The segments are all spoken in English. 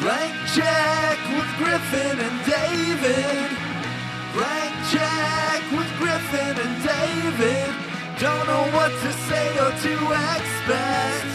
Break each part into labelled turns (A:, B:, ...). A: Blank check with Griffin and David. Blank check with Griffin and David. Don't know what to say or to expect.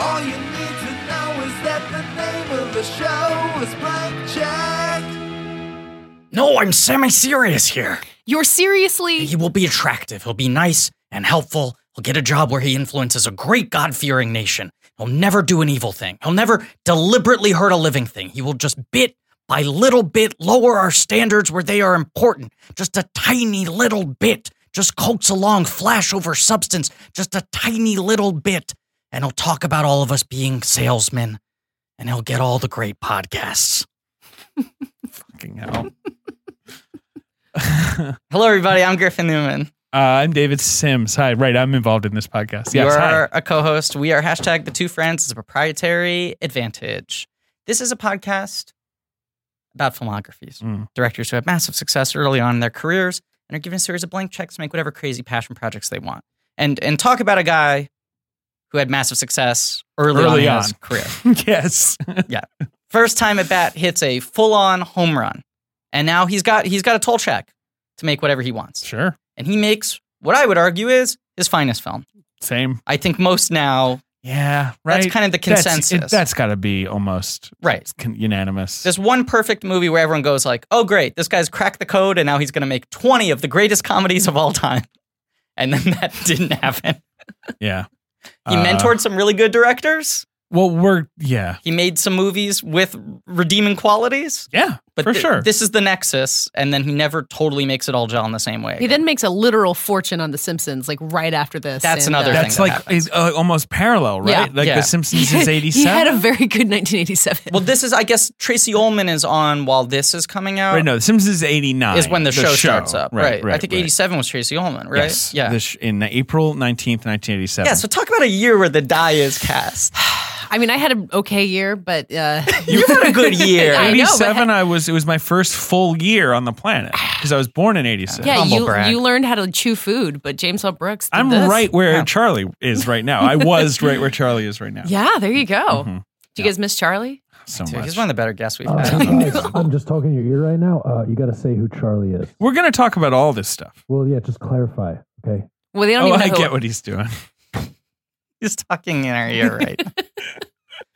A: All you need to know is that the name of the show is Blank Check.
B: No, I'm semi serious here.
C: You're seriously.
B: He will be attractive, he'll be nice and helpful, he'll get a job where he influences a great God fearing nation. He'll never do an evil thing, he'll never deliberately hurt a living thing. He will just bit by little bit lower our standards where they are important, just a tiny little bit. Just coax along flash over substance, just a tiny little bit. And he'll talk about all of us being salesmen, and he'll get all the great podcasts.
D: Fucking hell.
E: Hello, everybody. I'm Griffin Newman.
D: Uh, I'm David Sims. Hi. Right. I'm involved in this podcast. Yes.
E: you
D: hi.
E: are a co-host. We are hashtag the two friends is a proprietary advantage. This is a podcast about filmographies.
D: Mm.
E: Directors who have massive success early on in their careers and are given a series of blank checks to make whatever crazy passion projects they want. And and talk about a guy who had massive success early,
D: Early
E: in
D: on.
E: his career.
D: yes.
E: First time at bat hits a full-on home run. And now he's got he's got a toll check to make whatever he wants.
D: sure.
E: And he makes what I would argue is his finest film.
D: Same.
E: I think most now
D: Yeah. Right.
E: That's kind of the
D: That's-
E: consensus.
D: it- that's got to be almost
E: right.
D: con- unanimous.
E: There's one perfect movie where everyone goes like, "Oh great, this guy's cracked the code and now he's going to make 20 of the greatest comedies of all time." And then that didn't happen.
D: yeah.
E: He
D: Uh,
E: mentored some really good directors.
D: Well, we're yeah.
E: He made some movies with redeeming qualities.
D: Yeah.
E: But
D: for
E: thi-
D: sure.
E: this is the nexus and then he never totally makes it all gel in the same way.
C: He then makes a literal fortune on The Simpsons, like right after this.
E: That's another thing.
D: that's
E: that
D: like
E: happens.
D: is, uh, almost parallel, right?
C: Yeah.
D: Like
E: Yeah.
D: The Simpsons is
C: He, he
D: '87.
C: had a very good 1987.
E: well, this is I guess Tracy Ullman is on while this is coming out.
D: right. No, The Simpsons is '89.
E: Is when the, show, starts up, right? I think '87 was Tracy Ullman, right?
D: Yes.
E: yeah,
D: The sh- in April 19th, 1987.
E: yeah. So talk about a year where the die is cast.
C: I mean, I had an okay year, but uh,
E: You had a good year.
C: I know, but-
D: 87 I was it was my first full year on the planet because I was born in 87.
C: yeah,
E: Humble
C: you
E: brag.
C: you learned how to chew food, but James L. Brooks. Did
D: I'm
C: this.
D: right where Charlie is right now. I was right where Charlie is right now.
C: Yeah, there you go.
D: Mhm.
C: Do you guys miss Charlie?
D: So
E: Dude,
D: much.
E: he's one of the better guests we've
F: Uh,
E: had.
F: guys, I'm just talking to your ear right now. Uh, you got to say who Charlie is.
D: We're going to talk about all this stuff.
F: Well, yeah, just clarify. Okay.
C: Well, they don't
D: Oh,
C: even know
D: I
C: who-
D: get what he's doing.
E: He's talking in our ear, right?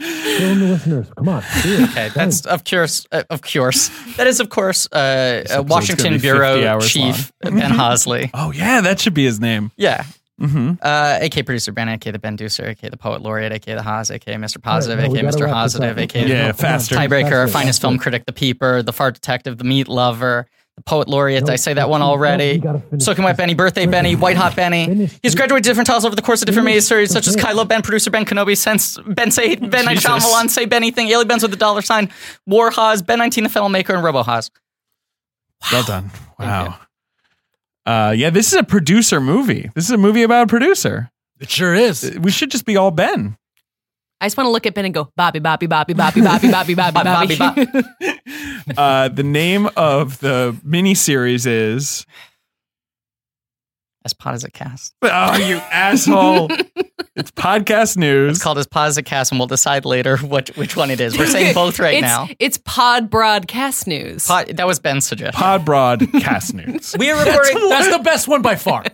F: Show 'em the listeners. Come on. do it.
E: Okay, that's of course, uh, of course. That is, of course, uh, uh,
D: episode's gonna
E: Washington
D: be 50
E: Bureau
D: hours
E: Chief Ben
F: Mm-hmm.
E: Hosley.
D: Oh yeah, that should be his name.
E: Yeah,
D: Mm-hmm.
E: uh, aka producer Ben, aka the Ben Deucer, aka the poet laureate, aka the Haas, aka Mr. Positive,
F: All right, now we
E: aka
F: gotta
E: Mr.
F: wrap this up.
E: Positive, aka
D: Yeah,
F: Come on,
D: faster.
E: tiebreaker, our
F: faster,
E: finest
F: faster.
E: film critic, the peeper, the fart detective, the meat lover, the poet laureate.
F: No,
E: I say that
F: no,
E: one
F: no,
E: already.
F: we gotta finish
E: Soaking Wet
F: this.
E: Benny, Birthday Benny, White Hot Benny.
F: Finish
E: He's
F: it.
E: graduated different titles over the course of different media
F: Finish
E: series, such as
F: it.
E: Kylo Ben, producer Ben Kenobi, Sense, Ben Say, Ben I
D: Jesus.
E: Shyamalan, Say Ben Anything, Ailey Benz with the dollar sign, War Haas, Ben 19 the filmmaker, and Robo Haas.
D: Well done. Wow. Uh, yeah, this is a producer movie. This is a movie about a producer.
B: It sure is.
D: We should just be all Ben.
C: I just want to look at Ben and go, Bobby, Bobby, Bobby, Bobby, Bobby, Bobby, Bobby, Bobby.
E: Bobby, Bobby.
D: Uh, the name of the miniseries is
E: As Pod as It Cast.
D: Oh, you asshole. it's podcast news.
E: It's called As Pod as It Cast, and we'll decide later what, which one it is. We're saying both right
C: it's,
E: now.
C: It's pod broadcast news.
E: Pod, that was Ben's suggestion.
D: Pod Broadcast News.
E: we are recording.
B: That's the best one by far.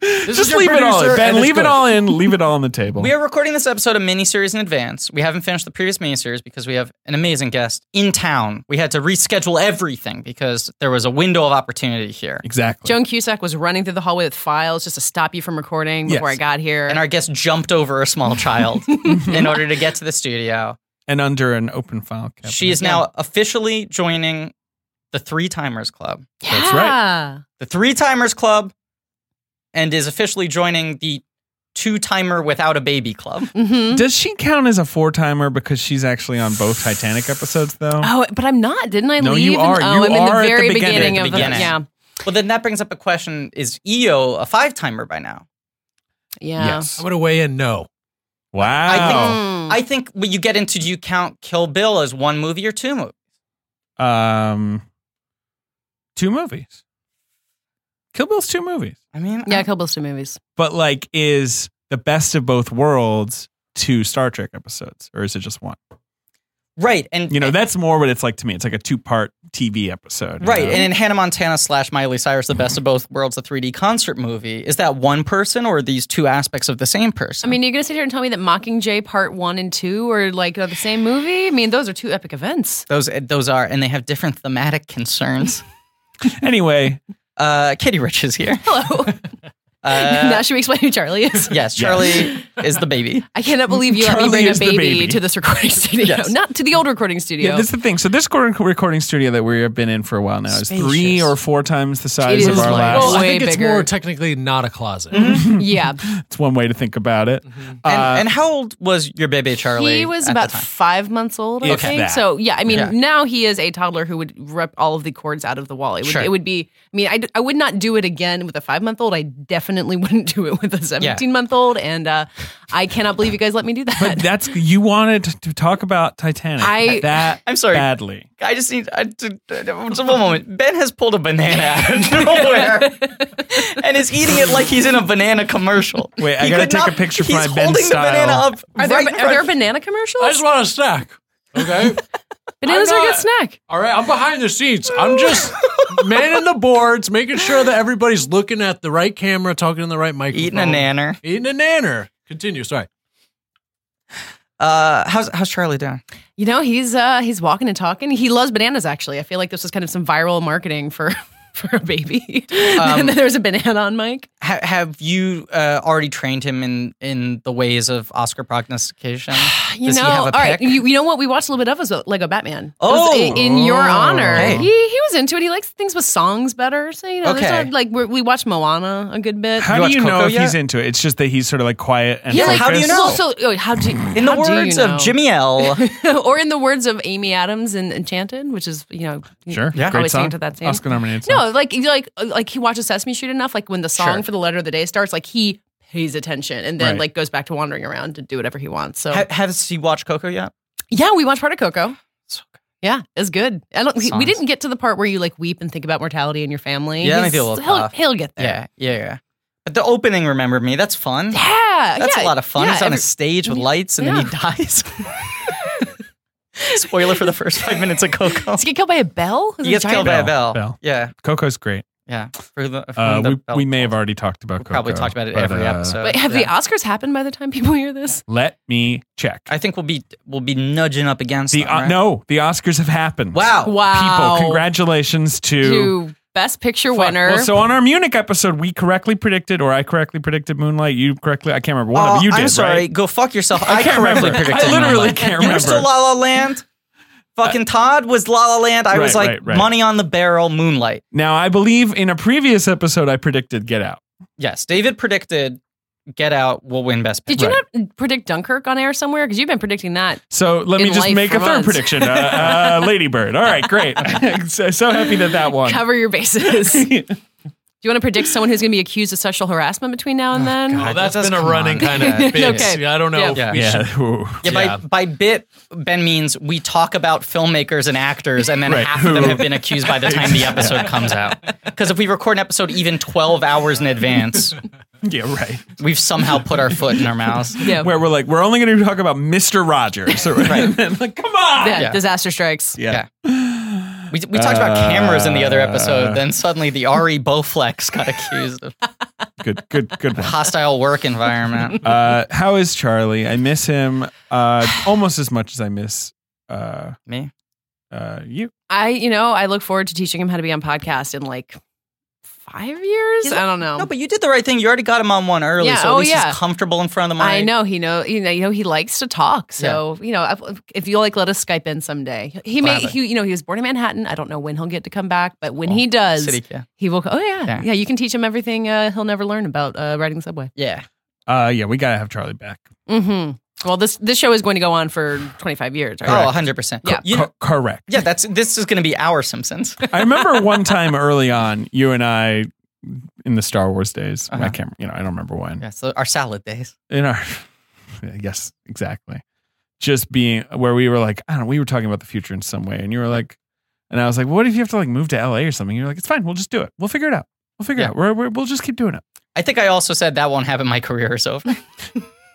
B: This is
D: Just
B: your
D: leave it all
B: producer,
D: in. Ben,
B: and it's
D: leave it
B: good.
D: all in. Leave it all on the table.
E: We are recording this episode of miniseries in advance. We haven't finished the previous miniseries because we have an amazing guest in town. We had to reschedule everything because there was a window of opportunity here.
D: exactly.
C: Joan Cusack was running through the hallway with files just to stop you from recording before
D: Yes.
C: I got here.
E: And our guest jumped over a small child in order to get to the studio.
D: and under an open file cabinet.
E: She is now officially joining the Three Timers Club.
D: That's right.
C: Yeah.
E: The Three Timers Club and is officially joining the Two Timer Without a Baby Club.
C: Mhm.
D: Does she count as a four timer because she's actually on both Titanic episodes though?
C: Oh, but I'm not. Didn't I
D: No,
C: leave?
D: you
C: And-
D: are.
C: oh,
D: You
C: I'm
D: are
C: in the
D: at the
C: very
D: beginning.
C: beginning,
E: At the
C: of
E: beginning.
C: yeah,
E: Well, then that brings up a question Is EO a five timer by now?
C: yeah.
B: I'm
D: Yes. Oh.
B: gonna weigh in. No,
D: Wow.
C: Mm.
E: I think when you get into do you count Kill Bill as one movie or two movies?
D: um two movies. Kill Bill's two movies.
E: I mean,
C: yeah,
E: I-
C: a couple of movies.
D: But like is the best of both worlds two Star Trek episodes, or is it just one?
E: Right. And
D: You know, that's more what it's like to me. It's like a two part TV episode. you
E: Right,
D: know?
E: and in Hannah Montana slash Miley Cyrus, the best of both worlds, the 3D concert movie, is that one person or are these two aspects of the same person?
C: I mean, you're gonna sit here and tell me that Mockingjay Part One and Two are like are the same movie? I mean, those are two epic events.
E: those eh, those are, and they have different thematic concerns.
D: anyway,
E: Uh, Kitty Rich is here.
C: Hello.
E: Uh,
C: now should we explain who Charlie is?
E: yes, Charlie is the baby.
C: I cannot believe you
D: Charlie
C: let me bring
D: is
C: a
D: the
C: baby,
D: baby.
C: to this recording studio,
E: Yes.
C: not to the old recording studio.
D: yeah, this is the thing. So this recording- recording studio that we have been in for a while now is three
E: Spacious.
D: or four times the size
C: It
D: of
C: is
D: our
C: like-
D: last.
G: Well, I
C: Way
G: think it's
C: bigger.
G: more technically not a closet.
C: yeah,
D: It's one way to think about it.
G: Mm-hmm.
E: And,
D: Uh,
E: and how old was your baby Charlie?
C: he was
E: at
C: about
E: the time?
C: five months old, I
D: If
C: think.
D: that.
C: So yeah, I mean,
E: Yeah.
C: now he is a toddler who would rip all of the cords out of the wall. It would,
E: Sure.
C: it would be. I mean, I, d- I would not do it again with a five month old. I definitely wouldn't do it with a seventeen month old, and uh, I cannot believe you guys let me do that.
D: but that's you wanted to talk about Titanic
C: I-
D: that
E: I'm sorry.
D: badly.
E: I just need I, to, just one moment. Ben has pulled a banana out of nowhere and is eating it like he's in a banana commercial.
D: Wait, I
E: He
D: gotta
E: could
D: take a picture for
E: he's
D: my Ben
E: holding
D: style.
E: the banana up.
C: are there,
E: right
C: ba-
E: in
C: are there
E: front-
C: banana
G: I
C: commercials?
G: just want a snack. Okay.
C: Bananas
G: I'm
C: are a good
G: not-
C: snack.
G: All right. I'm behind the scenes. I'm just manning the boards, making sure that everybody's looking at the right camera, talking to the right microphone.
E: eating a nanner.
G: Eating a nanner. Continue. Sorry.
E: Uh, how's how's Charlie doing?
C: You know, he's uh, he's walking and talking. He loves bananas. Actually, I feel like this was kind of some viral marketing for. For a baby,
E: Um,
C: and then there's a banana on Mike.
E: Ha- have you uh, already trained him in in the ways of Oscar prognostication?
C: You
E: Does
C: know,
E: he have a
C: all right.
E: pick?
C: You, you know what? We watched a little bit of was Lego Batman.
E: Oh.
C: it was i- in your honor,
E: Hey.
C: he he was into it. He likes things with songs better. So you know, there's
E: Okay.
C: not- like we're, we watched Moana a good bit.
D: How
E: You
D: do
E: watch
D: you know
E: Coco
D: if
E: yet?
D: he's into it? It's just that he's sort of like quiet and
C: yeah, like,
D: focused.
E: how do you know?
C: So, so oh, how do
E: in the
C: how do
E: words
C: you know?
E: of Jimmy L.
C: or in the words of Amy Adams in Enchanted, which is you know
D: Sure, yeah,
C: always
D: great
C: singing
D: song.
C: to that scene.
D: Oscar nominated.
C: No, like you- like like he watches Sesame Street enough. Like when the song
E: Sure.
C: for the letter of the day starts, like he pays attention and then
D: Right.
C: like goes back to wandering around to do whatever he wants. So
E: ha- has he watched Coco yet?
C: Yeah, we watched part of Coco.
E: So
C: Yeah, it's good. I don't. We, we
E: Songs.
C: didn't get to the part where you like weep and think about mortality in your family.
E: Yeah, that
C: He's-
E: might be a little
C: he'll,
E: tough.
C: he'll get there.
E: Yeah, yeah, yeah. But the opening remembered me. That's fun.
C: yeah
E: That's
C: Uh,
E: a
C: yeah,
E: lot of fun.
C: yeah,
E: He's on
C: every-
E: a stage with lights and then he dies. Spoiler for the first five minutes of Coco.
C: Does he get killed by a bell? Is
E: He
C: it a
E: gets
C: giant
E: killed by a bell.
D: Bell.
E: Yeah,
D: Coco's great.
E: yeah. For the, for
D: Uh,
E: the
D: we,
E: bell.
D: we may have already talked about
E: We
D: Coco.
E: probably talked about it
D: but,
E: every
D: uh,
E: episode.
C: Wait, have
E: Yeah.
C: the Oscars happened by the time people hear this?
D: Let me check.
E: I think we'll be we'll be nudging up against
D: the
E: them,
D: uh,
E: right?
D: no, the Oscars have happened.
E: Wow.
C: Wow.
D: people, congratulations to.
C: To best picture
D: Fuck.
C: winner.
D: Well, so on our Munich episode, we correctly predicted, or I correctly predicted Moonlight. You correctly, I can't remember. One
E: Oh,
D: of you did.
E: I'm sorry.
D: right?
E: Go fuck yourself. I,
D: can't
E: correctly
D: remember.
E: predicted.
D: I literally
E: Moonlight.
D: can't
E: You were still
D: remember.
E: La La Land. Fucking Todd was La La Land. I was
D: Right,
E: like
D: right, right.
E: money on the barrel. Moonlight.
D: Now, I believe in a previous episode, I predicted Get Out.
E: Yes, David predicted Get Out will win Best
C: Did
E: Picture.
C: you not predict Dunkirk on air somewhere? Because you've been predicting that.
D: So let me
C: In
D: just
C: life
D: make
C: for
D: a third
C: once.
D: prediction. Uh, uh, Ladybird. All right, great. so, so happy that that won.
C: Cover your bases. Do you want to predict someone who's going to be accused of sexual harassment between now and then?
G: Oh,
E: God,
G: that's
E: that does
G: been a
E: come
G: running
E: on.
G: kind of bit.
C: Okay.
G: Yeah, I don't know.
C: Yeah.
G: if
E: Yeah.
G: we should-
D: Yeah. ooh.
E: Yeah,
G: Yeah.
E: By, by bit, Ben means we talk about filmmakers and actors, and then
D: Right.
E: half of them
D: Who-
E: have been accused by the time the episode comes out. Because if we record an episode even 12 hours in advance,
D: Yeah, right.
E: we've somehow put our foot in our mouths.
C: Yeah.
D: Where we're like, we're only going to talk about Mr. Rogers. Or, and then, like, come on.
C: yeah,
E: Yeah.
C: Disaster strikes.
E: Yeah. We, we talked about cameras in the other
D: Uh,
E: episode, then suddenly the Ari Bowflex got accused of
D: Good, good, good one.
E: hostile work environment.
D: Uh, how is Charlie? I miss him uh, almost as much as I miss uh,
E: Me?
D: uh, you.
C: I, you know, I look forward to teaching him how to be on podcast in like five years.
E: He's-
C: I don't know.
E: No, but you did the right thing. You already got him on one early,
C: Yeah,
E: so at
C: oh,
E: least
C: yeah.
E: he's comfortable in front of the mic.
C: I know he know you know you know he likes to talk. So you know if- if you like, let us Skype in someday. He may
E: Gladly.
C: he you know he was born in Manhattan. I don't know when he'll get to come back, but when he does,
E: City kid.
C: he will. Oh yeah,
E: Yeah.
C: yeah, You can teach him everything uh, he'll never learn about uh, riding the subway.
E: Yeah.
D: Uh, yeah, we gotta have Charlie back.
E: Mm-hmm.
C: hmm Well, this this show is going to go on for twenty five years. Right?
E: Oh, 100%.
C: Yeah.
E: You-
D: Co- correct.
E: yeah, that's this is going to be our Simpsons.
D: I remember one time early on, you and I in the Star Wars days. I
E: Uh-huh.
D: can't, you know, I don't remember when.
E: Yeah, so our salad days.
D: In our, yes, exactly. Just being where we were like, I don't know, we were talking about the future in some way, and you were like, and I was like, what if you have to like move to LA or something? You're like, it's fine, we'll just do it. We'll figure it out. We'll figure
E: Yeah.
D: it out. We're, we're, we'll just keep doing it.
E: I think I also said that won't happen. My career is over.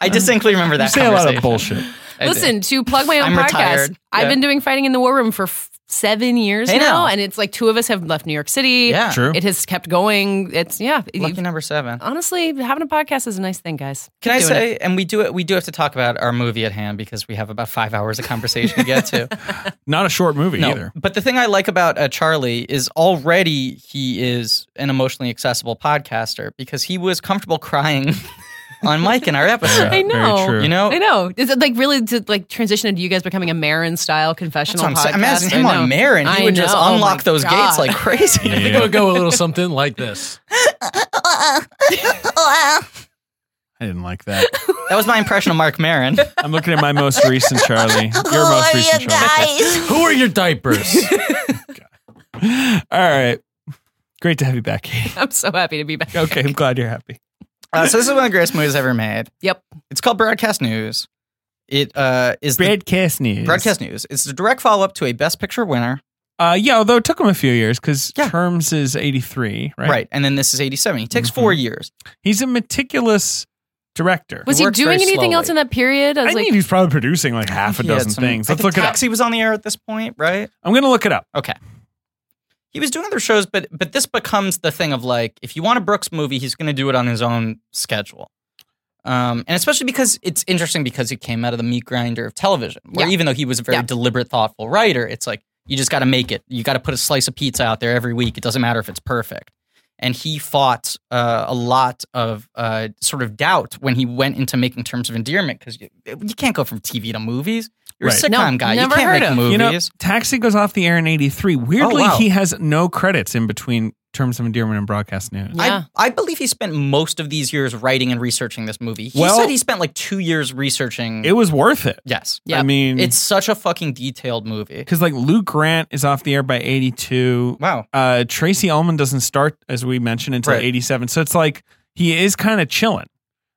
E: I distinctly remember that.
D: say a lot of
E: conversation.
D: bullshit.
E: I did.
C: Listen, to plug my own
E: I'm
C: podcast,
E: retired.
C: I've
E: Yeah.
C: been doing Fighting in the War Room for f- seven years
E: Hey,
C: now,
E: now.
C: and it's like two of us have left New York City.
E: Yeah.
D: True.
C: It has kept going. It's, yeah.
E: Lucky number seven.
C: Honestly, having a podcast is a nice thing, guys.
E: Can
C: Keep
E: I
C: doing it.
E: say? And we do it. We do have to talk about our movie at hand because we have about five hours of conversation to get to.
D: Not a short movie
E: No,
D: either.
E: but the thing I like about uh, Charlie is already he is an emotionally accessible podcaster because he was comfortable crying on Mike in our episode.
C: I know.
D: Very true.
E: You know,
C: I know. Is it like really to like transition into you guys becoming a Marin style
E: That's
C: confessional
E: what I'm
C: podcast?
E: saying. Imagine him
C: I know.
E: on Marin. He
C: I
E: would just
C: know. Oh
E: unlock
C: my
E: those
C: God.
E: gates like crazy.
G: I think it
D: Yeah.
G: would go a little something like this.
D: I didn't like that.
E: That was my impression of Mark Marin.
D: I'm looking at my most recent Charlie. Your most recent Charlie.
G: Who are your diapers?
D: All right. Great to have you back. Katie.
C: I'm so happy to be back.
D: Okay, I'm glad you're happy.
E: Uh, so this is one of the greatest movies ever made.
C: Yep.
E: It's called Broadcast News. It uh, is the-
D: Broadcast news.
E: Broadcast News. It's the direct follow up to a Best Picture winner,
D: Uh, yeah, although it took him a few years because
E: Yeah.
D: Terms is 83, right? Mm-hmm.
E: right? And then this is '87. He takes four years.
D: He's a meticulous director.
C: Was
E: It
C: he
E: works very
C: doing anything
E: slowly.
C: else in that period? I
D: I
C: was
D: mean,
C: like,
D: he's probably producing like half a
E: He had
D: dozen
E: some-
D: things.
E: I
D: Let's
E: think
D: look it up.
E: Taxi was on the air at this point, right?
D: I'm going to look it up.
E: Okay. He was doing other shows, but but this becomes the thing of like, if you want a Brooks movie, he's going to do it on his own schedule. Um, and especially because it's interesting because he came out of the meat grinder of television, where
C: Yeah.
E: even though he was a very
C: Yeah.
E: deliberate, thoughtful writer, it's like you just got to make it. You got to put a slice of pizza out there every week. It doesn't matter if it's perfect. And he fought uh, a lot of uh, sort of doubt when he went into making terms of endearment because you, you can't go from TV to movies. You're
D: Right.
E: a sitcom
C: No,
E: guy.
C: never
E: you can't
C: heard
E: make
C: of.
E: movies. Oh,
D: You know, Taxi goes off the air in 83. Weirdly,
E: wow.
D: he has no credits in between Terms of Endearment and Broadcast News.
C: Yeah.
E: I, I believe he spent most of these years writing and researching this movie. He
D: Well-
E: said he spent like two years researching.
D: It was worth it.
E: yes.
C: Yeah.
D: I mean,
E: It's such a fucking detailed movie.
D: because like Lou Grant is off the air by 82.
E: Wow.
D: Uh, Tracy Ullman doesn't start, as we mentioned, until
E: Right.
D: 87. So it's like he is kind of chilling.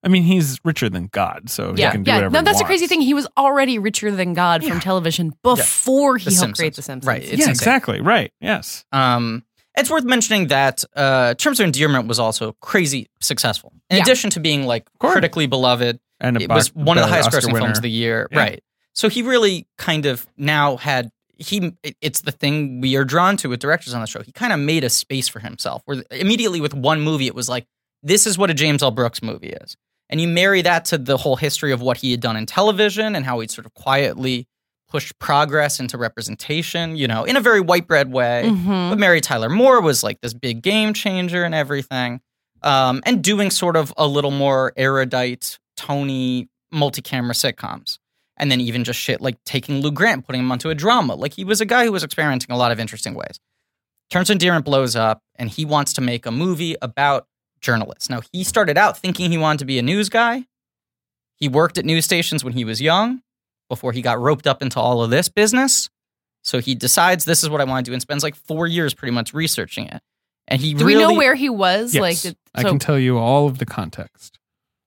D: I mean, he's richer than God, so he
C: yeah,
D: can do
C: yeah.
D: whatever
C: No,
D: he
C: that's the crazy
D: wants.
C: thing. He was already richer than God from television before he
E: The
C: helped
E: Simpsons.
C: create The Simpsons.
E: Right. It's
D: yeah,
E: insane.
D: exactly. Right. Yes.
E: Um, it's worth mentioning that uh, Terms of Endearment was also crazy successful. In
C: Yeah.
E: addition to being like
D: course.
E: critically beloved,
D: And a
E: it was
D: Box-
E: one of the
D: Bell
E: highest
D: Oscar
E: grossing
D: winner.
E: films of the year.
D: Yeah.
E: Right. So he really kind of now had he it- it's the thing we are drawn to with directors on the show. He kind of made a space for himself where immediately with one movie it was like this is what a James L. Brooks movie is. And you marry that to the whole history of what he had done in television and how he'd sort of quietly pushed progress into representation, you know, in a very white bread way.
C: Mhm.
E: But Mary Tyler Moore was like this big game changer and everything. Um, and doing sort of a little more erudite, Tony multi camera sitcoms. And then even just shit like taking Lou Grant, putting him onto a drama. Like he was a guy who was experimenting a lot of interesting ways. Terms of Endearment blows up and he wants to make a movie about journalists. Now, he started out thinking he wanted to be a news guy. He worked at news stations when he was young before he got roped up into all of this business. So he decides this is what I want to do and spends like four years pretty much researching it. And he
C: Do
E: really
C: we know where he was?
D: Yes.
C: Like, did-
D: I
C: so,
D: can tell you all of the context.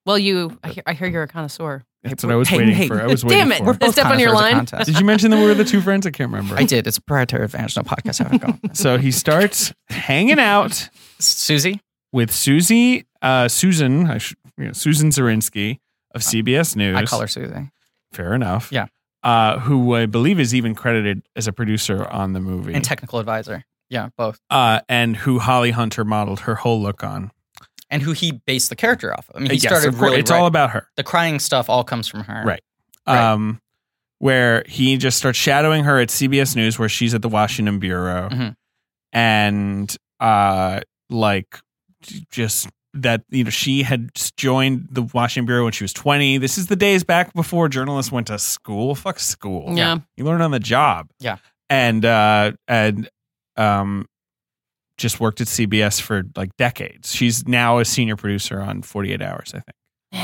C: well, you. I hear, I hear you're a connoisseur.
D: That's what I was
E: hey,
D: waiting
E: hey,
D: for. I was waiting
C: Damn it!
D: for.
E: We're both
C: Step on your
E: connoisseurs of
C: line.
E: context.
D: Did you mention that we were the two friends? I can't remember.
E: I did. It's a proprietary advantage. No podcast haven't gone.
D: So he starts hanging out
E: Susie,
D: with Susie, uh, Susan, I should, you know, Susan Zerinsky of CBS News.
E: Uh, I call her Susie.
D: Fair enough.
E: Yeah.
D: Uh, who I believe is even credited as a producer on the movie,
E: And technical advisor. Yeah, both.
D: uh, and who Holly Hunter modeled her whole look on.
E: And who he based the character off of. I mean, he
D: Yes,
E: started
D: of course,
E: really
D: it's all about her.
E: the crying stuff all comes from her.
D: Right.
E: Right.
D: Um, where he just starts shadowing her at CBS News, where she's at the Washington Bureau,
E: Mhm.
D: and uh, like j- just that you know she had joined the Washington Bureau when she was twenty. This is the days back before journalists went to school. Fuck school.
C: Yeah.
D: you learn on the job.
E: Yeah.
D: and uh, and um, just worked at CBS for like decades. She's now a senior producer on Forty Eight Hours. I think.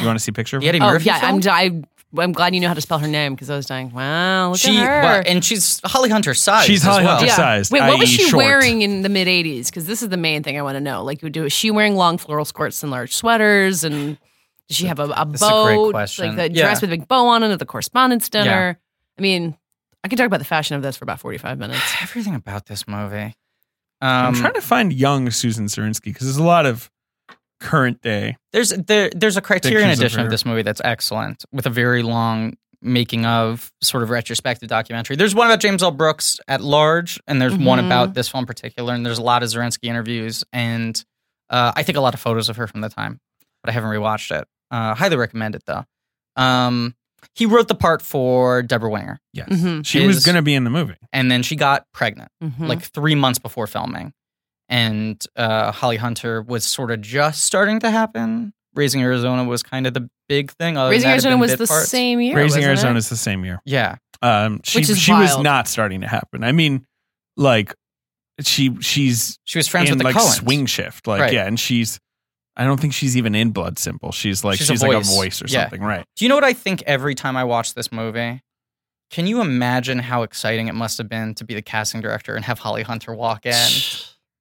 D: You want to see a picture of her?
E: Eddie
C: Oh
E: Murphy.
C: yeah, I'm,
E: filmed?
C: I, I'm glad you know how to spell her name because I was dying. Wow, look
E: she
C: at her.
E: well, and she's Holly Hunter size.
D: She's
E: as
D: Holly
E: well.
D: Hunter
C: Yeah.
D: sized,
C: Wait, what was
D: i.e.
C: she
D: short.
C: wearing in the mid '80s? Because this is the main thing I want to know. Like, do was she wearing long floral skirts and large sweaters? And did she have a, a
E: This is a
C: bow?
E: great question.
C: Like the
E: Yeah.
C: dress with a big bow on it at the correspondence dinner. I mean, I could talk about the fashion of this for about 45 minutes.
E: Everything about this movie. Um,
D: I'm trying to find young Susan Zerinsky because there's a lot of current day.
E: There's there, there's a Criterion
D: Pictures of
E: edition of,
D: her.
E: this movie that's excellent with a very long making of sort of retrospective documentary. There's one about James L. Brooks at large, and there's one
C: Mhm.
E: about this film in particular. And there's a lot of Zerinsky interviews, and uh, I think a lot of photos of her from the time, but I haven't rewatched it. Uh, highly recommend it though. Um, he wrote the part for Deborah Winger,
D: Yes.
C: Mhm.
D: She was
E: Is-
D: going to be in the movie.
E: and then she got pregnant
C: Mhm.
E: like three months before filming. And uh, Holly Hunter was sort of just starting to happen. Raising Arizona was kind of the big thing. Other than
C: Raising
E: that, had
C: Arizona
E: been
C: was
E: bit
C: the
E: parts.
C: same year.
D: Raising
C: wasn't
D: Arizona
C: it?
D: is the same year.
E: Yeah.
D: Um, she
C: Which is
D: she was
C: wild.
D: not starting to happen. I mean, like she she's
E: She was friends
D: in
E: with the
D: like
E: Coens.
D: swing shift, like
E: Right.
D: yeah, and she's I don't think she's even in Blood Simple. She's like
E: She's
D: she's,
E: a
D: like a
E: voice.
D: voice or
E: Yeah.
D: something, right?
E: Do you know what I think every time I watch this movie? Can you imagine how exciting it must have been to be the casting director and have Holly Hunter walk in?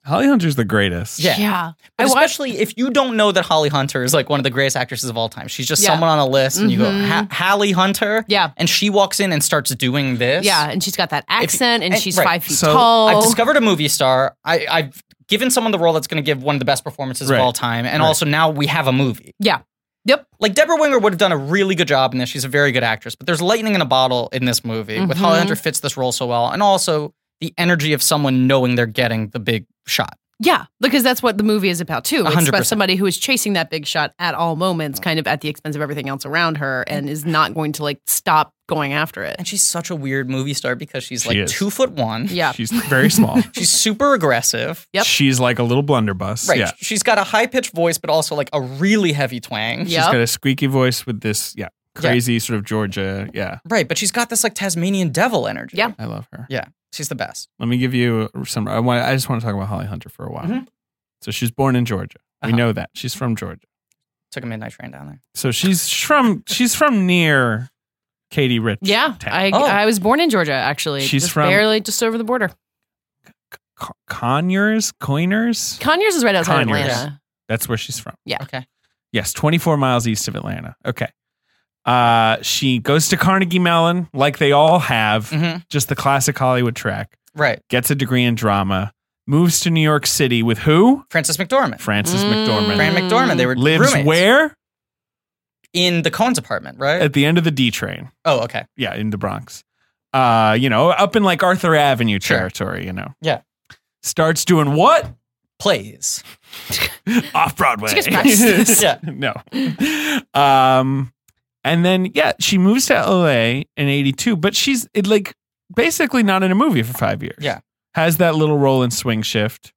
D: Holly Hunter's the greatest.
E: Yeah.
C: Yeah.
E: But
C: I watched.
E: especially if you don't know that Holly Hunter is like one of the greatest actresses of all time. She's just
C: Yeah.
E: someone on a list, and you go,
C: Mhm.
E: ha- Holly Hunter,
C: Yeah.
E: and she walks in and starts doing this.
C: Yeah. And she's got that accent and
E: and-
C: she's
E: eh, right.
C: five feet
D: So,
C: tall.
E: I've discovered a movie star. I, I've given someone the role that's going to give one of the best performances
D: Right.
E: of all time, and
D: Right.
E: also now we have a movie.
C: Yeah. Yep.
E: Like Deborah Winger would have done a really good job in this. She's a very good actress, but there's lightning in a bottle in this movie. With Holly
C: Mhm.
E: Hunter fits this role so well, and also the energy of someone knowing they're getting the big shot.
C: Yeah, because that's what the movie is about too. It's
E: 100%.
C: about somebody who is chasing that big shot at all moments, kind of at the expense of everything else around her, and is not going to like stop going after it.
E: And she's such a weird movie star because she's
D: She
E: like
D: is.
E: two foot one.
C: Yeah,
D: she's very small.
E: She's super aggressive.
C: Yep.
D: She's like a little blunderbuss.
E: Right.
D: Yeah.
E: She's got a high pitched voice, but also like a really heavy twang.
C: Yeah.
D: She's got a squeaky voice with this, yeah, crazy sort of Georgia. Yeah.
E: Right. But she's got this like Tasmanian devil energy.
C: Yeah.
D: I love her.
E: Yeah. She's the best.
D: Let me give you some. I, want, I just want to talk about Holly Hunter for a while.
E: Mhm.
D: So she's born in Georgia. We
E: Uh-huh.
D: know that she's from Georgia.
E: Took a midnight train down there.
D: So she's from she's from near Katie Rich.
C: yeah.
D: town.
C: I
E: Oh.
C: I was born in Georgia, actually.
D: She's
C: just
D: from-
C: barely just over the border.
D: Co- Conyers, Coiners.
C: Conyers is right outside
D: Conyers.
C: Atlanta.
D: That's where she's from.
E: Okay.
D: Yes, 24 miles east of Atlanta. Okay. Uh, she goes to Carnegie Mellon, like they all have,
E: hmm
D: just the classic Hollywood track.
E: Right.
D: Gets a degree in drama. Moves to New York City with who?
E: Frances McDormand.
D: Frances
C: Mm.
D: McDormand.
E: Fran McDormand. They were
D: Lives
E: roommates.
D: where?
E: In the Cohen's apartment, right?
D: At the end of the D train.
E: oh, okay.
D: Yeah, in the Bronx. Uh, you know, up in like Arthur Avenue
E: Sure.
D: territory, you know.
E: Yeah.
D: Starts doing what?
E: Plays.
D: Off Broadway.
C: She gets practices.
E: Yeah.
D: no. Um, and then yeah, she moves to LA in '82, but she's it, like basically not in a movie for five years.
E: Yeah.
D: has that little role in Swing Shift.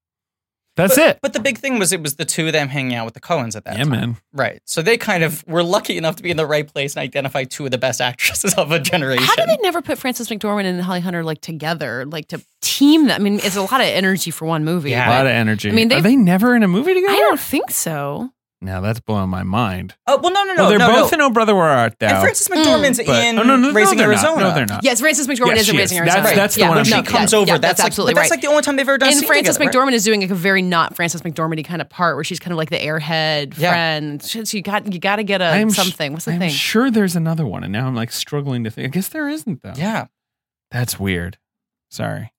D: That's
E: but,
D: it.
E: But the big thing was it was the two of them hanging out with the Cohens at that
D: yeah,
E: time.
D: man.
E: Right. So they kind of were lucky enough to be in the right place and identify two of the best actresses of a generation.
C: How did they never put Frances McDormand and Holly Hunter like together, like to team them? I mean, it's a lot of energy for one movie.
E: Yeah.
D: A lot of energy.
C: I mean,
D: are
C: they've-
D: they never in a movie
C: but
D: together?
C: I don't think so.
D: Now that's blowing my mind.
E: oh, well, no, no, no.
D: well, they're
E: no,
D: both
E: no.
D: in Oh Brother Where Art Thou?
E: And Frances McDormand's
D: but-
E: in
D: oh, no, no, no,
E: Raising
D: they're not.
E: Arizona.
D: No, they're not.
C: Yes, Frances McDormand
D: Uh, Yes,
C: is in
D: she
C: Raising
D: is.
C: Arizona.
D: That's- that's the
C: yeah.
D: one I'm
E: When she
D: No,
E: comes
C: yeah,
E: over,
C: yeah,
E: that's, like,
C: absolutely
E: but
C: right.
E: That's like the only time they've ever done. a
C: and
E: scene
C: Frances
E: together, right?
C: McDormand is doing like a very not Frances McDormandy kind of part where she's kind of like the airhead
E: Yeah.
C: friend. She, she got you got to get a
D: I'm sh-
C: something. What's the
D: I'm
C: thing?
D: sure there's another one, and now I'm like struggling to think. I guess there isn't though.
E: Yeah,
D: that's weird. Sorry.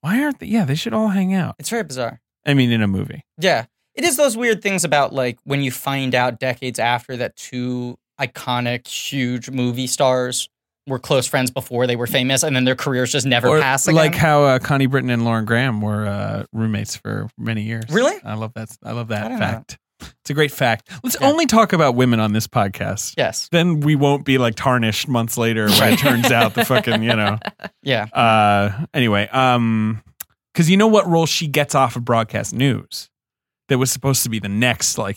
D: Why aren't they? Yeah, they should all hang out.
E: it's very bizarre.
D: I mean, in a movie.
E: Yeah, it is those weird things about like when you find out decades after that two iconic, huge movie stars were close friends before they were famous, and then their careers just never
D: Or
E: pass again.
D: like how uh, Connie Britton and Lauren Graham were uh, roommates for many years.
E: Really?
D: I love that. I love
E: I
D: that
E: don't know.
D: fact. It's a great fact. Let's
E: Yeah.
D: only talk about women on this podcast.
E: yes,
D: Then we won't be like tarnished months later when it turns out the fucking you know.
E: yeah,
D: Uh, anyway, um, because you know what role she gets off of broadcast news that was supposed to be the next like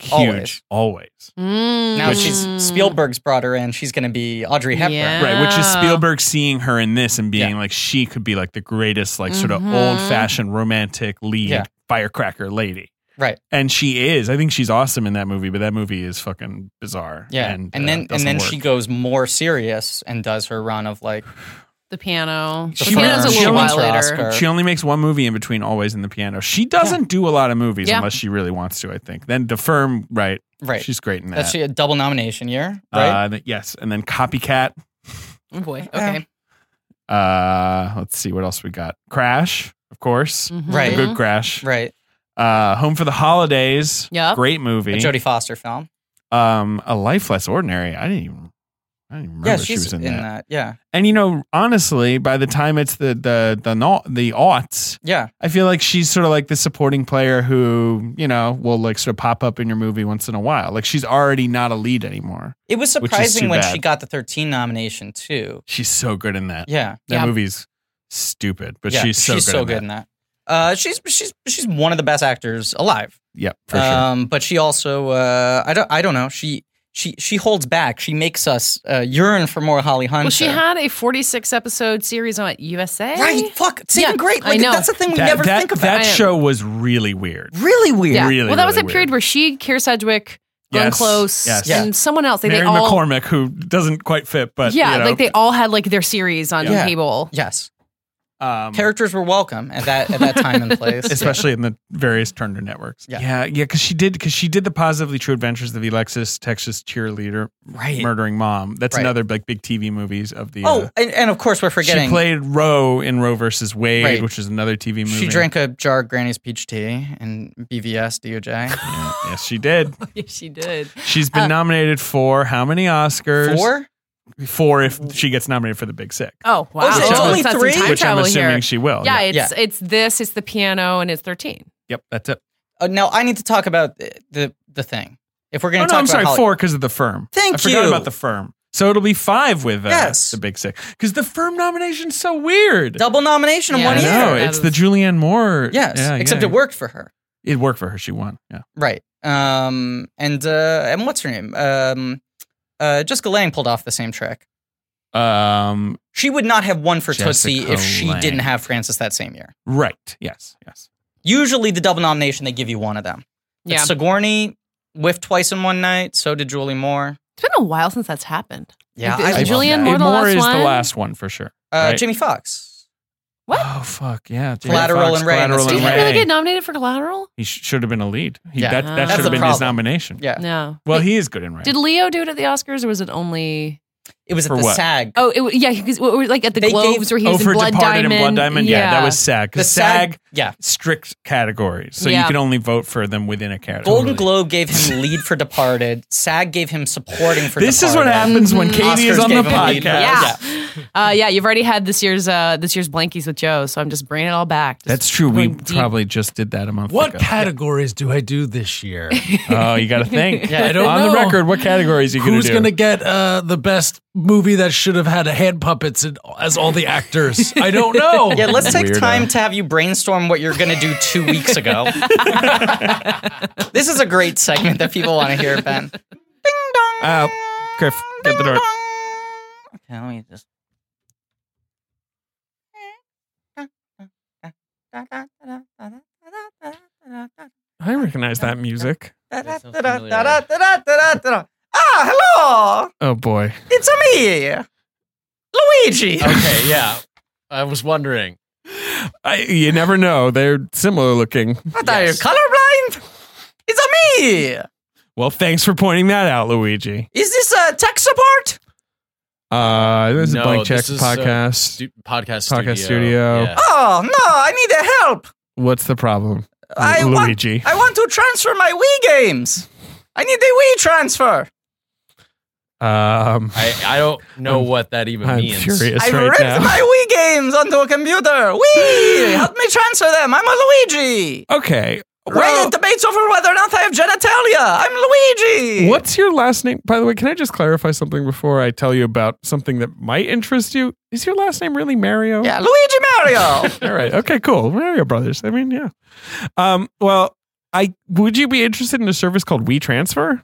E: Always.
D: huge always.
E: now
C: Now
D: Which-
E: she's Spielberg's brought her in. She's going to be Audrey Hepburn.
C: Hmm. Yeah.
D: Right, which is
C: Oh.
D: Spielberg seeing her in this and being
E: Yeah.
D: like she could be like the greatest, like sort of
C: Mhm.
D: old fashioned romantic lead
E: Yeah.
D: firecracker lady.
E: Right.
D: And she is. I think she's awesome in that movie, but that movie is fucking bizarre.
E: Yeah, and,
D: uh,
E: then and
D: doesn't
E: then
D: work.
E: she goes more serious and does her run of like
C: The piano. The
D: She
C: piano's a
D: won- she
C: little
D: won
C: while
E: for
C: later.
E: Oscar.
D: she only makes one movie in between always in the piano. She doesn't do a lot of movies
C: Yeah.
D: unless she really wants to, I think. Then the firm, right.
E: right.
D: She's great in that.
E: That's she a double nomination year, right?
D: Uh, th- yes. And then Copycat.
C: Oh boy. Okay.
D: Uh, let's see what else we got. Crash, of course.
C: Mhm.
E: Right.
D: The good Crash.
E: Mm-hmm. right.
D: Uh, Home for the Holidays.
C: Yep.
D: Great movie.
E: a Jodie Foster film.
D: Um, A Life Less Ordinary. I didn't even. I didn't even remember
E: Yeah,
D: she
E: she's
D: was in, that.
E: Yeah,
D: And you know, honestly, by the time it's the the the no, the aughts,
E: yeah,
D: I feel like she's sort of like the supporting player who you know will like sort of pop up in your movie once in a while. Like she's already not a lead anymore.
E: it was
D: Which is
E: surprising
D: too
E: when
D: bad.
E: she got the 13 nomination too.
D: She's so good in that.
E: Yeah,
D: That
C: Yeah.
D: movie's stupid, but
E: yeah,
D: she's so
E: she's
D: good.
E: so
D: in
E: good
D: That.
E: in that. Uh, she's she's she's one of the best actors alive.
D: Yep, for sure.
E: um, But she also, uh, I don't, I don't know. She she she holds back. She makes us uh, yearn for more Holly Hunter.
C: Well, she had a 46 episode series on USA.
E: right. Fuck, it's
C: Yeah,
E: even great.
C: I
E: Like,
C: know.
E: That's the thing we
D: That,
E: never
D: that,
E: think about.
D: that show was really weird.
E: really weird.
C: Yeah.
D: Really,
C: well, that was
D: really
C: a period
D: weird.
C: where she, Kira Sedgwick, Glenn
D: Yes,
C: Close,
D: yes.
C: and someone else. They, they
D: Mary
C: all,
D: McCormick, who doesn't quite fit, but
C: yeah,
D: you know,
C: like they all had like their series on
E: Yeah.
C: cable.
E: Yes,
D: um,
E: characters were welcome at that at that time and place.
D: especially in the various Turner networks.
E: Yeah.
D: yeah, yeah. Because she did, because she did the positively true adventures of Alexis, Texas cheerleader,
E: right.
D: murdering mom. That's
E: Right.
D: another like big TV movies of the.
E: Oh,
D: uh,
E: and, and of course we're forgetting.
D: she played Roe in Roe versus Wade,
E: Right.
D: which is another TV movie.
E: She drank a jar of Granny's peach tea and BVS DOJ.
D: Yeah, yes, she did.
C: Yes, she did.
D: She's been
C: Uh,
D: nominated for how many Oscars?
E: Four?
D: Four if she gets nominated for The Big Sick,
C: Oh wow!
E: Oh, so
D: it's
C: Let's
D: only
C: not some
E: three?
C: time
D: which I'm
C: travel
D: assuming
C: here.
D: she will.
C: yeah, it's it's this, it's the piano, and it's 13.
D: Yep. That's it.
E: Uh, now I need to talk about the the, the thing. If we're
D: Oh,
E: going to
D: no,
E: talk
D: I'm
E: about
D: sorry.
E: Holly-
D: Four because of the firm.
E: Thank
D: I forgot
E: you.
D: about the firm. So it'll be five with uh,
E: Yes.
D: the Big Sick because the firm nomination's so weird.
E: double nomination in
C: Yeah,
E: one
D: I
C: I
E: year.
D: know.
C: That
D: It's the
C: is-
D: Julianne Moore.
E: Yes,
D: Yeah,
E: except
D: yeah.
E: it worked for her.
D: It worked for her. She won. Yeah.
E: Right. Um and uh and what's her name? Um uh Jessica Lang pulled off the same trick.
D: Um.
E: She would not have won for Tootsie
D: Jessica
E: if she
D: Lange.
E: didn't have Francis that same year.
D: Right. Yes. Yes.
E: Usually the double nomination they give you one of them. But
C: Yeah,
E: Sigourney whiffed twice in one night, so did Julie Moore.
C: it's been a while since that's happened.
E: Yeah.
C: Is
E: I love
C: Julianne
E: that.
C: Moore
D: Moore
C: the last
D: is the
C: one?
D: last one for sure.
E: uh
D: right?
E: Jimmy Fox.
C: What?
D: Oh fuck yeah! Jamie
E: Collateral
D: Foxx,
E: and Ray.
D: Collateral
E: That's
C: Did he
D: and
E: different.
D: Ray.
C: really get nominated for Collateral?
D: he sh- should have been a lead. He,
E: Yeah.
D: That
C: Ah.
D: that
C: That's
D: should have
E: the
D: been his
E: problem.
D: nomination.
E: Yeah.
C: No.
D: Well, he is good in Ray.
C: Did Leo do it at the Oscars, or was it only?
E: It was at
D: For
E: the
D: what?
E: SAG.
C: Oh, it, wa- yeah, because what were- like at the
E: They
C: Globes
E: gave-
C: where he
D: oh,
C: was
D: for
C: in Blood
D: Departed
C: Diamond.
D: and Blood Diamond. Yeah, that was SAG.
E: the
D: Because SAG,
E: Yeah.
D: strict categories, so you
C: Yeah.
D: can only vote for them within a category.
E: Golden Globe gave him lead for Departed. SAG gave him supporting for
D: This is what
E: Departed.
D: happens when
C: Mhm.
D: Katie is
E: Oscars
D: on the
E: gave him a lead.
D: podcast.
C: Yeah. Uh, yeah, you've already had this year's uh, this year's blankies with Joe, so I'm just bringing it all back. Just
D: That's true. We
C: going deep.
D: probably just did that a month
G: What
D: ago.
G: categories do I do this year?
D: oh, you got to think.
E: Yeah, I
G: don't
D: On the
G: know.
D: record, what categories are you going
G: Who's
D: to do?
G: going to get uh, the best movie that should have had hand puppets and, as all the actors? I don't know.
E: Yeah, let's take
D: Weirdo.
E: time to have you brainstorm what you're going to do two weeks ago. this is a great segment that people want to hear, Ben. Ding dong.
D: Uh, Griff, get the door.
E: Okay, let me just.
D: I recognize that music.
E: Ah, hello!
D: Oh boy.
E: It's me, Luigi.
D: Oh,
G: Okay, yeah. I was wondering.
D: I, you never know. They're similar looking.
E: What are you colorblind? It's me.
D: Well, thanks for pointing that out, Luigi.
E: Is this a tech support?
D: Uh, this is a
H: No,
D: blank check
H: this is, uh,
D: podcast.
H: Stu- podcast
D: Podcast studio.
H: studio. Yeah.
E: Oh no, I need help.
D: What's the problem,
E: I
D: Lu-
E: want-
D: Luigi?
E: I want to transfer my Wii games. I need a Wii transfer.
D: um,
H: I, I don't know what that even
D: I'm
H: means.
D: furious
E: I
D: right
E: ripped
D: now.
E: my Wii games onto a computer. Wii, help me transfer them. I'm a Luigi.
D: okay.
E: Reddit
D: Well,
E: debates over whether or not I have genitalia. I'm Luigi.
D: what's your last name? By the way, can I just clarify something before I tell you about something that might interest you? Is your last name really Mario?
E: Yeah, Luigi Mario.
D: All right. Okay, cool. Mario Brothers. I mean, yeah. Um, well, I would you be interested in a service called WeTransfer?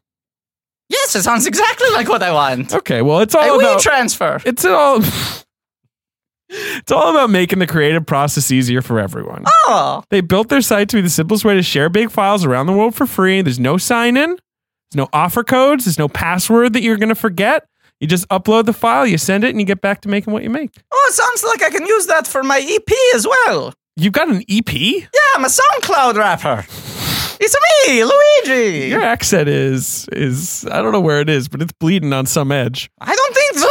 E: yes, it sounds exactly like what I want.
D: Okay, well, it's
E: A
D: all
E: Wii
D: about
E: transfer.
D: it's all It's all about making the creative process easier for everyone.
E: Oh,
D: They built their site to be the simplest way to share big files around the world for free. There's no sign in, there's no offer codes, there's no password that you're going to forget. You just upload the file, you send it, and you get back to making what you make.
E: oh, it sounds like I can use that for my EP as well.
D: You've got an E EP?
E: Yeah, I'm a SoundCloud rapper. It's me, Luigi.
D: Your accent is is I don't know where it is, but it's bleeding on some edge.
E: I don't think so.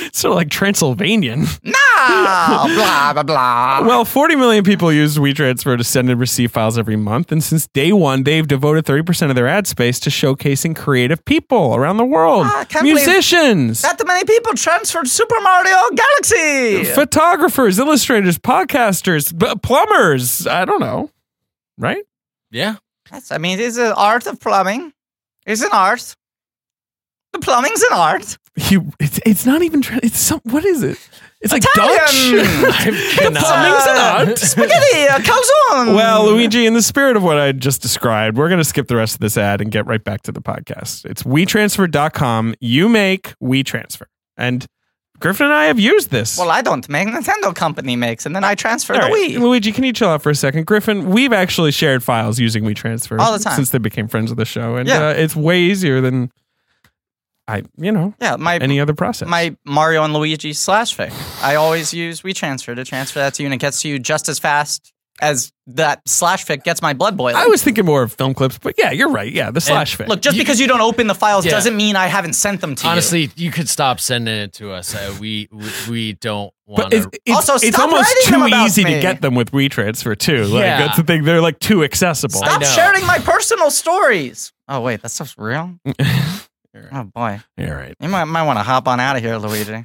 E: no,
D: sort of like Transylvanian.
E: no, blah blah blah.
D: Well, 40 million people use WeTransfer to send and receive files every month. And since day one, they've devoted 30% of their ad space to showcasing creative people around the world
E: Ah, I can't believe
D: musicians,
E: That many people transferred Super Mario Galaxy.
D: photographers, illustrators, podcasters, b- plumbers. I don't know. Right?
H: Yeah.
E: That's, I mean, it's an art of plumbing. It's an art. The plumbing's an art.
D: You, it's, it's not even, tra- it's some, what is it? It's like
E: Italian.
D: Dutch.
E: Uh, Spaghetti, uh, calzone.
D: Well, Luigi, in the spirit of what I just described, we're going to skip the rest of this ad and get right back to the podcast. It's wetransfer.com. You make WeTransfer. And Griffin and I have used this.
E: Well, I don't make. Nintendo company makes, and then I transfer
D: All
E: the
D: right,
E: Wii.
D: Luigi, can you chill out for a second? Griffin, we've actually shared files using WeTransfer
E: All the time.
D: since they became friends of the show. And
E: Yeah.
D: uh, it's way easier than, I, you know,
E: Yeah, my
D: any other process.
E: my Mario and Luigi slash fic. I always use WeTransfer to transfer that to you, and it gets to you just as fast as that slash fic gets my blood boiling.
D: I was thinking more of film clips, but yeah, you're right. Yeah, the slash fit.
E: Look, just because you don't open the files
H: Yeah.
E: doesn't mean I haven't sent them to
H: Honestly, you could stop sending it to us. Uh, we, we we don't want
D: But it's,
H: to.
D: it's,
E: Also,
D: it's
E: stop
D: almost
E: writing them
D: too
E: about
D: easy
E: me.
D: to get them with WeTransfer too. Like
H: Yeah.
D: that's the thing; they're like too accessible.
E: you. Stop
H: I know.
E: sharing my personal stories. Oh wait, that stuff's real. oh boy,
D: All right,
E: you might, might want to hop on out of here, Luigi.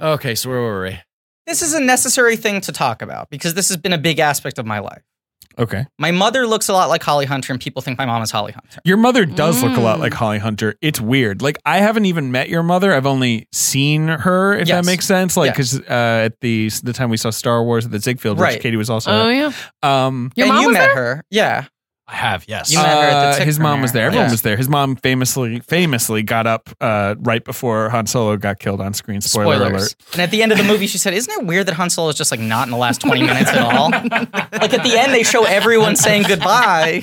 H: Okay, so where were we?
E: This is a necessary thing to talk about because this has been a big aspect of my life.
D: okay.
E: My mother looks a lot like Holly Hunter, and people think my mom is Holly Hunter.
D: Your mother does look a lot
C: Mm.
D: like Holly Hunter. It's weird. Like I haven't even met your mother. I've only seen her, if
E: Yes.
D: that makes sense. Like
E: Yeah.
D: because uh, at the the time we saw Star Wars at the Ziegfeld,
E: Right.
D: which Katie was also.
C: Oh
D: at,
C: yeah,
D: um,
C: your
E: and
C: mom
E: you
C: was
E: met
C: there.
E: her, yeah.
H: I have yes.
E: You met her at the
D: uh,
E: Tick
D: his mom was there.
E: premiere.
D: Everyone
E: Yeah.
D: was there. His mom famously famously got up uh, right before Han Solo got killed on screen. Spoiler alert.
E: And at the end of the movie, she said, "Isn't it weird that Han Solo is just like not in the last twenty minutes at all? like at the end, they show everyone saying goodbye.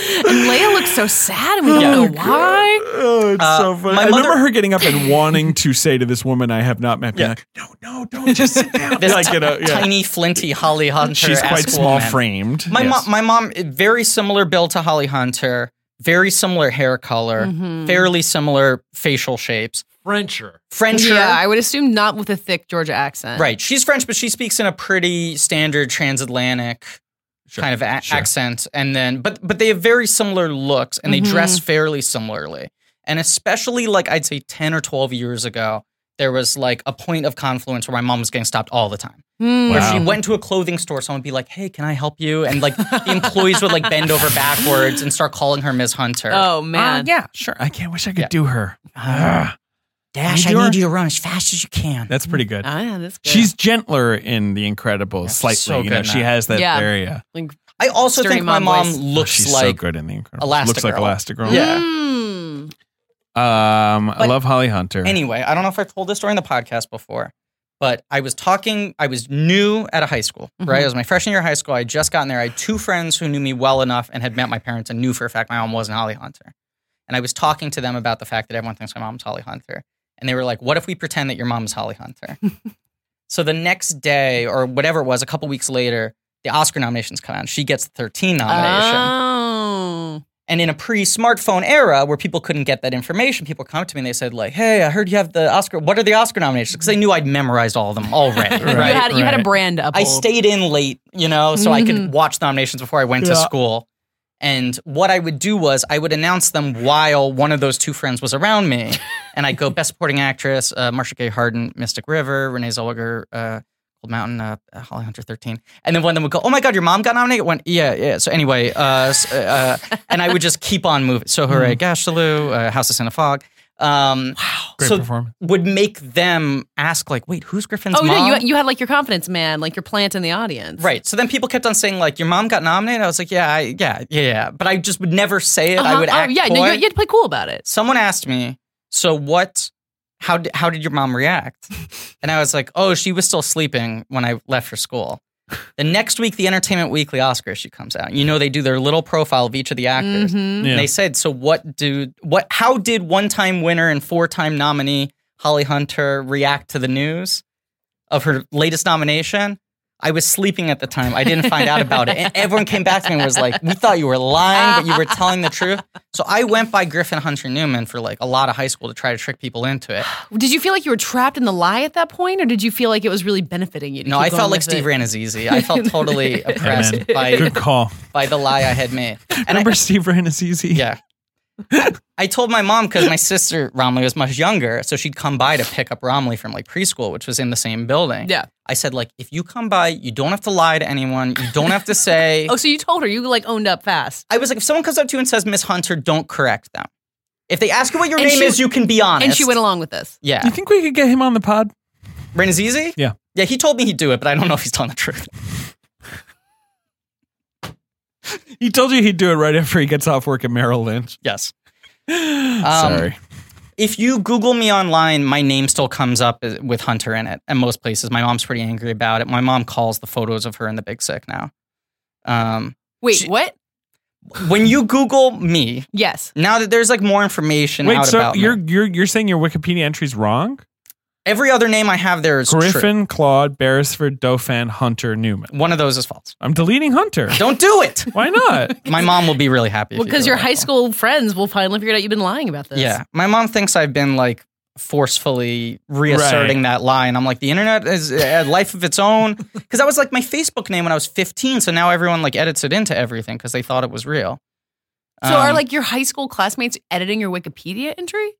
C: And Leia looks so sad, and we don't know why.
D: Oh, it's
E: Uh,
D: so funny.
E: my
D: I remember
E: mother-
D: her getting up and wanting to say to this woman I have not met, being
E: Yeah.
D: like, no, no, don't just sit down.
E: This
D: like,
E: ti-
D: you know, yeah.
E: tiny, flinty Holly Hunter.
D: She's quite
E: esque
D: small
E: woman.
D: framed.
E: My
D: Yes.
E: mom, my mom, eh, very similar build to Holly Hunter, very similar hair color,
C: Mm-hmm.
E: fairly similar facial shapes,
G: Frencher.
E: French.
C: Yeah, I would assume not with a thick Georgia accent.
E: Right. She's French, but she speaks in a pretty standard transatlantic kind of a- accent. And then, but but they have very similar looks and they
C: Mm-hmm.
E: dress fairly similarly. And especially like I'd say ten or twelve years ago, there was like a point of confluence where my mom was getting stopped all the time.
C: Hmm.
E: Where she went to a clothing store, someone would be like, "Hey, can I help you?" And like the employees would like bend over backwards and start calling her Miss Hunter.
C: Oh man.
D: yeah, sure. I can't wish I could
E: Yeah.
D: do her. Ugh.
E: Dash,
D: You do
E: I
D: her?
E: need you to run as fast as you can.
D: That's pretty good.
C: Ah, yeah, that's good.
D: She's gentler in The Incredibles, slightly.
E: so
D: you know,
E: good in
D: she
E: that.
D: has that
C: Yeah.
D: area.
E: I also
C: Sturdy
E: think my
C: mom
E: mom
C: voice.
D: Oh,
E: looks
D: she's so
E: like
D: good in The Incredibles. Looks like
E: Elastigirl.
D: Elastigirl.
E: Yeah.
C: Hmm.
D: Um, I
E: But-
D: love Holly Hunter.
E: Anyway, I don't know if I've told this story in the podcast before, but I was talking, I was new at a high school, right? It was my freshman year of high school. I had just gotten there. I had two friends who knew me well enough and had met my parents and knew for a fact my mom wasn't Holly Hunter. And I was talking to them about the fact that everyone thinks my mom's Holly Hunter. And they were like, what if we pretend that your mom's Holly Hunter? so the next day, or whatever it was, a couple weeks later, the Oscar nominations come out. And she gets the 13 nomination.
C: Oh.
E: And in a pre-smartphone era where people couldn't get that information, people come up to me and they said, like, hey, I heard you have the Oscar. What are the Oscar nominations? Because they knew I'd memorized all of them already. right.
C: you had you had a
D: right.
C: brand up.
E: I stayed in late, you know, so I
C: Mm-hmm.
E: could watch the nominations before I went to
D: Yeah.
E: school. And what I would do was I would announce them while one of those two friends was around me. and I'd go Best Supporting Actress, uh, Marsha Gay Harden, Mystic River, Renee Zellweger, uh, Cold Mountain, uh, Holly Hunter 13. And then one of them would go, Oh my God, your mom got nominated? Went, Yeah, yeah. So anyway, uh, s- uh, uh, and I would just keep on moving. So Hooray Gashaloo, uh, House of Sin of Fog. Um, wow.
D: Great
E: so
D: performance.
E: would make them ask, like, wait, who's Griffin's
C: Oh
E: mom?
C: no, you you had like your confidence, man, like your plant in the audience.
E: Right. So then people kept on saying like, "Your mom got nominated." I was like, "Yeah, I, yeah, yeah, yeah." But I just would never say it. I
C: Uh-huh.
E: would
C: Oh,
E: act.
C: yeah, no,
E: coy.
C: you, you had to play cool about it.
E: Someone asked me, "So what? How did how did your mom react?" and I was like, "Oh, she was still sleeping when I left for school." The next week, the Entertainment Weekly Oscar issue comes out. You know, they do their little profile of each of the actors.
C: Mhm.
D: Yeah.
E: And they said, "So what do what? How did one time winner and four time nominee Holly Hunter react to the news of her latest nomination?" I was sleeping at the time. I didn't find out about it. And everyone came back to me and was like, We thought you were lying, but you were telling the truth. So I went by Griffin Hunter Newman for like a lot of high school to try to trick people into it.
C: Did you feel like you were trapped in the lie at that point, or did you feel like it was really benefiting you? to
E: No,
C: keep
E: I
C: going
E: felt like
C: with
E: Steve
C: it?
E: Ranazizi. I felt totally oppressed by,
D: Good call.
E: by the lie I had made. And I-
D: Remember Steve Ranazizi?
E: Yeah. I told my mom because my sister Romley was much younger, so she'd come by to pick up Romley from like preschool, which was in the same building.
C: Yeah.
E: I said like, if you come by, you don't have to lie to anyone. You don't have to say.
C: Oh, so you told her you like owned up fast.
E: I was like, if someone comes up to you and says Miss Hunter, don't correct them. If they ask you what your
C: And
E: name
C: she-
E: is, you can be honest.
C: And she went along with this.
E: Yeah.
D: Do you think we could get him on the pod?
E: Renazizi?
D: Yeah.
E: Yeah, he told me he'd do it, but I don't know if he's telling the truth.
D: He told you he'd do it right after he gets off work at Merrill Lynch.
E: Yes. Um,
D: Sorry.
E: if you Google me online, my name still comes up as- with Hunter in it. And most places, my mom's pretty angry about it. My mom calls the photos of her in the big sick now. Um,
C: Wait,
E: She-
C: what?
E: when you Google me,
C: Yes.
E: now that there's like more information
D: Wait,
E: out
D: so
E: about me.
D: you're you're you're saying your Wikipedia entry's wrong?
E: every other name I have there is true.
D: Griffin, Claude, Beresford, Dauphin, Hunter, Newman.
E: One of those is false.
D: I'm deleting Hunter.
E: Don't do it.
D: Why not?
E: My mom will be really happy. if
C: Well,
E: you
C: because
E: do
C: your
E: it.
C: high school friends will finally figure out you've been lying about this.
E: Yeah, my mom thinks I've been like forcefully reasserting
D: Right.
E: that lie, and I'm like, the internet is a life of its own. Because that was like my Facebook name when I was 15, so now everyone like edits it into everything because they thought it was real.
C: So are
E: Um,
C: like your high school classmates editing your Wikipedia entry?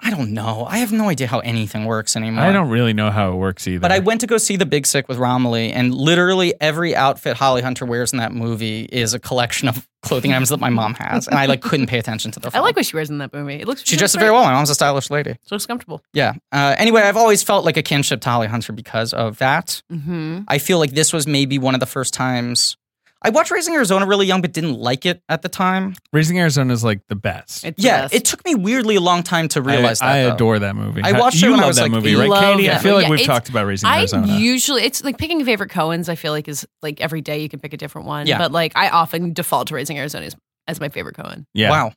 E: I don't know. I have no idea how anything works anymore.
D: I don't really know how it works either.
E: But I went to go see The Big Sick with Romilly, and literally every outfit Holly Hunter wears in that movie is a collection of clothing items that my mom has, and I like couldn't pay attention to the.
C: I
E: phone.
C: like what she wears in that movie. It looks
E: She
C: looks
E: dresses
C: great.
E: very well. My mom's a stylish lady.
C: She looks comfortable.
E: Yeah. Uh, anyway, I've always felt like a kinship to Holly Hunter because of that.
C: Mm-hmm.
E: I feel like this was maybe one of the first times I watched Raising Arizona really young, but didn't like it at the time.
D: Raising Arizona is like the best.
C: It's
E: yeah,
C: the best.
E: it took me weirdly a long time to realize
D: I, I
E: that. though.
D: adore that movie.
E: I watched it
D: you
E: when I
D: love
E: was,
D: that
E: like,
D: movie, right,
C: love
D: Katie? I
C: that
D: feel
C: movie.
D: like
C: Yeah,
D: we've
C: it's-
D: talking about Raising
C: I
D: Arizona.
C: usually it's like picking a favorite Cohen's. I feel like is like every day you can pick a different one.
E: Yeah.
C: But like I often default to Raising Arizona as, as my favorite Cohen.
D: yeah,
E: Wow.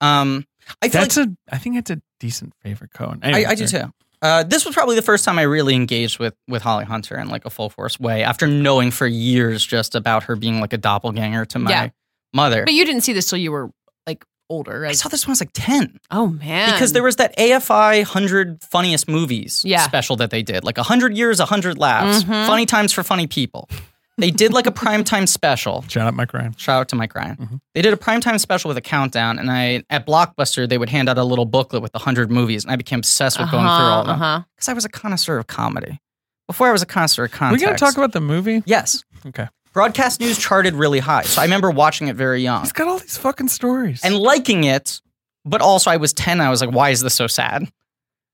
E: Um, I feel
D: that's
E: like,
D: a. I think that's a decent favorite Cohen.
E: I, I do too. Uh, this was probably the first time I really engaged with with Holly Hunter in like a full force way after knowing for years just about her being like a doppelganger to my
C: Yeah.
E: mother.
C: But you didn't see this till you were like older,
E: I
C: right?
E: saw this when I was like 10.
C: oh man,
E: Because there was that AFI 100 Funniest Movies
C: Yeah.
E: special that they did. Like 100 Years, 100 Laughs,
C: Mhm.
E: Funny Times for Funny People. They did like a primetime special.
D: Shout out Mike Ryan.
E: Shout out to Mike Ryan.
D: Mhm.
E: They did a primetime special with a countdown, and I at Blockbuster, they would hand out a little booklet with 100 movies, and I became obsessed with going through all of them.
C: Uh-huh.
E: Because I was a connoisseur of comedy. Before I was a connoisseur of
D: We're
E: context.
D: gonna talk about the movie.
E: Yes.
D: Okay.
E: Broadcast news charted really high, so I remember watching it very young.
D: He's got all these fucking stories.
E: and liking it, but also I was 10. I was like, why is this so sad?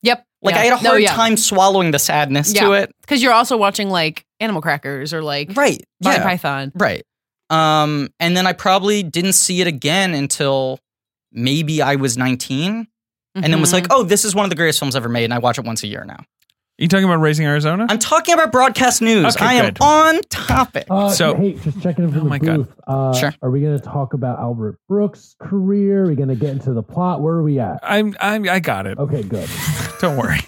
C: Yep.
E: Like
C: Yeah.
E: I had a
C: No,
E: hard
C: yeah.
E: time swallowing the sadness to
C: Yeah.
E: it.
C: because you're also watching like Animal Crackers or like
E: Right.
C: Monty
E: Yeah.
C: Python.
E: Right. Um, and then I probably didn't see it again until maybe I was 19 and then was
C: Mhm.
E: like, oh, this is one of the greatest films ever made. And I watch it once a year now.
D: you talking about Raising Arizona?
E: I'm talking about broadcast news.
D: Okay,
E: I am
D: good.
E: on topic.
F: Uh,
D: So-
F: hey, just checking in from
D: Oh
F: the
D: my God.
F: booth. Uh,
E: Sure.
F: Are we going to talk about Albert Brooks' career? Are we going to get into the plot? Where are we at?
D: I'm, I'm I got it.
F: Okay, good.
D: Don't worry.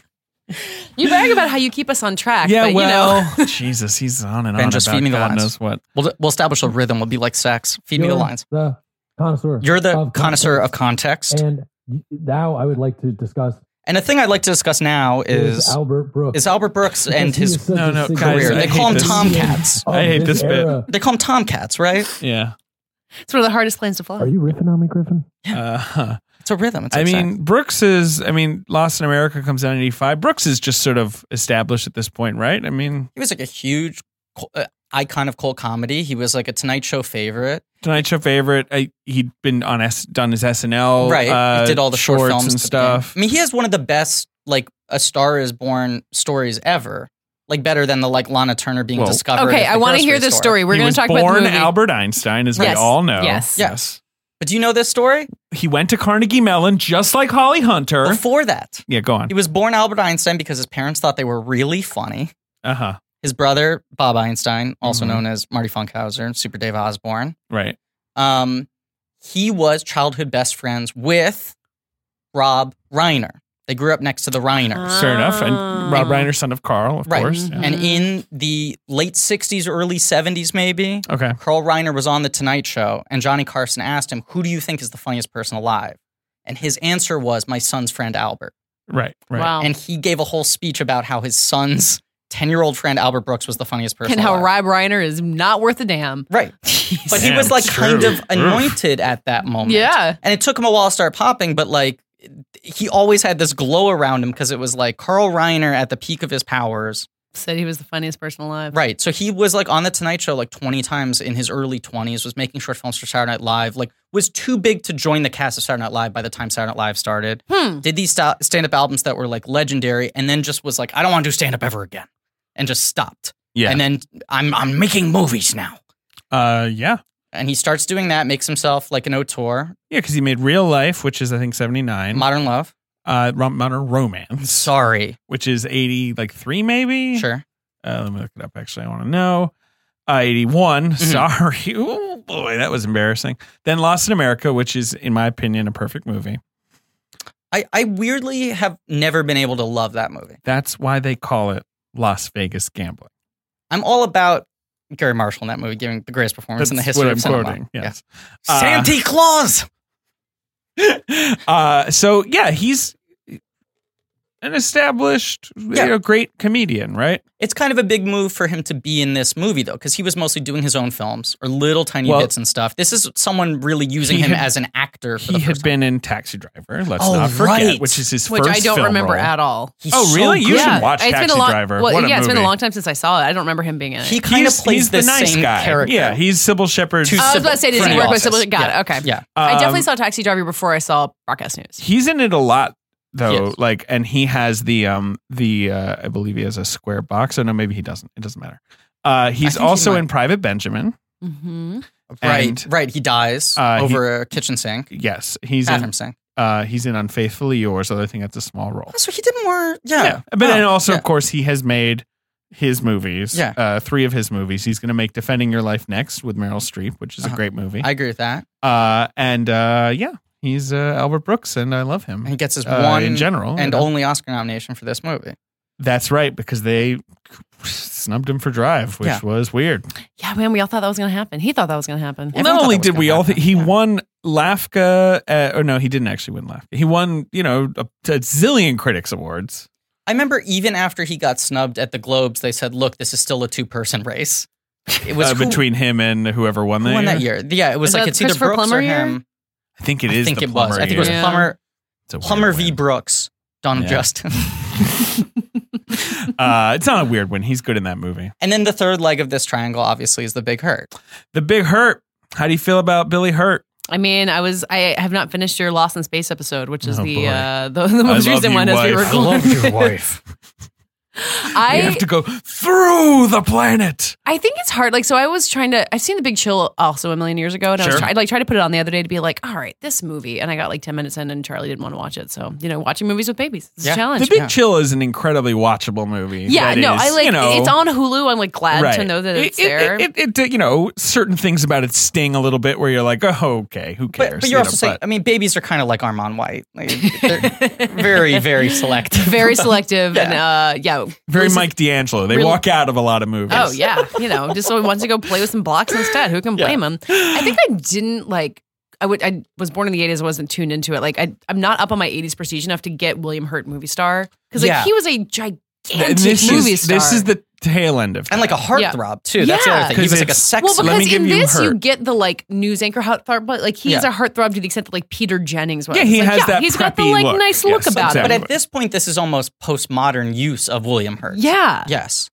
C: You brag about how you keep us on track.
D: yeah,
C: but,
D: well, Jesus, he's on and
E: Ben,
D: on
E: just
D: about
E: feed me the
D: God
E: lines.
D: knows what.
E: We'll, we'll establish a rhythm. We'll be like sex. Feed me the
F: You're
E: lines.
F: The connoisseur.
E: You're the
F: of
E: connoisseur of context.
F: And y- now I would like to discuss
E: And the thing I'd like to discuss now
F: is,
E: is
F: Albert Brooks
E: is Albert Brooks
F: Because
E: and
F: he
E: his
F: is such
D: No,
F: a
D: no,
F: significant
D: guys,
E: career.
D: I
E: They
D: hate
E: call him
D: this.
E: Tomcats.
F: of
D: I hate this bit.
F: era.
E: They call them Tomcats, right?
D: Yeah.
C: you know, it's one of the hardest planes to fly.
F: Are you riffing on me, Griffin?
D: Uh,
E: It's a rhythm. It's
D: I
E: like
D: mean, Brooks is. I mean, Lost in America comes out in '85. Brooks is just sort of established at this point, right? I mean,
E: he was like a huge co- uh, icon of cold comedy. He was like a Tonight Show favorite.
D: Tonight Show favorite. I, he'd been on S, done his SNL.
E: right.
D: Uh,
E: he did all the Mm-hmm. short
D: shorts
E: films
D: and
E: to begin.
D: stuff.
E: I mean, he has one of the best like A Star Is Born stories ever. Like better than the like Lana Turner being
D: Whoa.
E: discovered.
C: okay,
E: at the
C: I want to
E: grocery
C: hear this
E: store.
C: story. We're
D: he
C: going
D: was
C: to talk
D: born
C: about the movie.
D: Albert Einstein, as
C: Yes.
D: we all know.
C: Yes.
E: Yes. But do you know this story?
D: He went to Carnegie Mellon just like Holly Hunter.
E: Before that,
D: yeah, go on.
E: he was born Albert Einstein because his parents thought they were really funny.
D: Uh huh.
E: His brother Bob Einstein, also
D: Mhm.
E: known as Marty Funkhauser, Super Dave Osborne,
D: Right.
E: um, he was childhood best friends with Rob Reiner. They grew up next to the Reiners.
D: Fair enough.
C: Ah.
D: And Rob Reiner, son of Carl, of
E: Right. Mm-hmm.
D: course. Yeah.
E: And in the late 60s, early 70s, maybe,
D: Okay.
E: Carl Reiner was on The Tonight Show, and Johnny Carson asked him, Who do you think is the funniest person alive? And his answer was, My son's friend Albert.
D: Right. Right.
C: Wow.
E: And he gave a whole speech about how his son's 10 year old friend Albert Brooks was the funniest person
C: and how
E: alive.
C: Rob Reiner is not worth a damn.
E: Right. But he
D: Damn,
E: was like
D: it's
E: kind
D: true.
E: of anointed at that moment.
C: Yeah.
E: And it took him a while to start popping, but like he always had this glow around him because it was like Carl Reiner at the peak of his powers.
C: Said he was the funniest person alive.
E: Right. So he was like on the Tonight Show like 20 times in his early 20s, was making short films for Saturday Night Live, like was too big to join the cast of Saturday Night Live by the time Saturday Night Live started.
C: Hmm.
E: Did these sta- stand up albums that were like legendary and then just was like, I don't want to do stand up ever again and just stopped.
D: Yeah.
E: And then I'm, I'm making movies now.
D: uh, yeah.
E: And he starts doing that, makes himself like an auteur,
D: Yeah, because he made Real Life, which is I think seventy nine.
E: Modern Love.
D: Uh, rom- Modern Romance,
E: Sorry.
D: which is eighty like three maybe.
E: Sure.
D: Uh, let me look it up. Actually, I want to know. Uh,
E: Mm-hmm.
D: 81. Sorry. Oh boy, that was embarrassing. Then Lost in America, which is, in my opinion, a perfect movie.
E: I, I weirdly have never been able to love that movie.
D: That's why they call it Las Vegas Gambling.
E: I'm all about Gary Marshall in that movie giving the greatest performance
D: That's
E: in the
D: what
E: history
D: I'm
E: of cinema.
D: quoting. Yes.
E: Yeah.
D: Uh,
E: Santa Claus.
D: uh, so yeah, he's an established, you
E: Yeah.
D: know, great comedian, right?
E: It's kind of a big move for him to be in this movie though, because he was mostly doing his own films or little tiny
D: Well-
E: bits and stuff. This is someone really using
D: He
E: him
D: had-
E: as an actor. For
D: He
E: the
D: had
E: first time.
D: been in Taxi Driver. Let's
E: Oh,
D: not forget,
E: right.
D: which is his
C: Which
D: first
C: I don't
D: film
C: remember
D: role.
C: at all.
E: He's
D: Oh,
E: so
D: really? You
E: good.
D: should watch
C: it's
D: Taxi
C: been a long,
D: Driver.
C: Well,
D: What a
C: yeah, it's been a
D: movie.
C: long time since I saw it. I don't remember him being in it.
E: He kind of
D: He's-
E: plays
D: he's
E: this
D: the nice
E: same
D: guy.
E: character.
D: Yeah, he's Sybil Shepherd's.
E: To
C: I was about to
E: Sybil
C: say, does he
E: from
C: work
E: Office.
C: with Sybil? Got
E: Yeah.
C: it. Okay.
E: Yeah.
C: I definitely
D: Um,
C: saw Taxi Driver before I saw Broadcast News.
D: He's in it a lot though.
E: Yes.
D: Like, and he has the um the uh, I believe he has a square box. Oh no, maybe he doesn't. It doesn't matter. Uh, he's
E: think he
D: also
E: might.
D: in Private Benjamin.
C: Mm-hmm.
E: Right.
D: And-
E: Right. He dies
D: Uh, he-
E: over a kitchen sink.
D: Yes, he's
E: Bathroom
D: in.
E: sink.
D: Uh, he's in Unfaithfully Yours. Although I think that's a small role.
E: So he did more. Yeah.
D: But
E: Oh,
D: then also,
E: yeah.
D: of course, he has made his movies.
E: Yeah.
D: Uh, three of his movies. He's going to make Defending Your Life next with Meryl Streep, which is
E: Uh-huh.
D: a great movie.
E: I agree with that.
D: uh, and uh, yeah, he's uh, Albert Brooks, and I love him.
E: He gets his
D: Uh,
E: one
D: in general.
E: and
D: you know.
E: only Oscar nomination for this movie.
D: That's right, because they snubbed him for Drive, which
E: Yeah.
D: was weird.
C: Yeah, man, we all thought that was going to happen. He thought that was going to happen.
E: Yeah. Everyone
D: Not
E: thought
D: only
E: that was
D: did
E: gonna
D: we all,
E: happen.
D: think he
E: Yeah.
D: won LAFCA, uh, or no, he didn't actually win LAFCA. He won, you know, a, a zillion critics awards.
E: I remember even after he got snubbed at the Globes, they said, "Look, this is still a two-person race." It was
D: uh,
E: who-
D: between him and whoever won
E: who
D: that,
E: won
D: year.
E: that year. Yeah, it was
C: Was
E: like
C: that
E: it's either
C: Christopher
E: Brooks or
C: Plummer year?
E: him.
D: I think it
E: I
D: is.
E: think
D: the
E: it was.
D: Plummer
E: I think it was
D: year.
C: Yeah.
E: Plummer.
D: It's a weird
E: Plummer v.
D: win.
E: Brooks. Donald
D: Yeah.
E: Justin.
D: uh, it's not a weird one. He's good in that movie.
E: and then the third leg of this triangle, obviously, is the Big Hurt.
D: The Big Hurt. How do you feel about Billy Hurt?
C: I mean, I was I have not finished your Lost in Space episode, which is
D: Oh,
C: the,
D: boy.
C: uh, the the most
D: love
C: recent
D: you,
C: one as we
D: wife.
C: were
D: I
G: I loved your
C: going.
G: wife.
D: We
C: I
D: have to go through the planet.
C: I think it's hard. Like, so I was trying to. I've seen The Big Chill also a million years ago, and I was
D: Sure.
C: trying like tried to put it on the other day to be like, all right, this movie, and I got like ten minutes in, and Charlie didn't want to watch it. So you know, watching movies with babies, it's
E: Yeah.
C: a challenge.
D: The Big Chill is an incredibly watchable movie.
C: yeah,
D: that
C: no,
D: is,
C: I like
D: you know,
C: it's on Hulu. I'm like glad to
D: right.
C: know that
D: It-
C: it's
D: it,
C: there.
D: It, it, it, you know, certain things about it sting a little bit, where you're like, oh, okay, who cares?
E: But, but you're
D: You
E: also
D: know,
E: saying, I mean, babies are kind of like Armand White. Like, they're very, very selective.
C: Very selective, and uh, yeah,
D: very
C: Lucy-
D: Mike D'Angelo. They
C: Really-
D: walk out of a lot of movies.
C: Oh yeah, you know, just so he wants to go play with some blocks instead. Who can blame him? I think I didn't like. I would. I was born in the '80s. I wasn't tuned into it. Like I, I'm not up on my '80s prestige enough to get William Hurt movie star because like
E: Yeah.
C: he was a gigantic
D: And this
C: movie
D: is
C: star.
D: this is the tail end of
E: And like a heartthrob, too. That's the
C: Yeah.
E: other thing. He
D: 'Cause
E: was like a
D: it's-
E: sex
C: well,
D: Let me
C: because
D: give
C: in
D: you
C: this you
D: Hurt.
C: get the like news anchor heartthrob, but like he's
E: Yeah.
C: a heartthrob to the extent that like Peter Jennings was.
D: Yeah, he
C: Like,
D: has
C: yeah,
D: that
C: He's got the
D: preppy
C: like
D: look.
C: nice
D: Yes,
C: look about
D: exactly.
E: But
C: it.
E: at this point, this is almost postmodern use of William Hurt.
C: Yeah,
E: Yes.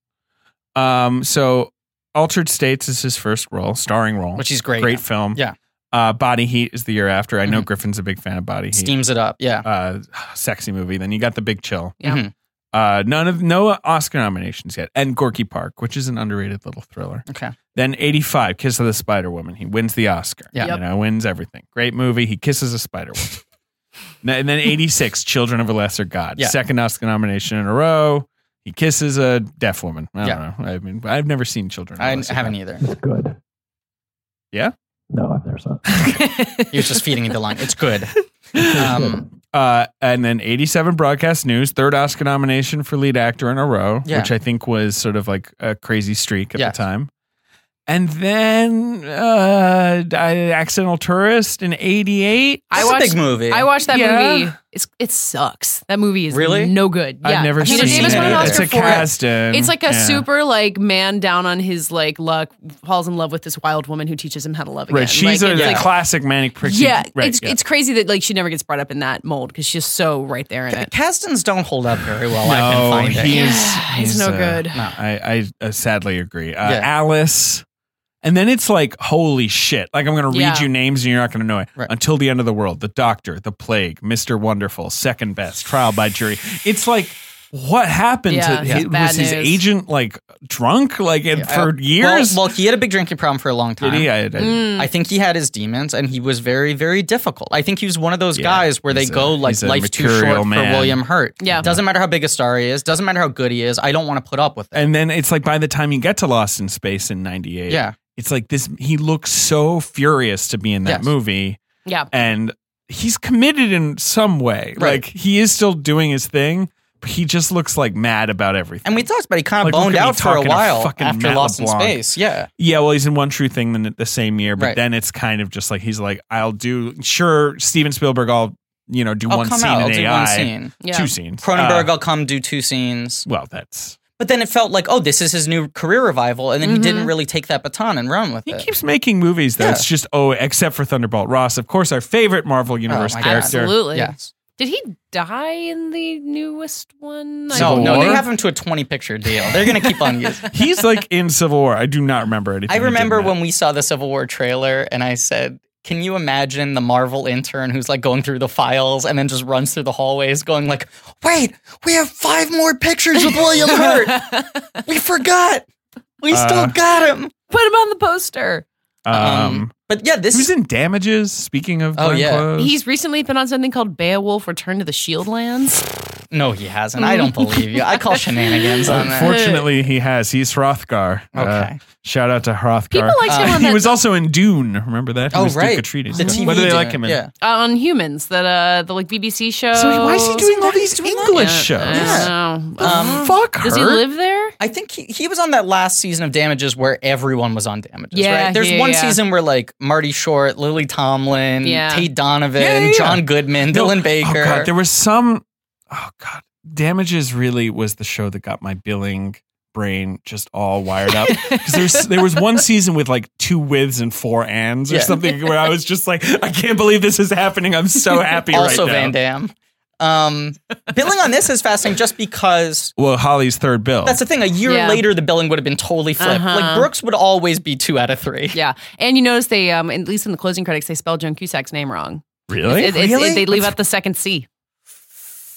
D: Um, so Altered States is his first role, starring role,
E: Which is great,
D: Great
E: yeah.
D: film.
E: Yeah.
D: Uh, Body Heat is the year after. I know
E: Mhm.
D: Griffin's a big fan of Body Heat.
E: Steams it up. Yeah.
D: Uh, sexy movie. Then you got The Big Chill.
C: Yeah.
E: Mhm.
D: Uh, none of no Oscar nominations yet, and Gorky Park, which is an underrated little thriller.
E: Okay.
D: Then eighty five, Kiss of the Spider Woman. He wins the Oscar.
E: Yeah.
D: you know, wins everything. Great movie. He kisses a spider woman. Now- and then eighty six, Children of a Lesser God.
E: Yeah.
D: Second Oscar nomination in a row. He kisses a deaf woman. I don't
E: Yeah.
D: know. I mean, I've never seen Children. of a
E: I
D: Lesser
E: haven't
D: God.
E: either.
F: It's good.
D: Yeah?
F: No, I've never saw it.
E: He was just feeding you the line. It's good. Um,
D: Uh, and then 87 Broadcast News, third Oscar nomination for lead actor in a row,
E: Yeah.
D: which I think was sort of like a crazy streak at
E: Yes.
D: the time. And then uh, I- Accidental Tourist in 88.
C: I
E: It's a
C: watched-
E: big movie.
C: I watched that
D: Yeah.
C: movie. It's it sucks. That movie is
E: Really?
C: no good. Yeah.
D: I've never
C: Gina
D: seen
C: Davis
D: it.
C: won an
D: it's
C: Oscar
D: a
C: for it.
D: Kasdan.
C: It's like a
D: Yeah.
C: super like man down on his like luck falls in love with this wild woman who teaches him how to love again.
D: Right, she's
C: like,
D: a
C: it's like-
D: classic manic pixie.
C: yeah,
D: right,
C: it's it's crazy that like she never gets brought up in that mold because she's so right there in
E: Uh,
C: it.
E: Castons don't hold up very well.
D: No,
E: I can find it.
D: he's-
C: it's
D: he's,
C: no
D: uh,
C: good.
E: No.
D: I, I uh, sadly agree. Uh,
E: Yeah.
D: Alice. And then it's like, holy shit. Like, I'm going to read
C: Yeah.
D: you names and you're not going to know it.
E: Right.
D: Until the end of the world. The Doctor, The Plague, Mr. Wonderful, Second Best, Trial by Jury. It's like, what happened
C: Yeah,
D: to
C: yeah.
D: hi-
C: Bad
D: Was his
C: news.
D: agent like drunk? Like, and
E: Yeah.
D: for years?
E: Well, well, he had a big drinking problem for a long time.
D: Did he? Hmm. I- I-
C: Mm.
E: I think he had his demons, and he was very, very difficult. I think he was one of those
D: Yeah,
E: guys where they
D: he's a-
E: go like
D: he's a
E: life's too
D: mercurial
E: short
D: man.
E: for William Hurt.
C: Yeah.
E: doesn't matter how big a star he is, doesn't matter how good he is. I don't want to put up with it.
D: and then it's like, by the time you get to Lost in Space in 98,
E: yeah,
D: it's like this, he looks so furious to be in that
E: Yes.
D: movie.
C: Yeah.
D: and he's committed in some way.
E: Right.
D: Like he is still doing his thing, but he just looks like mad about everything.
E: and we talked about he kind
D: Like,
E: of
D: look
E: boned
D: at me
E: out for a
D: talking to
E: while
D: fucking
E: after
D: Matt
E: Lost
D: LeBlanc.
E: in Space. Yeah,
D: yeah, well, he's in one true thing the, the same year, but
E: Right.
D: then it's kind of just like he's like, I'll do sure Steven Spielberg. I'll you know do
E: I'll
D: one
E: come
D: scene
E: out.
D: in Uh.
E: I'll do
D: AI,
E: one scene.
C: Yeah.
D: two scenes.
E: Cronenberg,
D: Uh,
E: I'll come do two scenes.
D: well, that's
E: But then it felt like, oh, this is his new career revival, and then he didn't really take that baton and run with
D: Mm-hmm. He
E: it.
D: keeps uh, making movies though.
E: Yeah. Oh
D: It's just oh, except for Thunderbolt Ross, of course, our favorite Marvel Universe
E: my God.
D: character.
C: Absolutely.
E: yes.
C: Did he die in the newest one?
E: No,
C: I don't
E: no,
C: know.
E: they have him to a twenty-picture deal. They're gonna keep on using.
D: He's like in Civil War. I do not remember anything.
E: I
D: he did in
E: remember
D: that.
E: when we saw the Civil War trailer and I said, can you imagine the Marvel intern who's like going through the files and then just runs through the hallways going like, wait, we have five more pictures with William Hurt. we forgot. We still
D: Uh,
E: got him.
C: Put him on the poster.
D: um,
E: But yeah, this
D: who's in Damages? Speaking of,
E: Oh,
D: Glenn
E: yeah.
D: Close.
C: He's recently been on something called Beowulf: Return to the Shield Lands.
E: No, he hasn't. I don't believe you. I call shenanigans on that.
D: Unfortunately, he has. He's Hrothgar. Uh,
E: Okay.
D: shout out to Hrothgar. Ah,
C: People liked him
E: Uh,
C: on
D: he
C: that
D: was also in Dune. Remember that? He
E: Oh
D: was Duke
E: right,
D: Atreides.
E: the TV
D: What do they like
E: dinner.
D: him in?
E: Yeah,
C: uh, on humans that uh the like BBC show.
D: So
E: Oh,
D: why is he doing all these English shows?
C: I don't know.
E: Um,
D: Fuck her.
C: Does he live there?
E: I think he, he was on that last season of Damages where everyone was on Damages,
C: Yeah,
E: right? There's
C: yeah,
E: one
C: yeah.
E: season where like Marty Short, Lily Tomlin,
C: Yeah.
E: Tate Donovan,
D: Yeah, yeah, yeah.
E: John Goodman,
D: No.
E: Dylan Baker.
D: Oh god, there was some. Oh god, Damages really was the show that got my billing brain just all wired up because there's there was one season with like two withs and four ands or
E: Yeah.
D: something where I was just like I can't believe this is happening I'm so happy
E: also
D: right now
E: Van Damme. Um, billing on this is fascinating just because
D: well Holly's third bill
E: that's the thing. A year
C: Yeah.
E: later, the billing would have been totally flipped.
C: Uh-huh.
E: Like Brooks would always be two out of three.
C: Yeah, and you notice they, um, at least in the closing credits, they spell Joan Cusack's name wrong.
D: really
C: It- it's- it- they leave out the second C.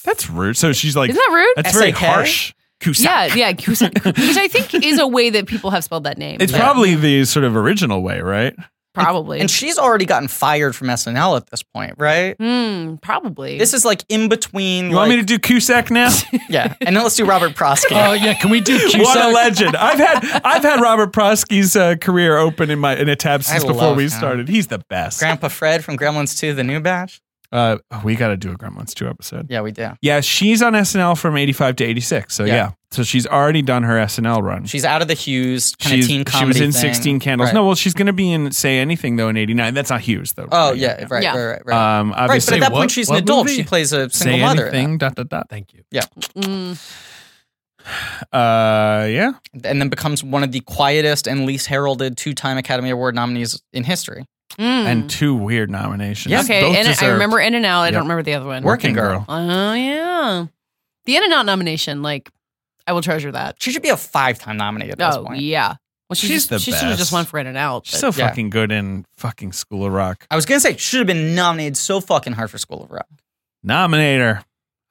D: That's rude. So she's like,
C: Isn't that rude?
D: that's very
E: SAK?
D: harsh. Cusack.
C: Yeah, yeah, Cusack, which I think is a way that people have spelled that name.
D: It's
C: Yeah.
D: probably the sort of original way, right?
C: probably,
E: And she's already gotten fired from SNL at this point, right?
C: Hmm, probably.
E: This is like in between.
D: You want me to do Cusack now?
E: yeah, and then let's do Robert Prosky.
G: Oh yeah, can we do
D: what a
G: Cusack?
D: legend! I've had I've had Robert Prosky's uh, career open in my in a tab since
E: I
D: before
E: love
D: we
E: him.
D: started. He's the best.
E: Grandpa Fred from Gremlins 2, The New Batch.
D: Uh, we got to do a Gremlins two episode.
E: Yeah, we do.
D: Yeah, she's on SNL from eighty five to eighty six. So yeah.
E: Yeah.
D: so she's already done her SNL run.
E: She's out of the Hughes kind
D: She's-
E: of teen
D: she
E: comedy.
D: was
E: thing.
D: in sixteen candles.
E: Right.
D: No, well, she's gonna be in Say Anything though in eighty nine. That's not Hughes though.
E: Oh yeah, right,
C: Yeah.
E: right, right, right.
D: Um,
E: right, but
D: obviously,
E: at that
G: what-
E: point she's an
G: what
E: adult.
G: movie?
E: She plays a single
D: Say
E: mother. in
D: Anything. Dot dot dot.
G: Thank you.
C: Mm,
E: Hmm.
D: Uh, yeah.
E: that, and then becomes one of the quietest and least heralded two-time Academy Award nominees in history.
C: mm.
E: Hmm.
D: and two weird nominations.
C: okay,
D: Both
C: and I
D: deserved.
C: remember In and Out. I
D: Yep.
C: don't remember the other one.
E: Working Girl.
C: Oh yeah, the In and Out nomination. Like, I will treasure that.
E: She should be a five-time nominee at this
C: Oh
E: point.
C: yeah. Well, she
D: She's
C: just,
D: the
C: she should have
D: best.
C: just won for In and Out.
D: She's
C: but-
D: so
E: yeah.
D: fucking good in fucking School of Rock.
E: I was gonna say should have been nominated so fucking hard for School of Rock.
D: Nominator.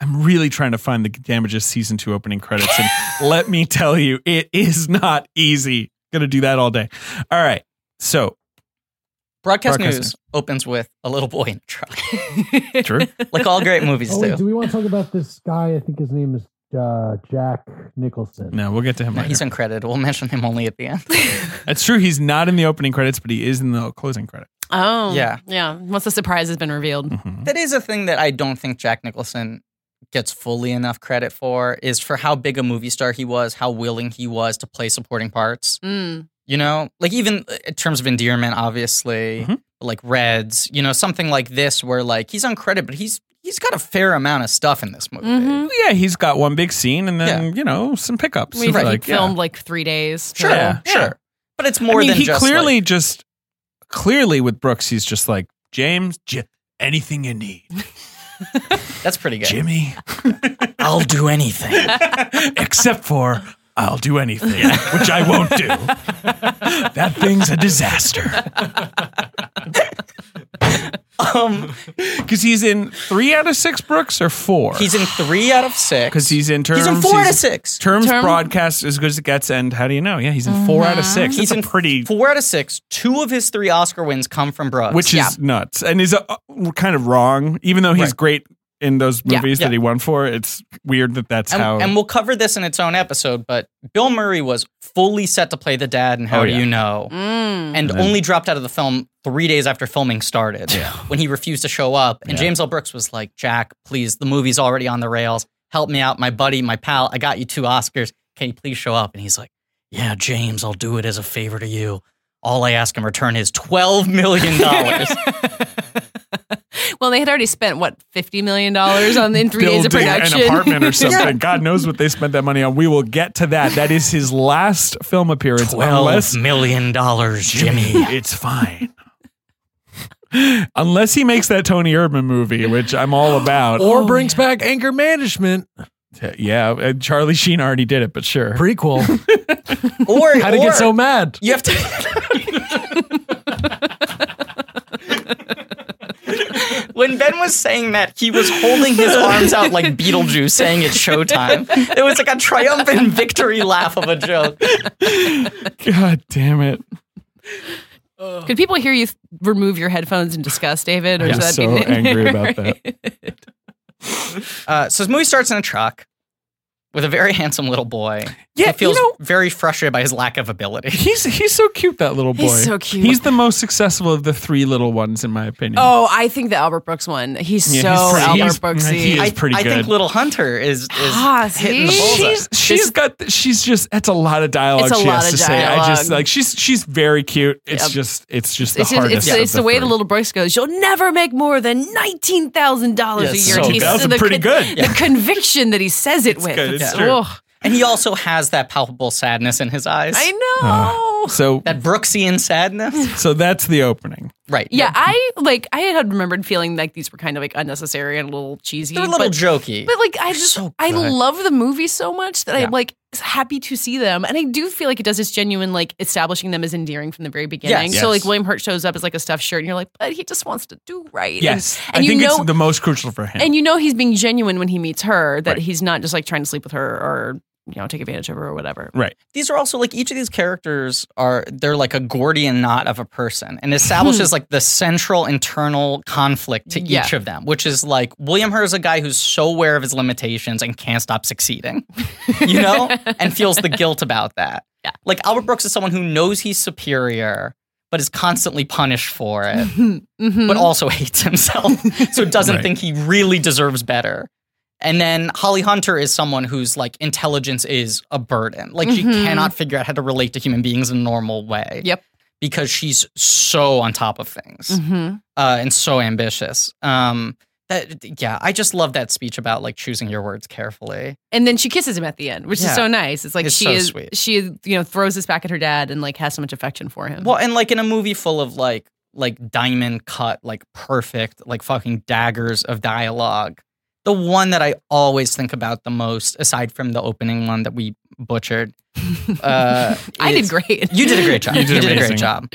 D: I'm really trying to find the Damages season two opening credits, and let me tell you, it is not easy. Gonna do that all day. All right. So
E: Broadcast,
D: Broadcast
E: News
D: News.
E: opens with a little boy in a truck,
D: true.
E: like all great movies
F: Oh, wait, do
E: do.
F: we want to talk about this guy? I think his name is uh, Jack Nicholson.
D: no, we'll get to him
E: No,
D: later.
E: he's uncredited. We'll mention him only at the end.
D: That's true. He's not in the opening credits, but he is in the closing credits.
C: Oh,
E: Yeah.
C: yeah. Once the surprise has been revealed,
D: Mhm.
E: That is a thing that I don't think Jack Nicholson gets fully enough credit for is for how big a movie star he was, how willing he was to play supporting parts.
C: mm,
E: You know, like even uh, in terms of endearment, obviously,
D: Mhm.
E: like Reds, you know, something like this where like he's on credit, but he's he's got a fair amount of stuff in this movie.
C: Mhm.
D: Yeah, he's got one big scene and then, you know, some pickups.
C: we
D: It's
C: he
D: like, yeah.
C: filmed like three days.
E: Sure,
D: Yeah.
E: sure. But it's
D: I
E: more
D: mean,
E: than
D: he
E: just
D: clearly
E: like-
D: just clearly with Brooks, he's just like James, J- anything you need,
E: that's pretty good.
D: Jimmy,
B: I'll do anything.
D: except for I'll do anything, which I won't do. that thing's a disaster
E: Um,
D: because he's in three out of six Brooks or four.
E: he's in three out of six.
D: because he's in terms.
E: he's in four out of six.
D: Terms
C: Term-
D: broadcast as good as it gets, and how do you know? Yeah, he's in four out of six.
E: Uh-huh. He's
D: He's
E: in
D: a pretty,
E: Four out of six. Two of his three Oscar wins come from Brooks.
D: which
C: yeah.
D: is nuts, and is uh, kind of wrong. Even though he's
E: Right.
D: great in those
C: Yeah,
D: movies
E: yeah.
D: that he won for, it's weird that that's
E: and,
D: how.
E: and we'll cover this in its own episode, but Bill Murray was fully set to play the dad in How
D: Oh,
E: Do
D: yeah.
E: You Know,
C: Mm.
E: and
D: And then-
E: only dropped out of the film three days after filming started when he refused to show up. And
D: Yeah.
E: James L. Brooks was like, Jack, please, the movie's already on the rails. Help me out, my buddy, my pal. I got you two Oscars. Can you please show up? And he's like, Yeah, James, I'll do it as a favor to you. All I ask in return is $12 million.
C: well, they had already spent what fifty million dollars on in three days of
D: building
C: production.
D: an apartment or something. God knows what they spent that money on. We will get to that. That is his last film appearance,
B: Twelve
D: unless
G: mm,
B: million dollars, Jimmy.
D: It's fine. unless he makes that Tony Erdman movie, which I'm all about.
G: Or brings back anger management
D: yeah, uh, Charlie Sheen already did it, but sure.
G: prequel.
E: or,
G: How to
E: or
G: get so mad?
E: you have to. when Ben was saying that, he was holding his arms out like Beetlejuice, saying it's showtime. It was like a triumphant victory laugh of a joke.
D: God damn it.
C: Could people hear you th- remove your headphones in disgust, David? Or
D: I'm
C: is that
D: so
C: being-
D: angry about that.
E: Uh, so this movie starts in a truck with a very handsome little boy.
D: Yeah,
E: who
D: you
E: feels
D: know-
E: very frustrated by his lack of ability.
D: He's he's so cute, that little boy.
C: He's so cute.
D: He's the most successful of the three little ones, in my opinion.
C: Oh, I think the Albert Brooks one. He's so
D: Yeah, he's pretty-
C: Albert
D: he's-
C: Brooksy.
D: he is-
E: I,
D: It's pretty
E: I think
D: good.
E: little Hunter is is
C: Ah,
E: hitting the
C: see?
E: bullseye.
D: she's she's got th- she's just that's a lot of dialogue
C: It's a
D: she
C: lot
D: has
C: of
D: to say. I just
C: dialogue.
D: like she's she's very cute. It's
C: Yep.
D: just it's just the
C: it's, just,
D: hardest.
C: it's, it's the, way the little Brooks goes. You'll never make more than nineteen thousand dollars a
E: Yes,
C: year.
E: so
C: And he's-
D: that's
C: the
D: pretty good.
C: The conviction that he says it with.
D: good. It's
C: It's-
D: true.
C: ugh,
E: and he also has that palpable sadness in his eyes.
C: I know.
D: so
E: that Brooksian sadness.
D: so that's the opening.
E: Right.
C: yeah, I like. I had remembered feeling like these were kind of like unnecessary and a little cheesy.
E: They're a little
C: but,
E: jokey.
C: But like I just
E: so
C: I
E: good.
C: love the movie so much that
E: Yeah.
C: I'm like happy to see them. And I do feel like it does this genuine like establishing them as endearing from the very beginning.
E: Yes.
C: So like
D: Yes.
C: William Hurt shows up as like a stuffed shirt and you're like, but he just wants to do right. And-
D: Yes,
C: And,
D: I
C: you
D: think
C: know
D: it's the most crucial for him.
C: and you know he's being genuine when he meets her, that
D: Right.
C: he's not just like trying to sleep with her or you know, take advantage of her or whatever.
D: right.
E: these are also like each of these characters are they're like a Gordian knot of a person and establishes like the central internal conflict to
C: Hmm. Yeah.
E: each of them, which is like William Hurt is a guy who's so aware of his limitations and can't stop succeeding, you know, and feels the guilt about that.
C: Yeah.
E: Like Albert Brooks is someone who knows he's superior. But is constantly punished for it,
C: Mhm.
E: but also hates himself, so doesn't
D: Right.
E: think he really deserves better. And then Holly Hunter is someone whose like intelligence is a burden. Like she
C: Mhm.
E: cannot figure out how to relate to human beings in a normal way.
C: Yep.
E: Because she's so on top of things
C: Mhm.
E: uh, and so ambitious. Um, that yeah, I just love that speech about like choosing your words carefully.
C: And then she kisses him at the end, which
E: Yeah.
C: is so nice. It's like
E: It's
C: she
E: so
C: is
E: sweet.
C: she is, you know throws this back at her dad and like has so much affection for him.
E: Well, and like in a movie full of like like diamond cut, like perfect, like fucking daggers of dialogue. The one that I always think about the most, aside from the opening one that we butchered, uh,
C: I did
E: is-
C: great.
E: You did a great job.
D: You did
E: a
D: amazing.
E: great job.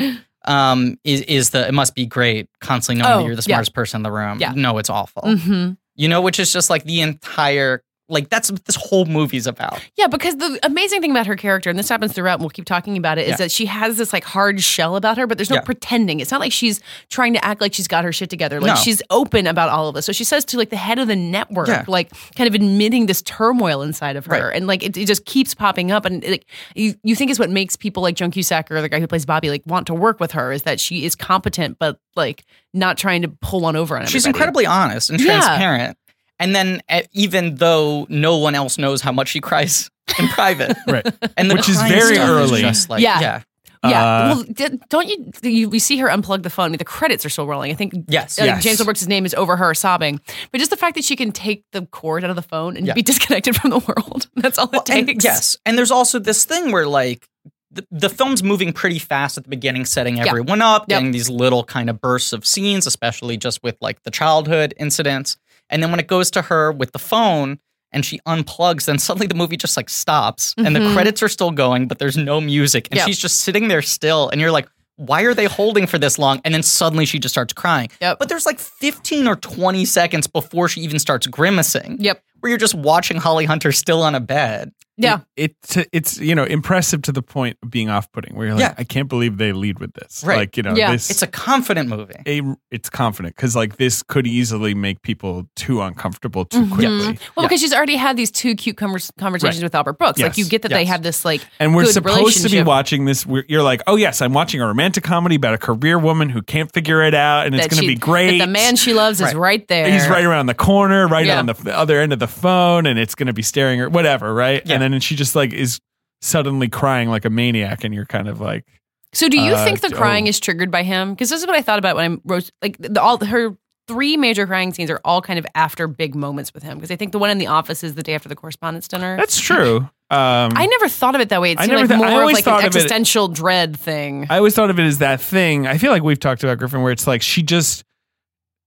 E: Um, is is the it must be great constantly knowing
C: Oh,
E: that you're the
C: yeah. Mm-hmm.
E: smartest person in the room?
C: Yeah.
E: No, it's awful.
C: hmm
E: You know, which is just like the entire Like that's what this whole movie's about.
C: Yeah, because the amazing thing about her character, and this happens throughout, and we'll keep talking about it, is
E: Yeah.
C: that she has this like hard shell about her, but there's no
E: Yeah.
C: pretending. It's not like she's trying to act like she's got her shit together.
E: No.
C: Like she's open about all of this. So she says to like the head of the network,
E: Yeah.
C: like kind of admitting this turmoil inside of her,
E: Right.
C: and like it, it just keeps popping up. And it, you you think is what makes people like Joan Cusack or the guy who plays Bobby like want to work with her is that she is competent, but like not trying to pull one over on everybody.
E: She's incredibly honest and
C: Yeah.
E: transparent. And then uh, even though no one else knows how much she cries in private,
D: Right.
E: And the
D: Which is
E: crying
D: very
E: stuff
D: early.
E: just like,
C: Yeah.
E: yeah.
C: Yeah.
D: Uh,
C: well, d- don't you, you? We see her unplug the phone. The credits are still rolling. I think
E: Yes.
C: uh,
D: Yes.
C: James Earl Brooks' name is over her sobbing. But just the fact that she can take the cord out of the phone and
E: Yeah.
C: be disconnected from the world. That's all it
E: Well, and
C: takes.
E: yes, and there's also this thing where like the, the film's moving pretty fast at the beginning, setting everyone up,
C: Yep.
E: getting these little kind of bursts of scenes, especially just with like the childhood incidents. And then when it goes to her with the phone and she unplugs, then suddenly the movie just like stops and the
C: Mhm.
E: credits are still going, but there's no music, and
C: Yep.
E: she's just sitting there still, and you're like. Why are they holding for this long? And then suddenly she just starts crying.
C: Yep.
E: But there's like 15 or 20 seconds before she even starts grimacing,
C: Yep.
E: where you're just watching Holly Hunter still on a bed.
C: Yeah.
D: it, it's you know impressive to the point of being off-putting where you're like
E: Yeah.
D: i can't believe they lead with this
E: Right.
D: like you know
C: Yeah.
D: this
E: It's a confident movie.
D: a, it's confident because like this could easily make people too uncomfortable too
C: Mhm.
D: quickly
C: Well, because she's already had these two cute convers- conversations with Albert Brooks. Like
D: Yes.
C: you get that they
E: Yes.
C: have this like
D: and we're
C: good
D: supposed to be
C: relationship
D: watching this we're, you're like oh yes i'm watching a romantic comedy about a career woman who can't figure it out and it's
C: that
D: going to
C: she-
D: be great
C: that the man she loves is
E: Right.
C: right there.
D: he's right around the corner right
C: Yeah.
D: on the f- other end of the phone and it's going to be staring or whatever right
E: Yeah.
D: and then she just like is suddenly crying like a maniac and you're kind of like
C: So do you
D: Uh,
C: think the
D: oh.
C: crying is triggered by him? Because this is what I thought about when I wrote like the, all her three major crying scenes are all kind of after big moments with him. Because I think the one in the office is the day after the correspondence dinner.
D: that's true um
C: I never thought of it that way. It
D: I
C: seemed like
D: never thought- I
C: more of
D: always
C: like
D: thought
C: an
D: of it-
C: existential dread thing.
D: I always thought of it as that thing. I feel like we've talked about Griffin where it's like she just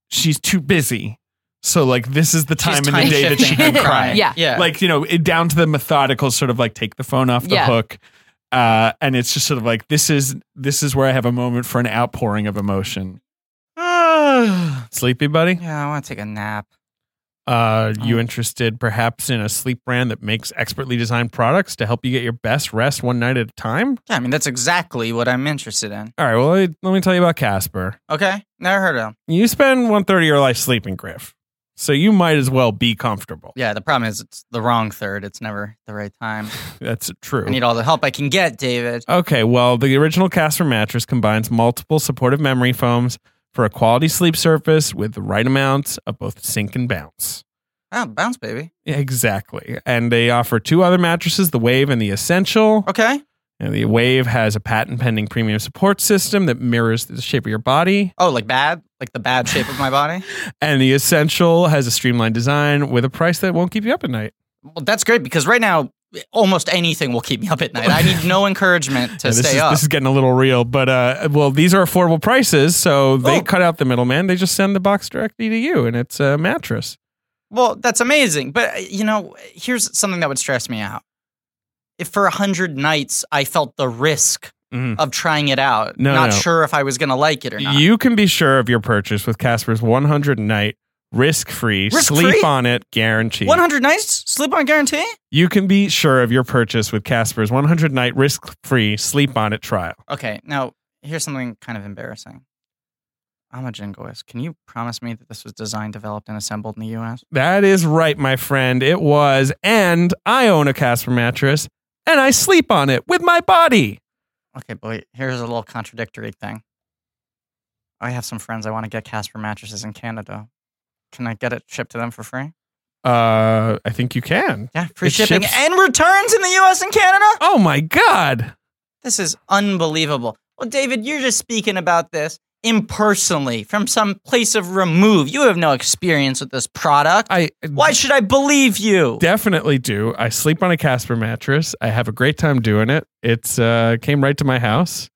D: she's too busy. So like this is the time in the day that she can
E: shifting.
D: cry.
C: Yeah.
E: yeah.
D: Like, you know, it, down to the methodical sort of like take the phone off the
C: Yeah.
D: hook. Uh, and it's just sort of like this is this is where I have a moment for an outpouring of emotion. Sleepy buddy?
E: yeah, I want to take a nap.
D: Uh,
E: Oh.
D: you interested perhaps in a sleep brand that makes expertly designed products to help you get your best rest one night at a time?
E: Yeah, I mean that's exactly what I'm interested in.
D: All right, well let me, let me tell you about Casper.
E: Okay, never heard of them.
D: you spend one third of your life sleeping, Griff. So you might as well be comfortable.
E: Yeah, the problem is it's the wrong third. It's never the right time.
D: That's true.
E: I need all the help I can get, David.
D: Okay, well, the original Casper mattress combines multiple supportive memory foams for a quality sleep surface with the right amounts of both sink and bounce.
E: Oh, bounce, baby.
D: Exactly. And they offer two other mattresses, the Wave and the Essential.
E: Okay.
D: And the Wave has a patent pending premium support system that mirrors the shape of your body.
E: Oh, like bad, like the bad shape of my body.
D: And the Essential has a streamlined design with a price that won't keep you up at night.
E: Well, that's great because right now almost anything will keep me up at night. I need no encouragement to
D: Yeah, this
E: stay
D: is,
E: up.
D: This is getting a little real, but uh, well, these are affordable prices, so they
E: Oh.
D: cut out the middleman. They just send the box directly to you, and it's a mattress.
E: Well, that's amazing. But, uh, you know, here's something that would stress me out. If for a hundred nights I felt the risk
D: Mhm.
E: of trying it out,
D: No,
E: not
D: no.
E: sure if I was going to like it or not.
D: You can be sure of your purchase with Casper's 100 night risk-free,
E: Risk-free?
D: sleep on it guarantee.
E: 100 nights, sleep on guarantee?
D: You can be sure of your purchase with Casper's 100 night risk-free, sleep on it trial.
E: Okay, now here's something kind of embarrassing. I'm a jingoist. Can you promise me that this was designed, developed, and assembled in the US?
D: That is right, my friend. It was, and I own a Casper mattress, and I sleep on it with my body.
E: Okay, boy, here's a little contradictory thing. I have some friends I want to get Casper mattresses in Canada. Can I get it shipped to them for free?
D: Uh, I think you can.
E: Yeah, free
D: It
E: shipping
D: ships-
E: and returns in the US and Canada?
D: Oh my god.
E: This is unbelievable. Well, David, you're just speaking about this impersonally from some place of remove. You have no experience with this product.
D: I
E: Why should I believe you?
D: definitely do. I sleep on a Casper mattress. I have a great time doing it. It's uh came right to my house.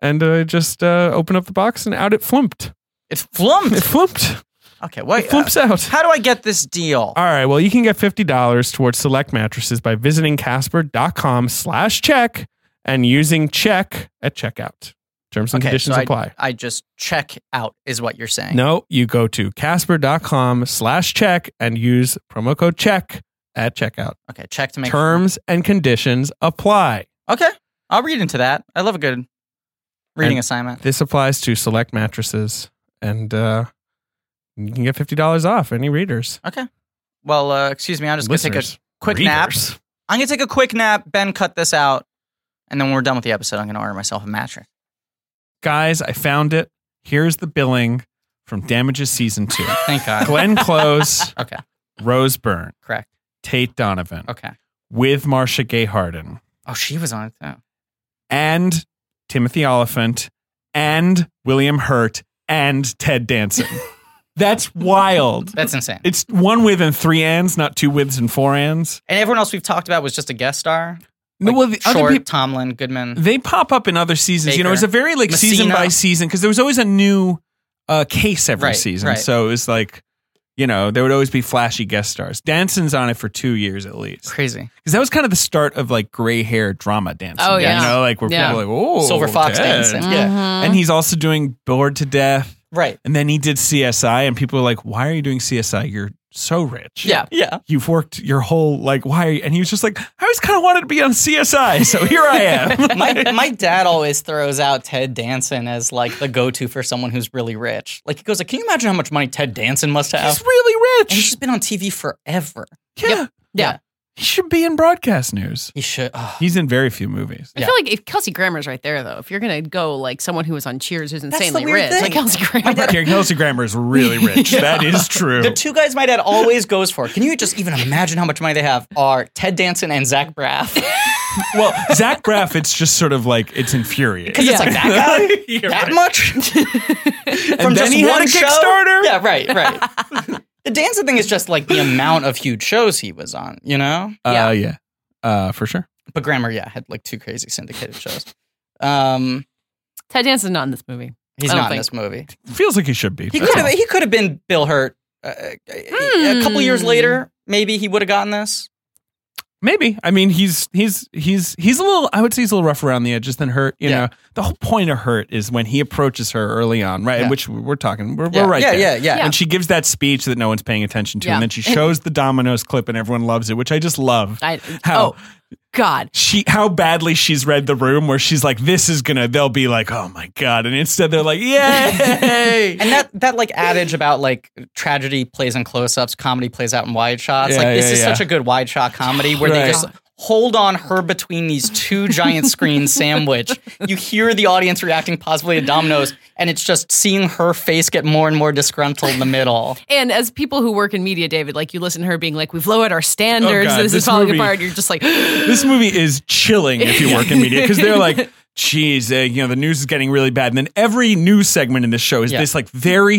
D: And I just uh, open up the box and out it flumped.
E: It's
D: It
E: flumped.
D: flumped.
E: Okay,
D: It
E: wait. uh,
D: flumps out.
E: how do I get this deal?
D: All right. Well, you can get $50 towards select mattresses by visiting casper.com slash check and using check at checkout. Terms and
E: Okay,
D: conditions
E: so
D: apply.
E: I just check out is what you're saying.
D: No, you go to casper.com slash check and use promo code check at checkout.
E: Okay, check to make
D: Terms and conditions apply.
E: Okay, I'll read into that. I love a good reading
D: And-
E: assignment.
D: This applies to select mattresses, and uh, you can get fifty dollars off any readers.
E: Well, uh, excuse me, I'm just gonna take a
D: Listeners.
E: quick nap.
D: Readers.
E: I'm gonna take a quick nap. Ben, cut this out, and then when we're done with the episode, I'm gonna order myself a mattress.
D: Guys, I found it. Here's the billing from Damages Season Two.
E: Thank God.
D: Glenn Close,
E: Okay.
D: Rose Byrne,
E: Correct.
D: Tate Donovan,
E: Okay.
D: with Marcia Gay Harden
E: Oh, she was on it too.
D: and Timothy Oliphant and William Hurt and Ted Danson. That's wild.
E: That's insane.
D: It's one with and three ands, not two withs and four ands.
E: And everyone else we've talked about was just a guest star.
D: No,
E: Like
D: well, the
E: Short,
D: other people
E: Tomlin, Goodman.
D: they pop up in other seasons. You know, it's a
E: Baker.
D: very like
E: Messina.
D: season by season because there was always a new uh, case every
E: Right,
D: season.
E: right.
D: So it was like, you know, there would always be flashy guest stars. Danson's on it for two years at least
E: Crazy.
D: because that was kind of the start of like gray hair drama dancing.
C: Oh, yeah.
D: you know, like where
C: Yeah.
D: people were like, oh,
E: Silver Fox
D: Ted.
E: dancing.
D: yeah.
C: Mhm.
D: And he's also doing Bored to Death,
E: Right.
D: and then he did CSI, and people were like, why are you doing CSI? You're so rich.
C: Yeah.
E: Yeah.
D: You've worked your whole like why? Are you? And he was just like, I always kind of wanted to be on CSI, so here I am.
E: my my dad always throws out Ted Danson as like the go to for someone who's really rich. Like he goes, like, can you imagine how much money Ted Danson must have?
D: He's really rich.
E: Oh. And he's just been on TV forever.
D: yeah.
C: Yeah.
D: He should be in broadcast news.
E: He should. oh, ugh.
D: He's in very few movies.
C: I feel like if Kelsey Grammer's right there, though, if you're gonna go like someone who was on Cheers who's
E: the
C: insanely
E: weird
C: rich,
E: thing.
C: like Kelsey Grammer,
D: Karen Kelsey Grammer is really rich. That is true.
E: The two guys my dad always goes for. Can you just even imagine how much money they have? Are Ted Danson and Zach Braff?
D: well, Zach Braff, it's just sort of like it's infuriating.
E: Because it's like that guy. that much? From
D: then he had a
E: show?
D: Kickstarter?
E: Yeah, right, right. the Danson thing is just like the amount of huge shows he was on, you know?
D: Uh, yeah, uh, for sure.
E: But Grammar, yeah, had like two crazy syndicated shows. Um,
C: Ted Danson's not in this movie.
E: he's
C: I don't
E: not in
C: think-
E: this movie.
D: Feels like he should be.
E: He
D: That's
E: could have.
D: all.
E: He could have been Bill Hurt. Uh, A couple years
C: Hmm.
E: later, maybe he would have gotten this.
D: Maybe. I mean, he's he's he's he's a little. I would say he's a little rough around the edges than Hurt. You
E: Yeah.
D: know, the whole point of Hurt is when he approaches her early on, right?
E: Yeah.
D: Which we're talking. We're,
E: Yeah,
D: we're right
E: yeah,
D: there.
E: yeah, yeah,
D: When she gives that speech that no one's paying attention to,
C: Yeah.
D: and then she shows the dominoes clip, and everyone loves it, which I just love.
C: I,
D: How-
C: oh God,
D: she how badly she's read the room where she's like this is gonna they'll be like oh my god and instead they're like yay
E: And that that like adage about like tragedy plays in close ups, comedy plays out in wide shots.
D: Yeah,
E: like this
D: yeah,
E: is
D: yeah.
E: such a good wide shot comedy where
D: Right.
E: they just hold on her between these two giant screens sandwich. You hear the audience reacting possibly to dominoes, and it's just seeing her face get more and more disgruntled in the middle.
C: And as people who work in media, David, like you listen to her being like, "We've lowered our standards.
D: Oh, God,
C: this,
D: this
C: is falling
D: movie-
C: apart." You're just like,
D: this movie is chilling if you work in media because they're like geez uh, you know the news is getting really bad and then every news segment in this show is
E: Yeah.
D: this like very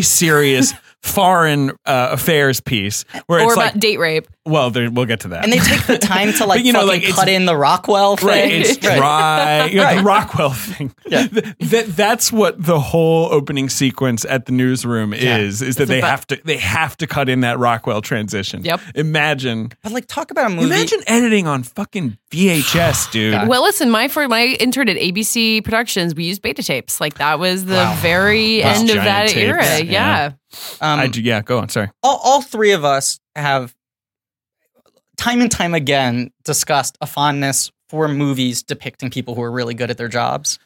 D: serious foreign uh, affairs piece where
C: or
D: it's
C: about
D: like
C: date rape.
D: well there, we'll get to that
E: And they take the time to like
D: you know,
E: fucking
D: like, it's-
E: cut in the Rockwell thing.
D: Right, it's
E: Right.
D: dry. You know, The Rockwell thing. Yeah, that that's what the whole opening sequence at the newsroom is. Is that they
C: about-
D: have to they have to cut in that Rockwell transition.
C: Yep.
D: Imagine
E: But like talk about a movie.
D: imagine editing on fucking VHS, dude.
C: Well, listen, my for my intern at ABC Productions, we used beta tapes. Like that was the very
D: Those
C: end of
D: giant
C: that
D: tapes.
C: era.
D: Yeah.
C: Yeah.
E: um,
D: I do- yeah, go on. Sorry.
E: all, all three of us have time and time again discussed a fondness for movies depicting people who are really good at their jobs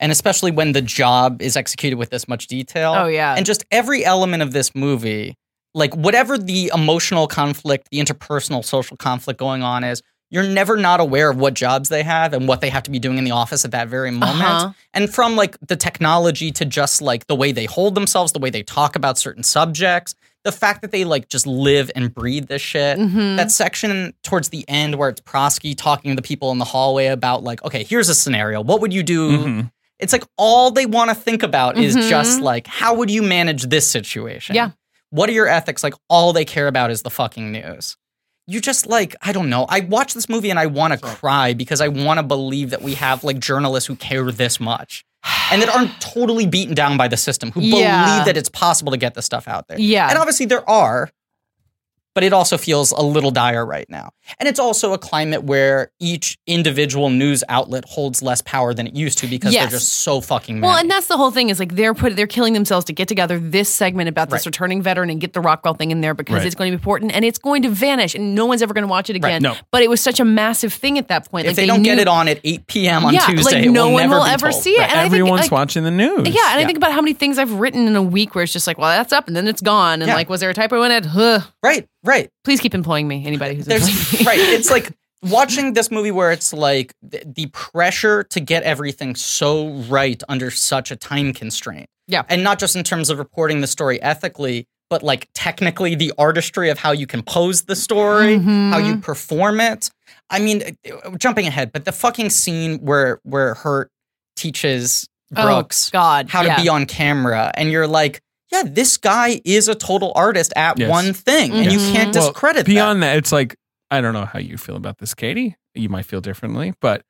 E: and especially when the job is executed with this much detail
C: Oh yeah.
E: and just every element of this movie like whatever the emotional conflict the interpersonal social conflict going on is you're never not aware of what jobs they have and what they have to be doing in the office at that very moment
C: Uh-huh.
E: and from like the technology to just like the way they hold themselves the way they talk about certain subjects the fact that they like just live and breathe this shit
C: Mhm.
E: that section towards the end where it's prosky talking to the people in the hallway about like okay here's a scenario what would you
C: Mm-hmm.
E: do
D: Mhm.
E: it's like all they want to think about is
C: Mhm.
E: just like, how would you manage this situation?
C: Yeah.
E: What are your ethics? Like, all they care about is the fucking news. You just like, I don't know. I watch this movie and I want to cry because I want to believe that we have like journalists who care this much and that aren't totally beaten down by the system, who
C: Yeah.
E: believe that it's possible to get this stuff out there.
C: Yeah.
E: And obviously there are, but it also feels a little dire right now. And it's also a climate where each individual news outlet holds less power than it used to because
C: Yes.
E: they're just so fucking mad.
C: Well, and that's the whole thing is like they're put they're killing themselves to get together this segment about this
E: Right.
C: returning veteran and get the Rockwell thing in there because
D: Right.
C: it's going to be important and it's going to vanish and no one's ever going to watch it again.
E: No.
C: But it was such a massive thing at that point.
E: if
C: like
E: they, don't get
C: knew-
E: it on at 8 p.m. on
C: yeah,
E: Tuesday,
C: like
E: it
C: no
E: will
C: one
E: never
C: will
E: be
C: ever
E: told.
C: see it. And
D: Everyone's
C: I think, like,
D: watching the news.
C: Yeah, and I
E: Yeah.
C: think about how many things I've written in a week where it's just like, well, that's up and then it's gone, and
E: Yeah.
C: like, was there a typo in it? Huh.
E: Right, right.
C: Please keep employing me. Anybody who's
E: There's
C: employing me.
E: right. It's like watching this movie where it's like the, the pressure to get everything so right under such a time constraint.
C: Yeah.
E: and not just in terms of reporting the story ethically, but like technically the artistry of how you compose the story,
C: Mm-hmm.
E: how you perform it. I mean, uh, jumping ahead, but the fucking scene where where Hurt teaches
C: Oh,
E: Brooks
C: God,
E: how
C: yeah.
E: to be on camera, and you're like. Yeah, this guy is a total artist at
D: Yes.
E: one thing, and you
C: Mhm.
E: can't
D: Well,
E: discredit that.
D: Beyond that, it's like I don't know how you feel about this, Katie. You might feel differently, but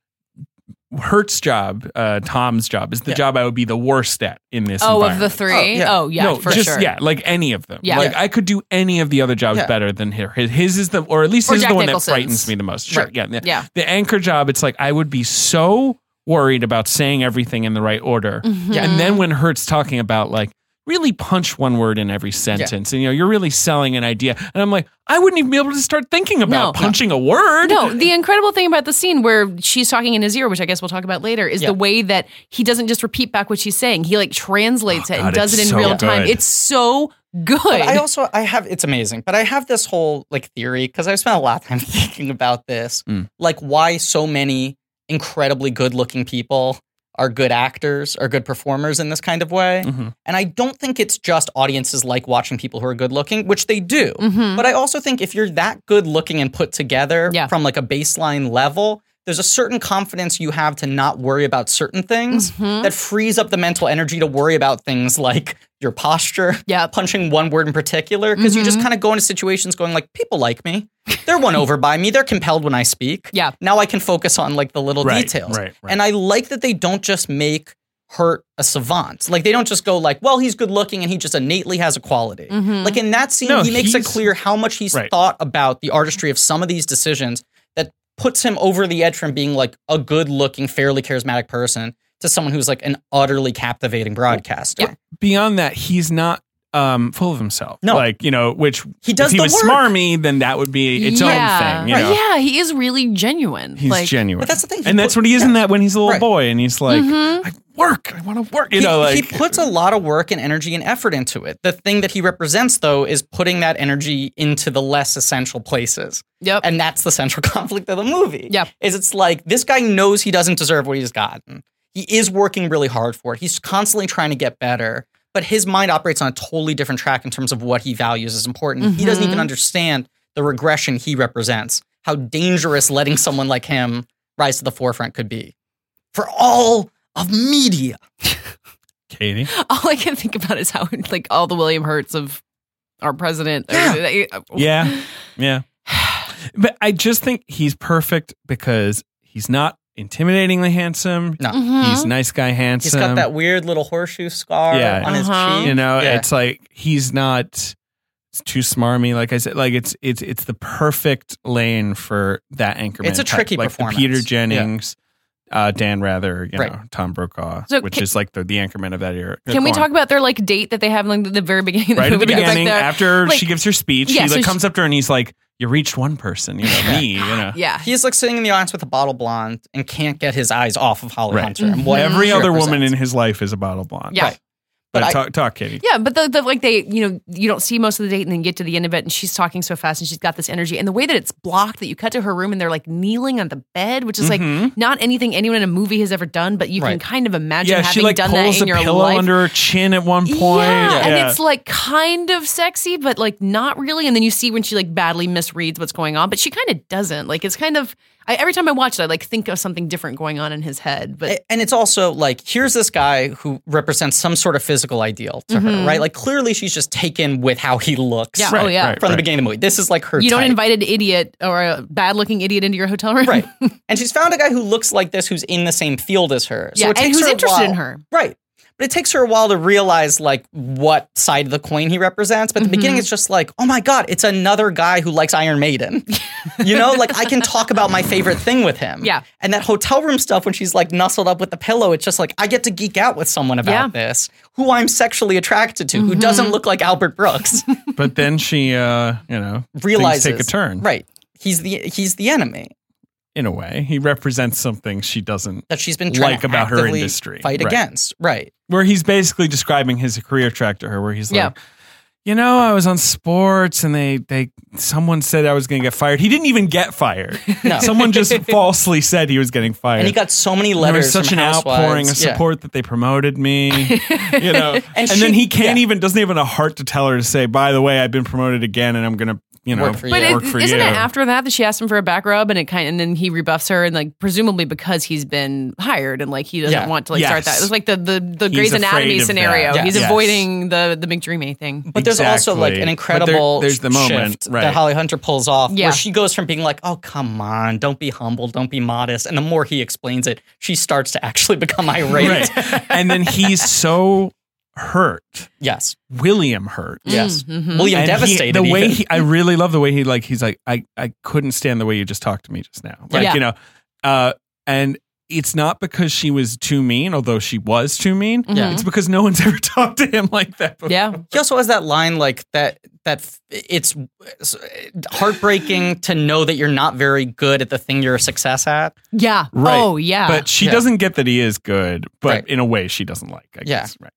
D: Hert's job, uh, Tom's job, is the
E: Yeah.
D: job I would be the worst at in this.
C: Oh, of
D: environment.
C: the three? Oh,
E: yeah.
C: yeah,
D: no,
C: for
D: just
C: sure.
D: yeah, like any of them.
C: Yeah.
D: Like I could do any of the other jobs
E: Yeah.
D: better than her. His, his is the, or at least
C: Or
D: his is
C: Jack
D: the one
C: Nicholson's.
D: that frightens me the most. Sure,
E: Right.
D: yeah, yeah.
C: Yeah.
D: The anchor job, it's like I would be so worried about saying everything in the right order,
C: Mhm.
D: and then when Hertz talking about like really punch one word in every sentence, and you know you're really selling an idea, and I'm like I wouldn't even be able to start thinking about
C: No.
D: punching a word.
C: No, the incredible thing about the scene where she's talking in his ear, which I guess we'll talk about later, is
E: Yeah.
C: the way that he doesn't just repeat back what she's saying. He like translates it and
D: Oh, God,
C: does it in
D: it's so
C: real time.
D: good.
C: It's so good.
E: But I also I have it's amazing, but I have this whole like theory because I've spent a lot of time thinking about this,
D: Mm.
E: like why so many incredibly good-looking people are good actors are good performers in this kind of way.
D: Mhm.
E: And I don't think it's just audiences like watching people who are good-looking, which they do.
C: Mhm.
E: But I also think if you're that good-looking and put together
C: Yeah.
E: from like a baseline level, there's a certain confidence you have to not worry about certain things
C: Mhm.
E: that frees up the mental energy to worry about things like your posture,
C: Yep. Mm-hmm.
E: punching one word in particular, because you just kind of go into situations going like, people like me, they're won over by me, they're compelled when I speak.
C: Yeah.
E: Now I can focus on like the little
D: Right,
E: details.
D: right, right.
E: And I like that they don't just make Hurt a savant. Like they don't just go like, well, he's good looking and he just innately has a quality.
C: Mm-hmm.
E: Like in that scene,
D: No,
E: he makes it
D: he's-
E: clear how much he's
D: Right.
E: thought about the artistry of some of these decisions that puts him over the edge from being like a good looking, fairly charismatic person to someone who's like an utterly captivating broadcaster.
D: Beyond that, he's not um full of himself.
E: No.
D: like you know, which
E: He does
D: If he
E: the
D: was
E: work.
D: smarmy, then that would be its
C: yeah.
D: own thing. You know?
C: Yeah, he is really genuine.
D: He's
C: like,
D: genuine.
E: But that's the thing, he
D: and that's
E: put-
D: what he is in
E: yeah.
D: that when he's a little
E: Right. Mm-hmm.
D: boy and he's like,
C: mm-hmm.
D: I work, I want to work. You
E: he,
D: know, like
E: he puts a lot of work and energy and effort into it. The thing that he represents, though, is putting that energy into the less essential places,
C: Yep.
E: and that's the central conflict of the movie.
C: Yep.
E: is it's like this guy knows he doesn't deserve what he's gotten. He is working really hard for it. He's constantly trying to get better, but his mind operates on a totally different track in terms of what he values as important. He doesn't
D: Mm-hmm.
E: even understand the regression he represents. How dangerous letting someone like him rise to the forefront could be for all of media.
D: Katie.
C: all I can think about is how like all the William Hurts of our president. Yeah.
D: Yeah, yeah. But I just think he's perfect because he's not intimidatingly handsome.
E: No.
C: Uh, mm-hmm.
D: He's nice guy handsome.
E: Mm-hmm. He's got that weird little horseshoe scar
D: um, Yeah.
E: on his
C: Uh-huh.
E: cheek.
D: you know
E: Yeah.
D: it's like he's not it's too smarmy like i said like it's it's it's the perfect lane for that anchorman
E: It's a
D: type,
E: tricky
D: like the
E: performance.
D: peter jennings uh dan rather you
E: Right.
D: know tom brokaw
C: So
D: which
C: ca-
D: is like the the anchorman of that era
C: Can we
D: Go on.
C: talk about their like date that they have like the very beginning?
D: right
C: of
D: at the
C: movie? It's like
D: beginning
C: their-
D: after
C: like-
D: she gives her speech
C: Yeah,
D: he
C: so
D: like
C: she-
D: comes up to her and he's like you reached one person you know me you know
C: yeah.
E: He's like sitting in the audience with a bottle blonde and can't get his eyes off of Holly
D: Right.
E: Hunter.
C: Mm-hmm.
E: And what
D: every
E: she
D: other woman in
E: represents.
D: his life is a bottle blonde
C: Yeah.
E: Mm-hmm. Right.
D: but,
E: But I-
D: talk talk katie
C: Yeah, but the, the like they you know you don't see most of the date and then get to the end of it and she's talking so fast and she's got this energy and the way that it's blocked that you cut to her room and they're like kneeling on the bed which is like
D: Mm-hmm.
C: not anything anyone in a movie has ever done but you can
E: Right.
C: kind of imagine
D: yeah,
C: having
D: she like
C: done
D: pulls
C: that in
D: a
C: your
D: pillow
C: life.
D: under her chin at one point.
C: Yeah, and
D: Yeah.
C: it's like kind of sexy, but like not really. And then you see when she like badly misreads what's going on, but she kind of doesn't. Like it's kind of I, every time I watch it, I like think of something different going on in his head.
D: Eh,
C: But
E: A- And it's also like, here's this guy who represents some sort of physical ideal to her, right? Like, clearly she's just taken with how he looks
C: Mm-hmm. yeah,
E: from
C: oh
D: Right,
C: yeah,
D: right.
E: the beginning of the movie. This is like her
C: you don't
E: type.
C: invite an idiot or a bad looking idiot into your hotel room,
E: Right. And she's found a guy who looks like this who's in the same field as her. So
C: Yeah,
E: it
C: and
E: takes
C: who's
E: her a
C: interested in
E: while-
C: her.
E: Right. But it takes her a while to realize like what side of the coin he represents. But at the
C: Mm-hmm.
E: beginning, it's just like, oh my god, it's another guy who likes Iron Maiden. you know, like I can talk about my favorite thing with him.
C: Yeah.
E: And that hotel room stuff when she's like nuzzled up with the pillow, it's just like I get to geek out with someone about this, who I'm sexually attracted to, who
C: Mm-hmm.
E: doesn't look like Albert Brooks.
D: But then she, uh, you know, things
E: Realizes
D: take a turn.
E: Right. He's the he's the enemy
D: In a way, he represents something she doesn't.
E: that she's been trying
D: Like
E: to
D: about her
E: actively
D: industry.
E: fight
D: Right.
E: against. Right.
D: Where he's basically describing his career track to her, where he's like.
C: Yeah.
D: You know, I was on sports, and they they someone said I was going to get fired. He didn't even get fired.
E: No.
D: Someone just falsely said he was getting fired.
E: And he got so many
D: there
E: letters.
D: was such
E: from
D: an outpouring of
E: housewives. Yeah.
D: support that they promoted me. you know, and,
E: she-
D: then he can't
E: yeah.
D: even doesn't even have a heart to tell her to say, by the way, I've been promoted again, and I'm gonna you know
E: Work for
C: But
E: Yeah.
C: it,
D: work for
C: isn't
D: you.
C: it after that that she asked him for a back rub and it kind and then he rebuffs her and like presumably because he's been hired and like he doesn't
E: Yeah.
C: want to like start
D: Yes.
C: that. It was like the the the
D: He's
C: Grey's
D: afraid
C: Anatomy
D: of that.
C: scenario.
E: Yeah.
C: He's
D: Yes.
C: avoiding the the McDreamy thing.
E: But there's also like
D: Exactly. But
E: an
D: there-
E: incredible
D: there's the moment,
E: shift
D: right.
E: that Holly Hunter pulls off
C: Yeah.
E: where she goes from being like, oh, come on, don't be humble, don't be modest. And the more he explains it, she starts to actually become irate.
D: right? and then he's so hurt,
E: Yes.
D: William hurt.
E: Yes.
C: Mhm.
E: William
D: And he-
E: devastated.
D: the way
E: even.
D: he, I really love the way he like he's like I I couldn't stand the way you just talked to me just now like
C: Yeah.
D: you know uh and it's not because she was too mean although she was too mean
C: Yeah.
D: it's because no one's ever talked to him like that before.
C: Yeah.
E: He also has that line like that that f- it's it's heartbreaking to know that you're not very good at the thing you're a success at.
C: Yeah.
D: Right.
C: Oh yeah.
D: But she
E: Yeah.
D: doesn't get that he is good, but
E: Right.
D: in a way she doesn't like. I
E: Yeah.
D: guess right.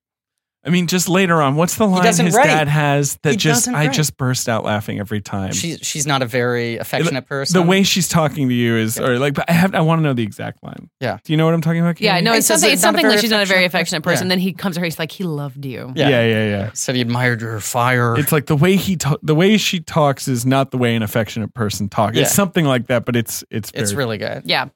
D: I mean, just later on, what's the line his
E: doesn't write.
D: dad has that
E: He
D: just
E: doesn't
D: I
E: write.
D: just burst out laughing every time.
E: She's she's not a very affectionate person.
D: the way she's talking to you is, or like, but I have I want to know the exact line.
E: Yeah.
D: do you know what I'm talking about?
C: yeah,
D: Katie?
C: no,
E: He
C: it's
E: says it's
C: something. It's
E: not a
C: something
E: very
C: like she's not a very
E: affectionate
C: affectionate
E: person.
C: person. Then he comes to her. He's like, he loved you.
E: Yeah.
D: yeah, yeah, yeah.
E: said he admired her fire.
D: It's like the way he ta- the way she talks is not the way an affectionate person talks.
E: Yeah.
D: It's something like that, but it's it's very,
E: it's really good.
C: Yeah.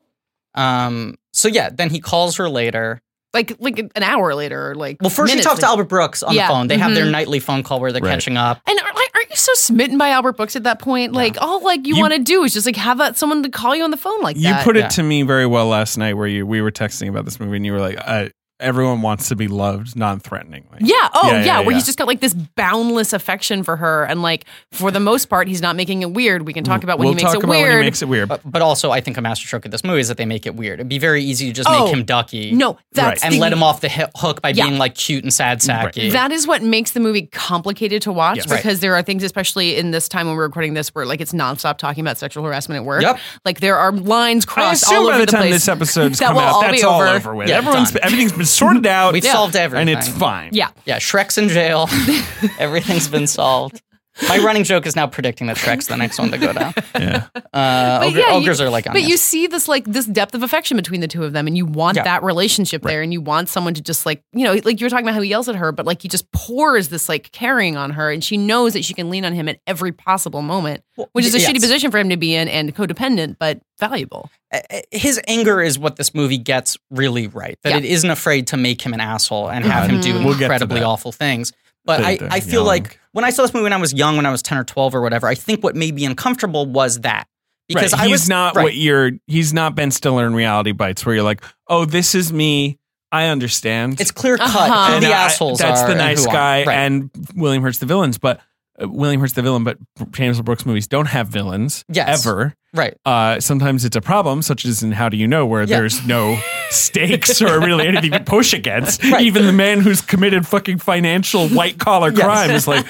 E: Um. So yeah, then he calls her later.
C: Like like an hour later. Or like
E: Well, first
C: minutes
E: she talks to
C: later.
E: Albert Brooks on
C: Yeah.
E: the phone. They have their
C: Mhm.
E: nightly phone call where they're
D: Right.
E: catching up.
C: And are, like, aren't you so smitten by Albert Brooks at that point? Like all like you,
D: You-
C: want to do is just like have that someone to call you on the phone like
D: You
C: that.
D: put
E: yeah.
D: it to me very well last night, where you we were texting about this movie, and you were like, uh, "Everyone wants to be loved non-threateningly."
C: Yeah. Oh,
D: Yeah,
C: yeah.
D: yeah,
C: Where
D: yeah.
C: he's just got like this boundless affection for her, and like for the most part, he's not making it weird. We can talk about when
D: Mm.
C: he
D: we'll
C: makes
D: talk
C: it
D: about
C: weird.
D: when he makes it weird.
E: But, but also, I think a masterstroke of this movie is that they make it weird. It'd be very easy to just
C: Oh,
E: make him ducky.
C: no, that's
E: and
C: the-
E: let him off the hi- hook by
C: Yeah.
E: being like cute and sad sacky.
C: That is what makes the movie complicated to watch
D: Yes. Right.
C: because there are things, especially in this time when we're recording this, where like it's nonstop talking about sexual harassment at work.
E: Yep.
C: Like there are lines
D: I
C: crossed
D: assume
C: all
D: by
C: over
D: the,
C: the,
D: time
C: place.
D: this episode's
C: that
D: come
C: will
D: out,
C: all
D: that's
C: be
D: all
C: over.
D: over with.
E: Yeah,
D: Everyone's
E: done.
D: everything's been sorted out.
E: We've solved everything.
D: and it's fine.
C: yeah.
E: yeah, Shrek's in jail. Everything's been solved. My running joke is now predicting that Shrek's the next one to go down.
D: Yeah.
E: Uh, ogre-
C: you-
E: ogres are like on
C: But
E: it.
C: you see this like this depth of affection between the two of them, and you want
E: Yeah.
C: that relationship there, and you want someone to just like you know, like you were talking about how he yells at her, but like he just pours this like carrying on her, and she knows that she can lean on him at every possible moment, which is a
E: yes.
C: shitty position for him to be in and codependent, but valuable.
E: Uh, his anger is what this movie gets really right. That
C: Yeah.
E: it isn't afraid to make him an asshole and have him do
D: Mm-hmm. We'll get to
E: incredibly
D: that.
E: awful things. But I,
D: Later,
E: I feel
D: young.
E: like when I saw this movie when I was young, when I was 10 or 12 or whatever, I think what made me uncomfortable was that. Because
D: right.
E: I
D: he's
E: was
D: not
E: right.
D: what you're. He's not Ben Stiller in Reality Bites, where you're like, "Oh, this is me. I understand."
E: It's clear cut
C: Uh-huh.
E: who
D: And
E: the
D: I-
E: assholes
D: That's
E: are
D: the
E: and
D: nice
E: who
D: guy,
E: aren't. Right.
D: and William hurts the villains. But uh, William hurts the villain. But James Earl Brooks movies don't have villains
E: Yes.
D: ever.
E: right.
D: Uh, sometimes it's a problem, such as in How Do You Know, where
E: Yeah.
D: there's no stakes or really anything to push against.
E: Right.
D: Even the man who's committed fucking financial white collar
E: Yes.
D: crime is like,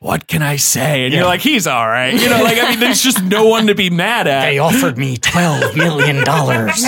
D: what can I say? And you're like, he's all right. You know, like, I mean, there's just no one to be mad at.
E: offered me $12 million.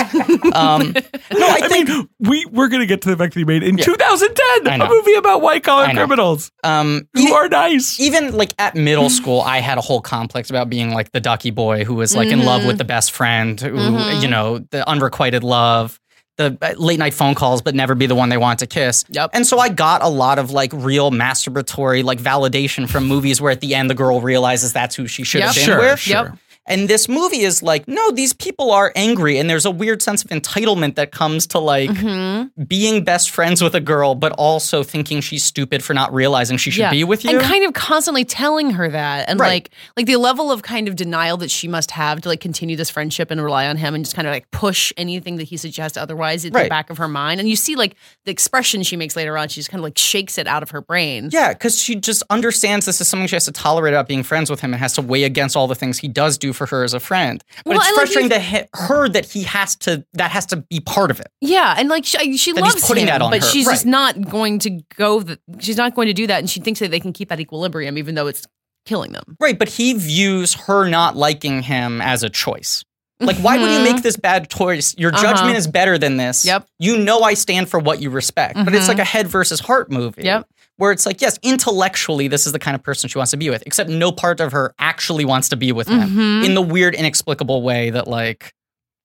E: um, no, I
D: I
E: think
D: mean, we, we're going to get to the fact that he made in
E: Yeah.
D: 2010
E: I
D: a
E: know.
D: movie about white collar
E: I know.
D: criminals
E: um,
D: who are nice.
E: even like at middle
C: Mm.
E: school, I had a whole complex about being like the ducky boy who was like in love
C: Mm-hmm.
E: with the best friend, who, you know, the unrequited love, the uh, late night phone calls, but never be the one they want to kiss.
C: Yep.
E: And so I got a lot of like real masturbatory like validation from movies where at the end the girl realizes that's who she should have
C: Yep.
E: been with.
C: Yep.
E: And this movie is like, no, these people are angry, and there's a weird sense of entitlement that comes to like
C: Mhm.
E: being best friends with a girl, but also thinking she's stupid for not realizing she should
C: Yeah.
E: be with you.
C: and kind of constantly telling her that and
E: Right.
C: like like the level of kind of denial that she must have to like continue this friendship and rely on him and just kind of like push anything that he suggests otherwise at the
E: Right.
C: back of her mind and you see like the expression she makes later on she just kind of like shakes it out of her brain
E: yeah, because she just understands this is something she has to tolerate about being friends with him and has to weigh against all the things he does do for her as a friend. But
C: Well, I
E: it's
C: like
E: frustrating
C: you-
E: to he- her that he has to that has to be part of it.
C: Yeah, and like she, I- she
E: That he's
C: loves
E: putting
C: him,
E: that on
C: but
E: her.
C: she's just
E: Right.
C: not going to go. The, she's not going to do that, and she thinks that they can keep that equilibrium, even though it's killing them.
E: Right, but he views her not liking him as a choice. Like, why would you
C: Mhm.
E: make this bad choice? Your
C: Uh-huh.
E: judgment is better than this.
C: Yep.
E: You know I stand for what you respect. But it's like a head versus heart movie.
C: Yep.
E: Where it's like, yes, intellectually, this is the kind of person she wants to be with, except no part of her actually wants to be with him
C: Mhm.
E: in the weird, inexplicable way that like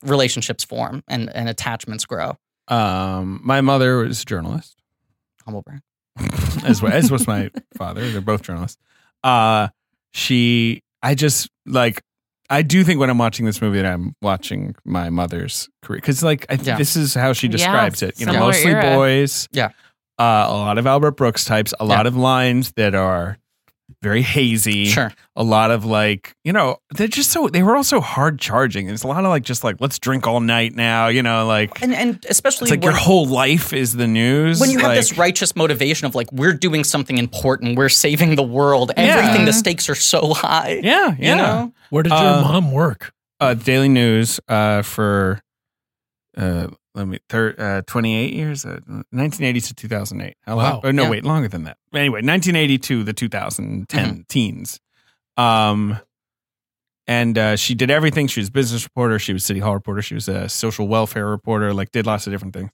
E: relationships form and, and attachments grow.
D: Um, my mother was a journalist.
E: Humble brag.
D: as well as was my father. They're both journalists. Uh, she, I just like, I do think when I'm watching this movie that I'm watching my mother's career because, like, I,
E: Yeah.
D: this is how she
C: Yeah,
D: describes it. You know,
C: similar
D: mostly
C: era.
D: boys.
E: Yeah.
D: uh, a lot of Albert Brooks types. A lot of lines that are very hazy.
E: Sure.
D: A lot of like, you know, they're just so they were also hard charging. There's a lot of like, just like, let's drink all night now. You know, like.
E: And and especially
D: it's like
E: when,
D: your whole life is the news.
E: when you have
D: like-
E: this righteous motivation of like, we're doing something important, we're saving the world, everything, the stakes are so high.
D: Mm-hmm. yeah, yeah.
E: You know?
G: Where did your
D: Uh,
G: mom work?
D: uh, Daily News uh, for uh, let me thir- uh, 28 years, uh, 1980 to 2008. How
G: Wow.
D: Oh, no,
E: Yeah.
D: wait, longer than that. Anyway, 1982 the 2010
E: Mm-hmm.
D: teens. Um, and uh, she did everything. She was a business reporter. She was city hall reporter. She was a social welfare reporter. Like did lots of different things.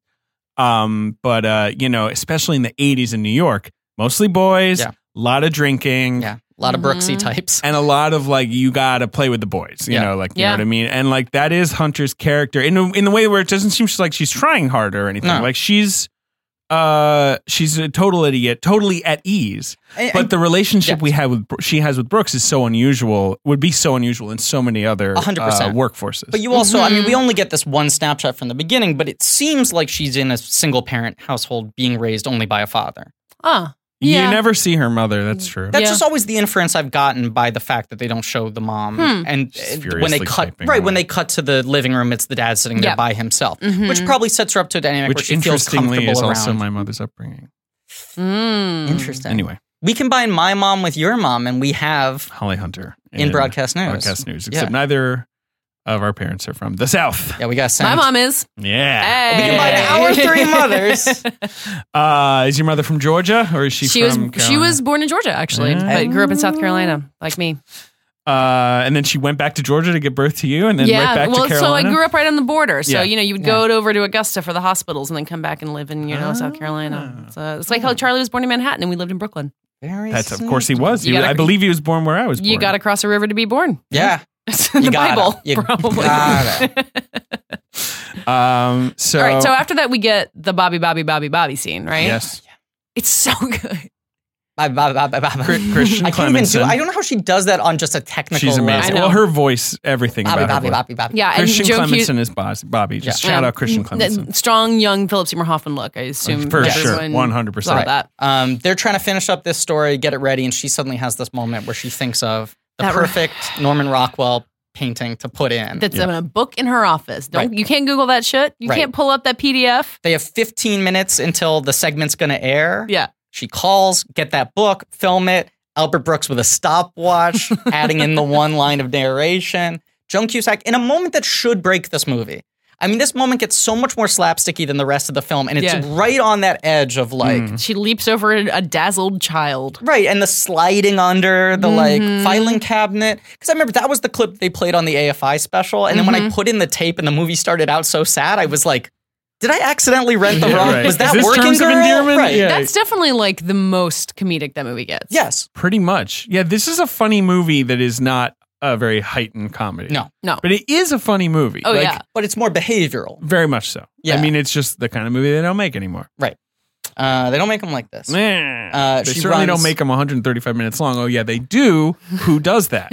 D: Um, but uh, you know, especially in the 80s in New York, mostly boys, a
E: Yeah.
D: lot of drinking,
E: Yeah. A lot of Brooksy
C: Mhm.
E: types.
D: and a lot of like you gotta play with the boys you
E: Yeah.
D: know like you
C: Yeah.
D: know what i mean and like that is hunter's character in a, in the way where it doesn't seem she's like she's trying hard or anything
E: No.
D: like she's uh she's a total idiot totally at ease
E: And-
D: but
E: and
D: the relationship
E: yes.
D: we have with Bro- she has with brooks is so unusual would be so unusual in so many other
E: A hundred
D: uh,
E: percent.
D: workforces
E: But you also, I mean,
D: Mm-hmm.
E: we only get this one snapshot from the beginning, but it seems like she's in a single parent household being raised only by a father.
C: Ah,
D: You
C: yeah.
D: never see her mother that's true
E: That's
C: Yeah.
E: just always the inference I've gotten by the fact that they don't show the mom.
C: Hmm.
E: And
D: She's
E: uh, when they
D: furiously
E: cut,
D: typing
E: right,
D: away.
E: when they cut to the living room, it's the dad sitting there
C: Yep.
E: by himself,
C: Mhm.
E: which probably sets her up to a dynamic where
D: which
E: she feels
D: interestingly
E: comfortable
D: is
E: around.
D: also my mother's upbringing
C: Mm.
E: Interesting.
D: anyway
E: we combine my mom with your mom, and we have
D: holly hunter
E: in broadcast news.
D: broadcast news except
E: Yeah.
D: neither of our parents are from the south
E: Yeah, we got
C: My
E: send.
C: mom is.
D: yeah
E: We combine
C: Hey.
E: our three mothers.
D: Uh, is your mother from Georgia or is she,
C: She was
D: from
C: she
D: Carolina?
C: was born in Georgia actually,
D: Yeah.
C: but grew up in South Carolina, like me.
D: Uh, and then she went back to Georgia to give birth to you and then
C: yeah,
D: right back
C: well,
D: to
C: so I
D: Carolina.
C: grew up right on the border. So
D: Yeah. Ah.
C: you know, you would go over to Augusta for the hospitals, and then come back and live in you know South Carolina. So it's like how Charlie was born in Manhattan, and we lived in Brooklyn.
E: Very
D: That's of
E: sneaky.
D: course he was. He,
C: You gotta-
D: I believe he was born where I was born.
C: You got to cross a river to be born.
E: Yeah.
C: It's in
E: You
C: the
E: gotta.
C: Bible,
E: You
C: probably.
E: gotta.
D: Um, so,
C: All right. So after that, we get the Bobby, Bobby, Bobby, Bobby scene, right?
D: yes,
C: It's so good.
E: Bye, bye, bye, bye, bye, bye.
D: Chri- Christian
E: I can't even do.
D: Clemenson.
E: I don't know how she does that on just a technical.
D: she's amazing.
C: I know.
D: Well, her voice, everything
E: Bobby,
D: about her
E: Bobby,
D: voice.
E: Bobby, Bobby.
C: Yeah.
D: Christian
C: and Joan Q-
D: Clemenson is Bobby. Bobby. Just
E: Yeah.
D: shout
C: Yeah.
D: out Christian Clemenson.
C: That strong young Philip Seymour Hoffman look. I assume
D: For sure.
C: everyone
D: One hundred
C: saw
D: percent.
C: that.
E: Um, they're trying to finish up this story, get it ready, and she suddenly has this moment where she thinks of the
C: That re-
E: perfect Norman Rockwell painting to put in.
C: That's in a book in her office. Don't you can't Google that shit. You
E: Right.
C: can't pull up that PDF.
E: they have 15 minutes until the segment's going to air.
C: Yeah.
E: She calls, get that book, film it. Albert Brooks with a stopwatch, adding in the one line of narration. Joan Cusack in a moment that should break this movie. I mean, this moment gets so much more slapsticky than the rest of the film, and it's
C: Yeah.
E: right on that edge of like,
D: Mm.
C: She leaps over a dazzled child.
E: right, and the sliding under the
D: Mm-hmm.
E: like filing cabinet. Because I remember that was the clip they played on the AFI special, and then when I
D: Mm-hmm.
E: put in the tape and the movie started out so sad, I was like, did I accidentally rent the wrong?
D: right.
E: Was that
D: Is this
E: working
D: terms of
E: girl?
D: endearment?
E: Right.
D: Yeah.
C: That's definitely like the most comedic that movie gets.
E: Yes.
D: Pretty much. Yeah, this is a funny movie that is not a very heightened comedy.
E: No.
C: No.
D: But it is a funny movie.
C: Oh
D: Like,
C: yeah.
E: But it's more behavioral.
D: Very much so.
E: Yeah.
D: I mean, it's just the kind of movie they don't make anymore.
E: Uh, they don't make them like this.
D: Meh.
E: Uh,
D: they
E: she
D: certainly
E: runs-
D: don't make them 135 minutes long. Oh yeah, they do. Who does that?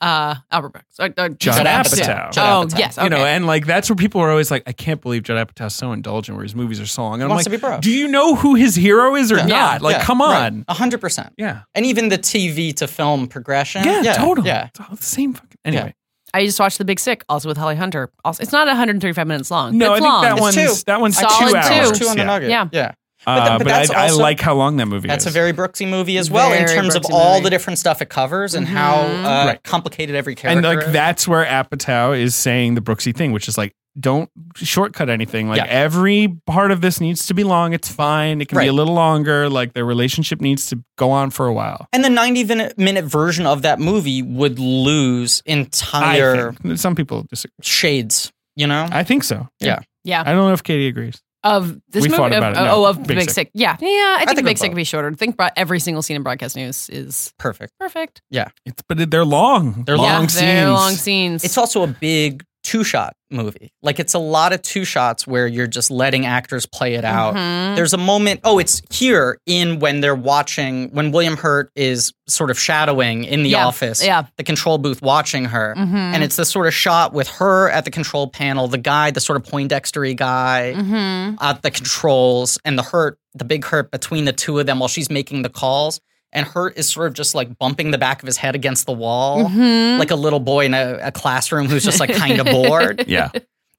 C: uh, Albert Brooks. Uh, uh,
D: Judd Apatow.
C: Oh, yes. Okay.
D: You know, and like that's where people are always like, I can't believe Judd Apatow's so indulgent where his movies are so long. And I'm
E: Wants
D: like,
E: to be broke.
D: do you know who his hero is or
E: Yeah.
D: not? Like,
E: Yeah,
D: come
E: right.
D: on.
E: a hundred percent.
D: Yeah.
E: And even the TV to film progression.
D: yeah. totally.
E: Yeah.
D: It's all the same fucking. Anyway.
C: I just watched The Big Sick, also with Holly Hunter. Also, it's not 135 minutes long.
D: No,
C: but
D: I
C: it's
D: think
C: long.
D: that
E: It's
D: one's
E: two.
D: that one's
C: Solid
D: two
C: two.
D: hours.
E: Two on
D: yeah.
E: the nugget.
C: Yeah.
E: yeah.
D: Uh,
E: But
D: but
E: th- but that's
D: I, I
E: also-
D: like how long that movie
E: That's
D: is.
E: a very Brooksy movie as well in
C: Very
E: terms of
C: Brooksy
E: all
C: movie. Mm-hmm.
E: the different stuff it covers and how uh,
D: Right.
E: complicated every character.
D: and like
E: is.
D: that's where Apatow is saying the Brooksy thing, which is like, don't shortcut anything. Like
E: Yeah.
D: every part of this needs to be long. It's fine. It can be
E: Right.
D: a little longer. Like their relationship needs to go on for a while.
E: And the 90 vin- minute version of that movie would lose entire
D: I think some people disagree.
E: shades, you know?
D: I think so.
E: Yeah.
C: Yeah.
D: I don't know if Katie agrees.
C: of this
D: We
C: movie.
D: fought
C: of-
D: about it.
C: oh,
D: No,
C: oh, of The
D: Big
C: Big
D: Sick.
C: Sick. Yeah. Yeah. I think,
E: think
C: The
E: we're
C: Big Sick
E: both.
C: could be shorter. I think bro- every single scene in broadcast news is
E: Perfect.
C: perfect.
D: It's but they're long. They're
C: yeah,
D: long
C: They're
D: scenes.
C: long scenes.
E: It's also a big two shot movie. Like it's a lot of two shots where you're just letting actors play it out.
C: Mhm.
E: There's a moment, oh, it's here in when they're watching, when William Hurt is sort of shadowing in the
C: Yeah,
E: office,
C: yeah.
E: the control booth watching her.
C: Mhm.
E: And it's this sort of shot with her at the control panel, the guy, the sort of Poindextery guy
C: Mhm.
E: at the controls, and the hurt, the big hurt between the two of them while she's making the calls. And Hurt is sort of just like bumping the back of his head against the wall,
C: Mhm.
E: like a little boy in a, a classroom who's just like kind of bored.
D: Yeah.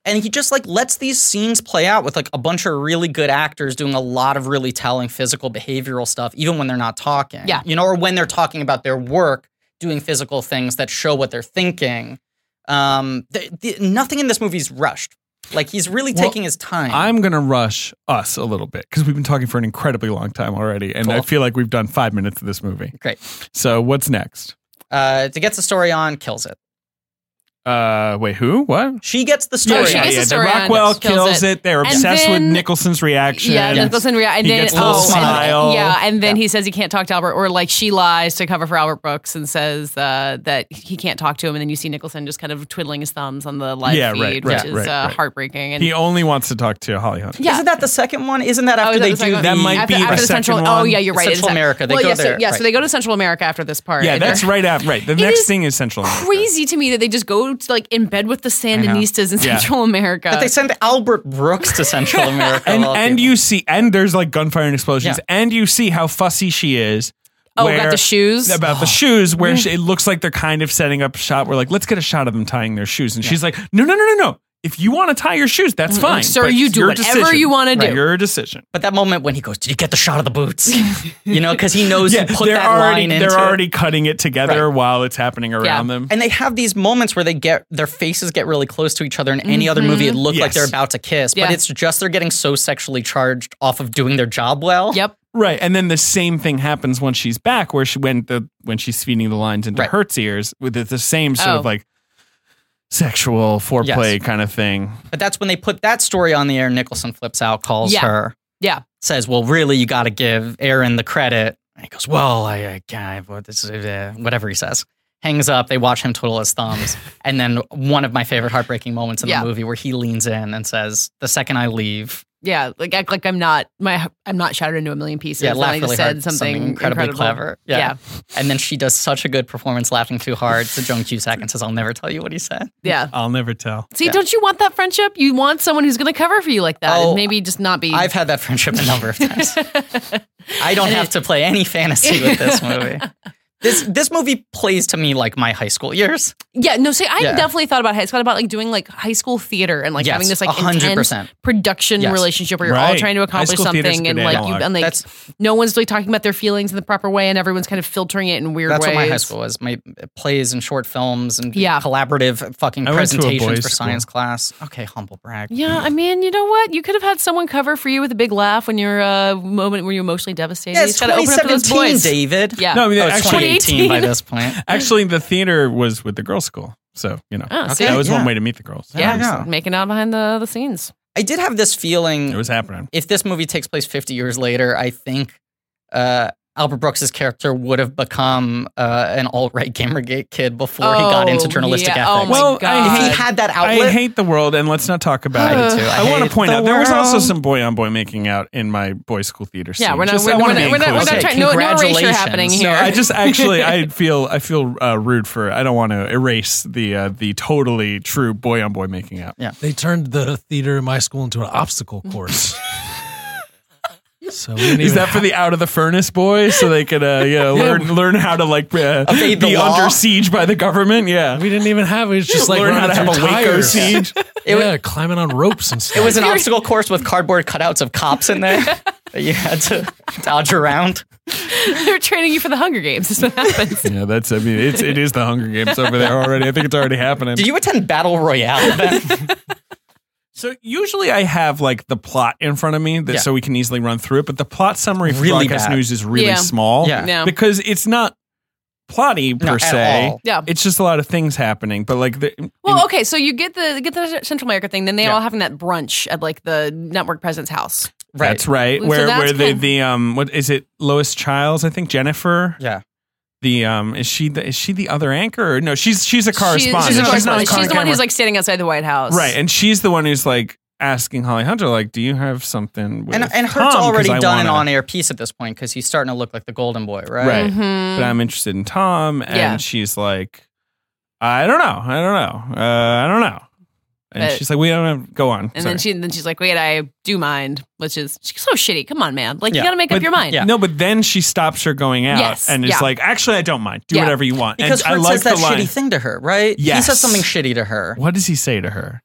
E: And he just like lets these scenes play out with like a bunch of really good actors doing a lot of really telling physical behavioral stuff, even when they're not talking.
C: Yeah.
E: You know, or when they're talking about their work, doing physical things that show what they're thinking. Um, th- th- nothing in this movie is rushed. Like he's really
D: Well,
E: taking his time.
D: I'm gonna rush us a little bit because we've been talking for an incredibly long time already, and I
E: Cool.
D: feel like we've done five minutes of this movie.
E: Great.
D: So what's next?
E: Uh, to gets the story on, kills it.
D: Uh, wait, who? What?
E: She gets the story.
C: she
E: on.
C: gets the
D: The
C: story on,
D: Rockwell
C: kills
D: kills
C: it.
D: it. They're
C: And
D: obsessed with
C: then-
D: Nicholson's reaction.
C: Yeah, Nicholson Rea- and
D: He
C: then
D: gets a little
C: oh, and-
D: smile.
C: yeah, and then he says he can't talk to Albert, or like she lies to cover for Albert Brooks and says uh, that he can't talk to him, and then you see Nicholson just kind of twiddling his thumbs on the live
D: Yeah,
C: feed,
D: right,
C: which
D: right,
C: is
D: right,
C: uh,
D: right.
C: heartbreaking. And
D: He only wants to talk to Holly Hunter.
C: yeah.
E: Isn't that the second one? Isn't that
C: Oh,
E: after
C: is that
E: they
C: the
E: do
C: second
E: the
D: That might
C: after,
D: be
C: after
D: the
C: the central.
D: second
C: Oh
D: one.
C: yeah, you're right. it is
E: Central
C: that-
E: America, they
C: well,
E: go
C: yeah, so-
E: there,
C: yeah,
E: right.
C: so they go to Central America after this part.
D: Yeah,
C: and they're-
D: that's right after. Right. The
C: It
D: next
C: is
D: thing is Central America.
C: Crazy to me that they just go to like in bed with the Sandinistas in
D: Yeah.
C: Central America.
E: But they send Albert Brooks to Central America.
D: Uh, And
E: of all
D: and
E: people.
D: you see and there's like gunfire and explosions
E: Yeah.
D: and you see how fussy she is.
C: oh,
D: where-
C: got the shoes.
D: about the shoes where she, it looks like they're kind of setting up a shot where like let's get a shot of them tying their shoes and she's like no no no no no if you want to tie your shoes that's fine
C: sir,
D: but
C: you
D: it's
C: do
D: your
C: whatever
D: decision."
C: you wanna
D: Right,
C: do.
D: your decision
E: But that moment when he goes, "Did you get the shot of the boots?" you know, because he knows you put
D: they're
E: that
D: already
E: line in.
D: they're already cutting it together while it's happening around them
E: And they have these moments where they get their faces get really close to each other. In any other movie, it looked like
D: Mm-hmm. Yes.
E: they're about to kiss,
C: Yeah.
E: but it's just they're getting so sexually charged off of doing their job well.
C: yep.
D: right and then the same thing happens once she's back where she when the when she's feeding the lines into
E: Right.
D: Hertz ears with the, the same sort
C: Oh.
D: of like sexual foreplay kind of thing
E: But that's when they put that story on the air. Nicholson flips out, calls
C: Yeah.
E: her,
C: Yeah.
E: says, "Well, really, you got to give Aaron the credit." And he goes, "Well, I, I can't. What this is, uh, whatever he says." Hangs up. They watch him twiddle his thumbs, and then one of my favorite heartbreaking moments in
C: Yeah.
E: the movie where he leans in and says, "The second I leave,
C: Yeah, like act like I'm not my I'm not shattered into a million pieces.
E: yeah,
C: and I
E: laugh
C: just
E: really
C: said
E: hard,
C: something,
E: incredibly
C: incredible.
E: clever, yeah.
C: Yeah.
E: And then she does such a good performance, laughing too hard to Joan Cusack, and says, "I'll never tell you what he said."
C: Yeah.
D: i'll never tell
C: See,
E: Yeah.
C: don't you want that friendship? You want someone who's going to cover for you like that,
E: Oh,
C: and maybe just not be.
E: I've had that friendship a number of times. I don't have to play any fantasy with this movie. This this movie plays to me like my high school years.
C: yeah, no. See, I
E: Yeah.
C: definitely thought about high school, about like doing like high school theater and like
E: Yes,
C: having this like
E: 100%.
C: intense production
E: Yes.
C: relationship where you're all
D: Right.
C: trying to
D: High
C: accomplish
D: school theater's
C: something
D: a good
C: and like you
D: analog.
C: and like
E: That's-
C: no one's really talking about their feelings in the proper way, and everyone's kind of filtering it in weird
E: That's
C: ways.
E: what my high school was. My uh, plays and short films and
C: Yeah.
E: collaborative fucking
D: I went to a
E: presentations
D: boys'
E: for science class. Okay, humble brag.
C: Yeah, I mean, you know what? You could have had someone cover for you with a big laugh when you're a moment where you're emotionally devastated.
E: Yeah,
C: You
E: it's
C: just gotta open up to those
E: 2017,
C: boys.
E: David.
C: Yeah.
D: no I mean,
E: Oh, it's
D: actually
E: 2018 by this point.
D: Actually, the theater was with the girls' school, so you know
C: Oh, see?
D: that was
E: Yeah.
D: one way to meet the girls.
E: Yeah.
C: yeah, just making out behind the, the scenes.
E: I did have this feeling
D: it was happening.
E: if this movie takes place 50 years later, I think uh, Albert Brooks's character would have become uh, an alt right Gamergate kid before he got
C: Oh,
E: into journalistic
C: yeah.
E: ethics.
C: Oh my
D: Well, I
C: god.
E: if he had that outlet,
D: I hate the world, and let's not talk about
E: I
D: it.
E: do too. I
D: I, want to
E: hate
D: point
E: the
D: out there was also
E: world.
D: some boy on boy making out in my boys' school theater.
C: yeah,
D: scene.
C: we're not.
D: Just- I
C: We're, we're
D: wanna
C: not,
D: be
C: we're not. We're not
D: inclusive.
C: trying. No, no erasure
E: Congratulations.
C: happening
E: No,
C: here.
D: No, I just actually I feel I feel uh, rude for I don't want to erase the uh, the totally true boy on boy making out.
G: They turned the theater in my school into an obstacle course. so we didn't
D: Is
G: even
D: that for the out of the furnace boys so they could uh, yeah, learn learn how to like uh,
E: Evade the
D: be
E: law?
D: under siege by the government? Yeah,
G: We didn't even have it. It's just like
D: learn how
G: running
D: to have a
G: through
D: Waco
G: tires.
D: siege.
G: yeah, climbing on ropes and stuff.
E: it was an obstacle course with cardboard cutouts of cops in there that you had to dodge around.
C: They're training you for the Hunger Games. That's what happens.
D: yeah, that's I mean it's it is the Hunger Games over there already. I think it's already happening.
E: Did you attend Battle Royale? Then?
D: So usually I have like the plot in front of me that
E: Yeah.
D: so we can easily run through it, but the plot summary for
E: Really
D: broadcast
E: bad.
D: news is really
C: Yeah.
D: small.
E: Yeah.
C: No.
D: Because it's not plotty per
E: at
D: se.
E: all.
C: Yeah.
D: It's just a lot of things happening. But like the
C: Well, okay, so you get the get the Central America thing, then they
D: Yeah.
C: all having that brunch at like the network president's house.
E: right.
D: that's right.
C: So
D: where
C: that's
D: where the,
C: kind of-
D: the um what is it Lois Childs, I think Jennifer.
E: Yeah.
D: The um is she the is she the other anchor? Or no, she's she's a
C: She-
D: correspondent.
C: She's, a
D: She's
C: correspondent.
D: not on
C: She's the one
D: camera.
C: who's like standing outside the White House.
D: Right, and she's the one who's like asking Holly Hunter, like, do you have something with
E: And, and
D: Tom?
E: Hurt's
D: 'Cause
E: already
D: I
E: done an
D: wanna-
E: on-air piece at this point because he's starting to look like the golden boy, right?
D: Right.
C: Mhm.
D: but I'm interested in Tom. And
C: Yeah.
D: she's like, I don't know. I don't know. Uh, I don't know. And
C: But-
D: she's like, we don't have, go on.
C: And
D: Sorry.
C: then she then she's like, wait, I do mind, which is she's so shitty. Come on, man. Like
E: Yeah.
C: you gotta make
D: But-
C: up your mind.
E: yeah.
D: No, but then she stops her going out
C: Yes,
D: and is
C: yeah.
D: like, actually, I don't mind. Do
C: Yeah.
D: whatever you want.
E: Because
D: and
E: Hurt
D: I like
E: says that
D: the line.
E: shitty thing to her, right? He
D: Yes.
E: says something shitty to her.
D: What does he say to her?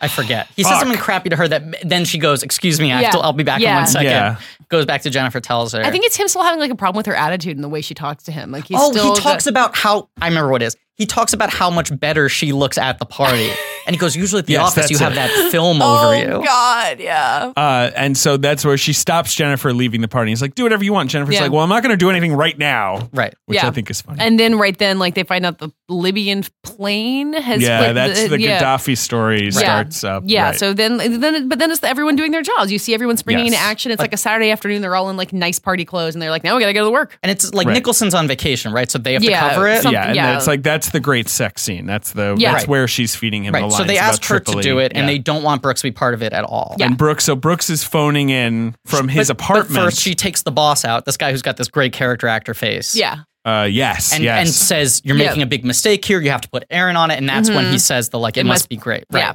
E: I forget. He says
D: Fuck.
E: something crappy to her that then she goes, "Excuse me, I
C: Yeah.
E: have to, I'll be back in
C: Yeah.
E: one second.
D: Yeah.
E: Goes back to Jennifer, tells her.
C: I think it's him still having like a problem with her attitude and the way she talks to him. Like he's
E: oh,
C: still
E: he talks about how I remember what it is. He talks about how much better she looks at the party, and he goes, "Usually at the
D: Yes,
E: office, you
D: that's
E: have
D: it.
E: that film
C: oh,
E: over you."
C: God, yeah.
D: Uh, and so that's where she stops Jennifer leaving the party. He's like, do whatever you want. Jennifer's
C: Yeah.
D: like, well, I'm not going to do anything right now,
E: Right.
D: which
C: Yeah.
D: I think is funny.
C: And then right then, like they find out the Libyan plane has
D: yeah,
C: like,
D: that's the,
C: yeah.
D: Gaddafi story starts up.
C: Yeah.
D: right.
C: So then, then, but then it's everyone doing their jobs. You see everyone springing
D: Yes.
C: into action. It's like a Saturday afternoon. They're all in like nice party clothes, and they're like, "Now we gotta go to work."
E: And it's like
D: Right.
E: Nicholson's on vacation, right? So they have
C: Yeah,
E: to cover it.
C: some-
D: yeah, and
C: yeah.
D: that's like that's the great sex scene. That's the
C: Yeah.
D: that's
E: Right.
D: where she's feeding him the
E: right.
D: lines.
E: So they
D: about
E: ask her to
D: Tripoli.
E: do it, and
D: Yeah.
E: they don't want Brooks to be part of it at all.
C: Yeah.
D: And Brooks, so Brooks is phoning in from his
E: But-
D: apartment.
E: But first, she takes the boss out, this guy who's got this great character actor face.
C: Yeah.
D: uh, yes,
E: And, and
D: yes.
E: says, You're
C: Yeah. Mm-hmm.
E: making a big mistake here. You have to put Aaron on it. And that's when he says, the like, it,
C: It
E: must,
C: must-
E: be great.
C: yeah.
E: Right.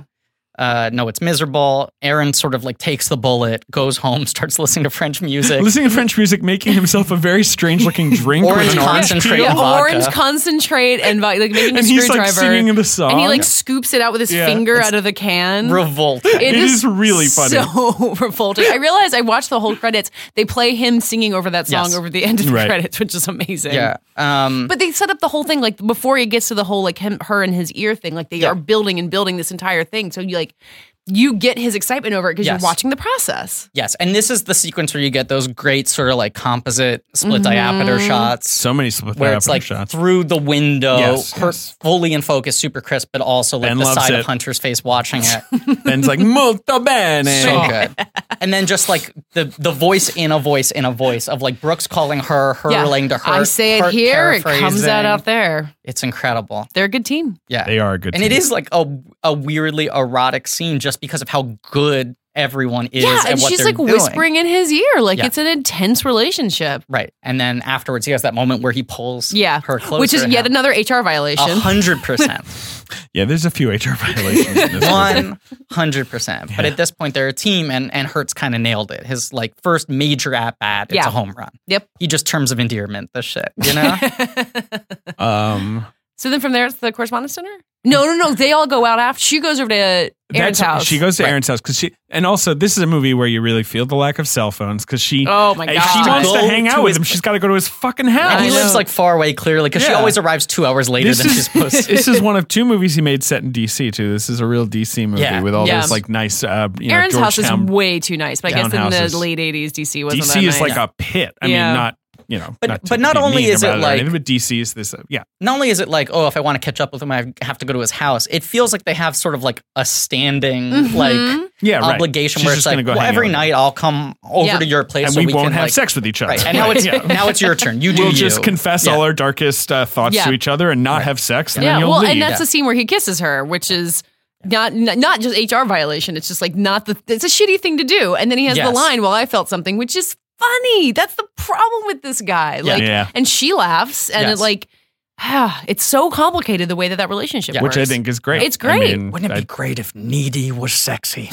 E: Uh, no, it's miserable. Aaron sort of like takes the bullet, goes home, starts listening to French music.
D: Listening to French music, making himself a very strange looking drink
E: Orange
D: with an orange
E: concentrate
D: peel.
E: and vodka.
C: Orange concentrate and vi- like making a
D: And he's
C: screwdriver.
D: like singing the song.
C: And he like scoops it out with his
D: Yeah.
C: finger out of the can.
E: Revolt.
D: It is really funny.
C: So revolting. I realized I watched the whole credits. They play him singing over that song
E: Yes.
C: over the end of the
D: Right.
C: credits, which is amazing.
E: yeah. Um,
C: But they set up the whole thing like before he gets to the whole like him, her and his ear thing. Like they are building and building this entire thing. So you like you get his excitement over it because
E: Yes.
C: you're watching the process.
E: yes. And this is the sequence where you get those great sort of like composite split diameter
C: Mm-hmm.
E: shots.
D: So many split
E: where it's like
D: shots.
E: through the window,
D: Yes,
E: her
D: yes.
E: fully in focus, super crisp, but also like
D: Ben
E: the
D: loves
E: side
D: it.
E: of Hunter's face watching it.
D: Ben's like molto bene.
E: so good. And then just like the the voice in a voice in a voice of like Brooks calling her, her relaying to her.
C: I say
E: her
C: it here, it comes
E: paraphrasing.
C: out out there.
E: It's incredible.
C: They're a good team.
E: Yeah.
D: They are a good.
E: and it
D: team.
E: is like a a weirdly erotic scene just because of how good everyone is
C: yeah,
E: at
C: and
E: what
C: she's
E: they're
C: like
E: doing.
C: whispering in his ear, like
E: Yeah.
C: it's an intense relationship.
E: Right. And then afterwards he has that moment where he pulls
C: Yeah,
E: her closer. Uh-huh.
C: which is yet another HR violation.
E: hundred percent.
D: Yeah, there's a few HR violations. in this movie.
E: One hundred percent. But at this point, they're a team, and and Hertz kind of nailed it. His like first major at bat, it's
C: Yeah.
E: a home run.
C: Yep.
E: He just terms of endearment the shit, you know.
D: Um,
C: So then from there, it's the correspondence dinner. No, no, no. They all go out after she goes over to Aaron's
D: that's-
C: house.
D: She goes to Aaron's house because she, and also this is a movie where you really feel the lack of cell phones because she,
C: Oh my
D: if she
C: God.
D: wants to
E: Go
D: hang
E: to
D: out with
E: his-
D: him, she's got to go to his fucking house.
E: and he
C: I
E: lives
C: know.
E: like far away, clearly, because she
D: Yeah.
E: always arrives two hours later than she's supposed to.
D: this is one of two movies he made set in DC too. This is a real DC movie
E: Yeah.
D: with all
C: Yeah.
D: those like nice uh you
C: Aaron's
D: know
C: house is
D: Georgetown.
C: way too nice, but I guess in
D: townhouses.
C: the late '80s, DC wasn't that
D: DC is
C: nice.
D: like a pit. I
C: Yeah.
D: mean not you know,
E: But-
D: not to
E: but not
D: be
E: only
D: mean
E: is it
D: about or
E: like-
D: anything, but DC is this, uh, yeah,
E: not only is it like, oh, if I want to catch up with him, I have to go to his house. It feels like they have sort of like a standing like
C: Mhm.
D: yeah, right.
E: obligation
D: She's
E: where
D: just
E: it's
D: gonna
E: like,
D: go
E: well,
D: hang out
E: every
D: with him.
E: night I'll come over
C: Yeah.
E: to your place
D: and
E: so
D: we,
E: we,
D: won't
E: can,
D: have
E: like,
D: sex with each other.
E: Right. And now it's
D: Yeah.
E: now it's your turn. You do
D: we'll
E: you.
D: just confess
E: Yeah.
D: all our darkest uh, thoughts
C: Yeah.
D: to each other and not have sex, and then
C: Yeah,
D: you'll
C: well,
D: leave.
C: and that's the scene where he kisses her, which is not not not just HR violation. It's just like not the. It's a shitty thing to do. And then he has the
E: Yes.
C: line, "Well, I felt something," which is funny. That's the problem with this guy. Like,
D: Yeah.
C: and she laughs, and
E: Yes.
C: it like, ah, it's so complicated the way that that relationship
E: Yeah.
D: which
C: works.
D: I think is great.
C: It's great.
D: I mean,
B: Wouldn't it be
D: I-
B: great if needy was sexy?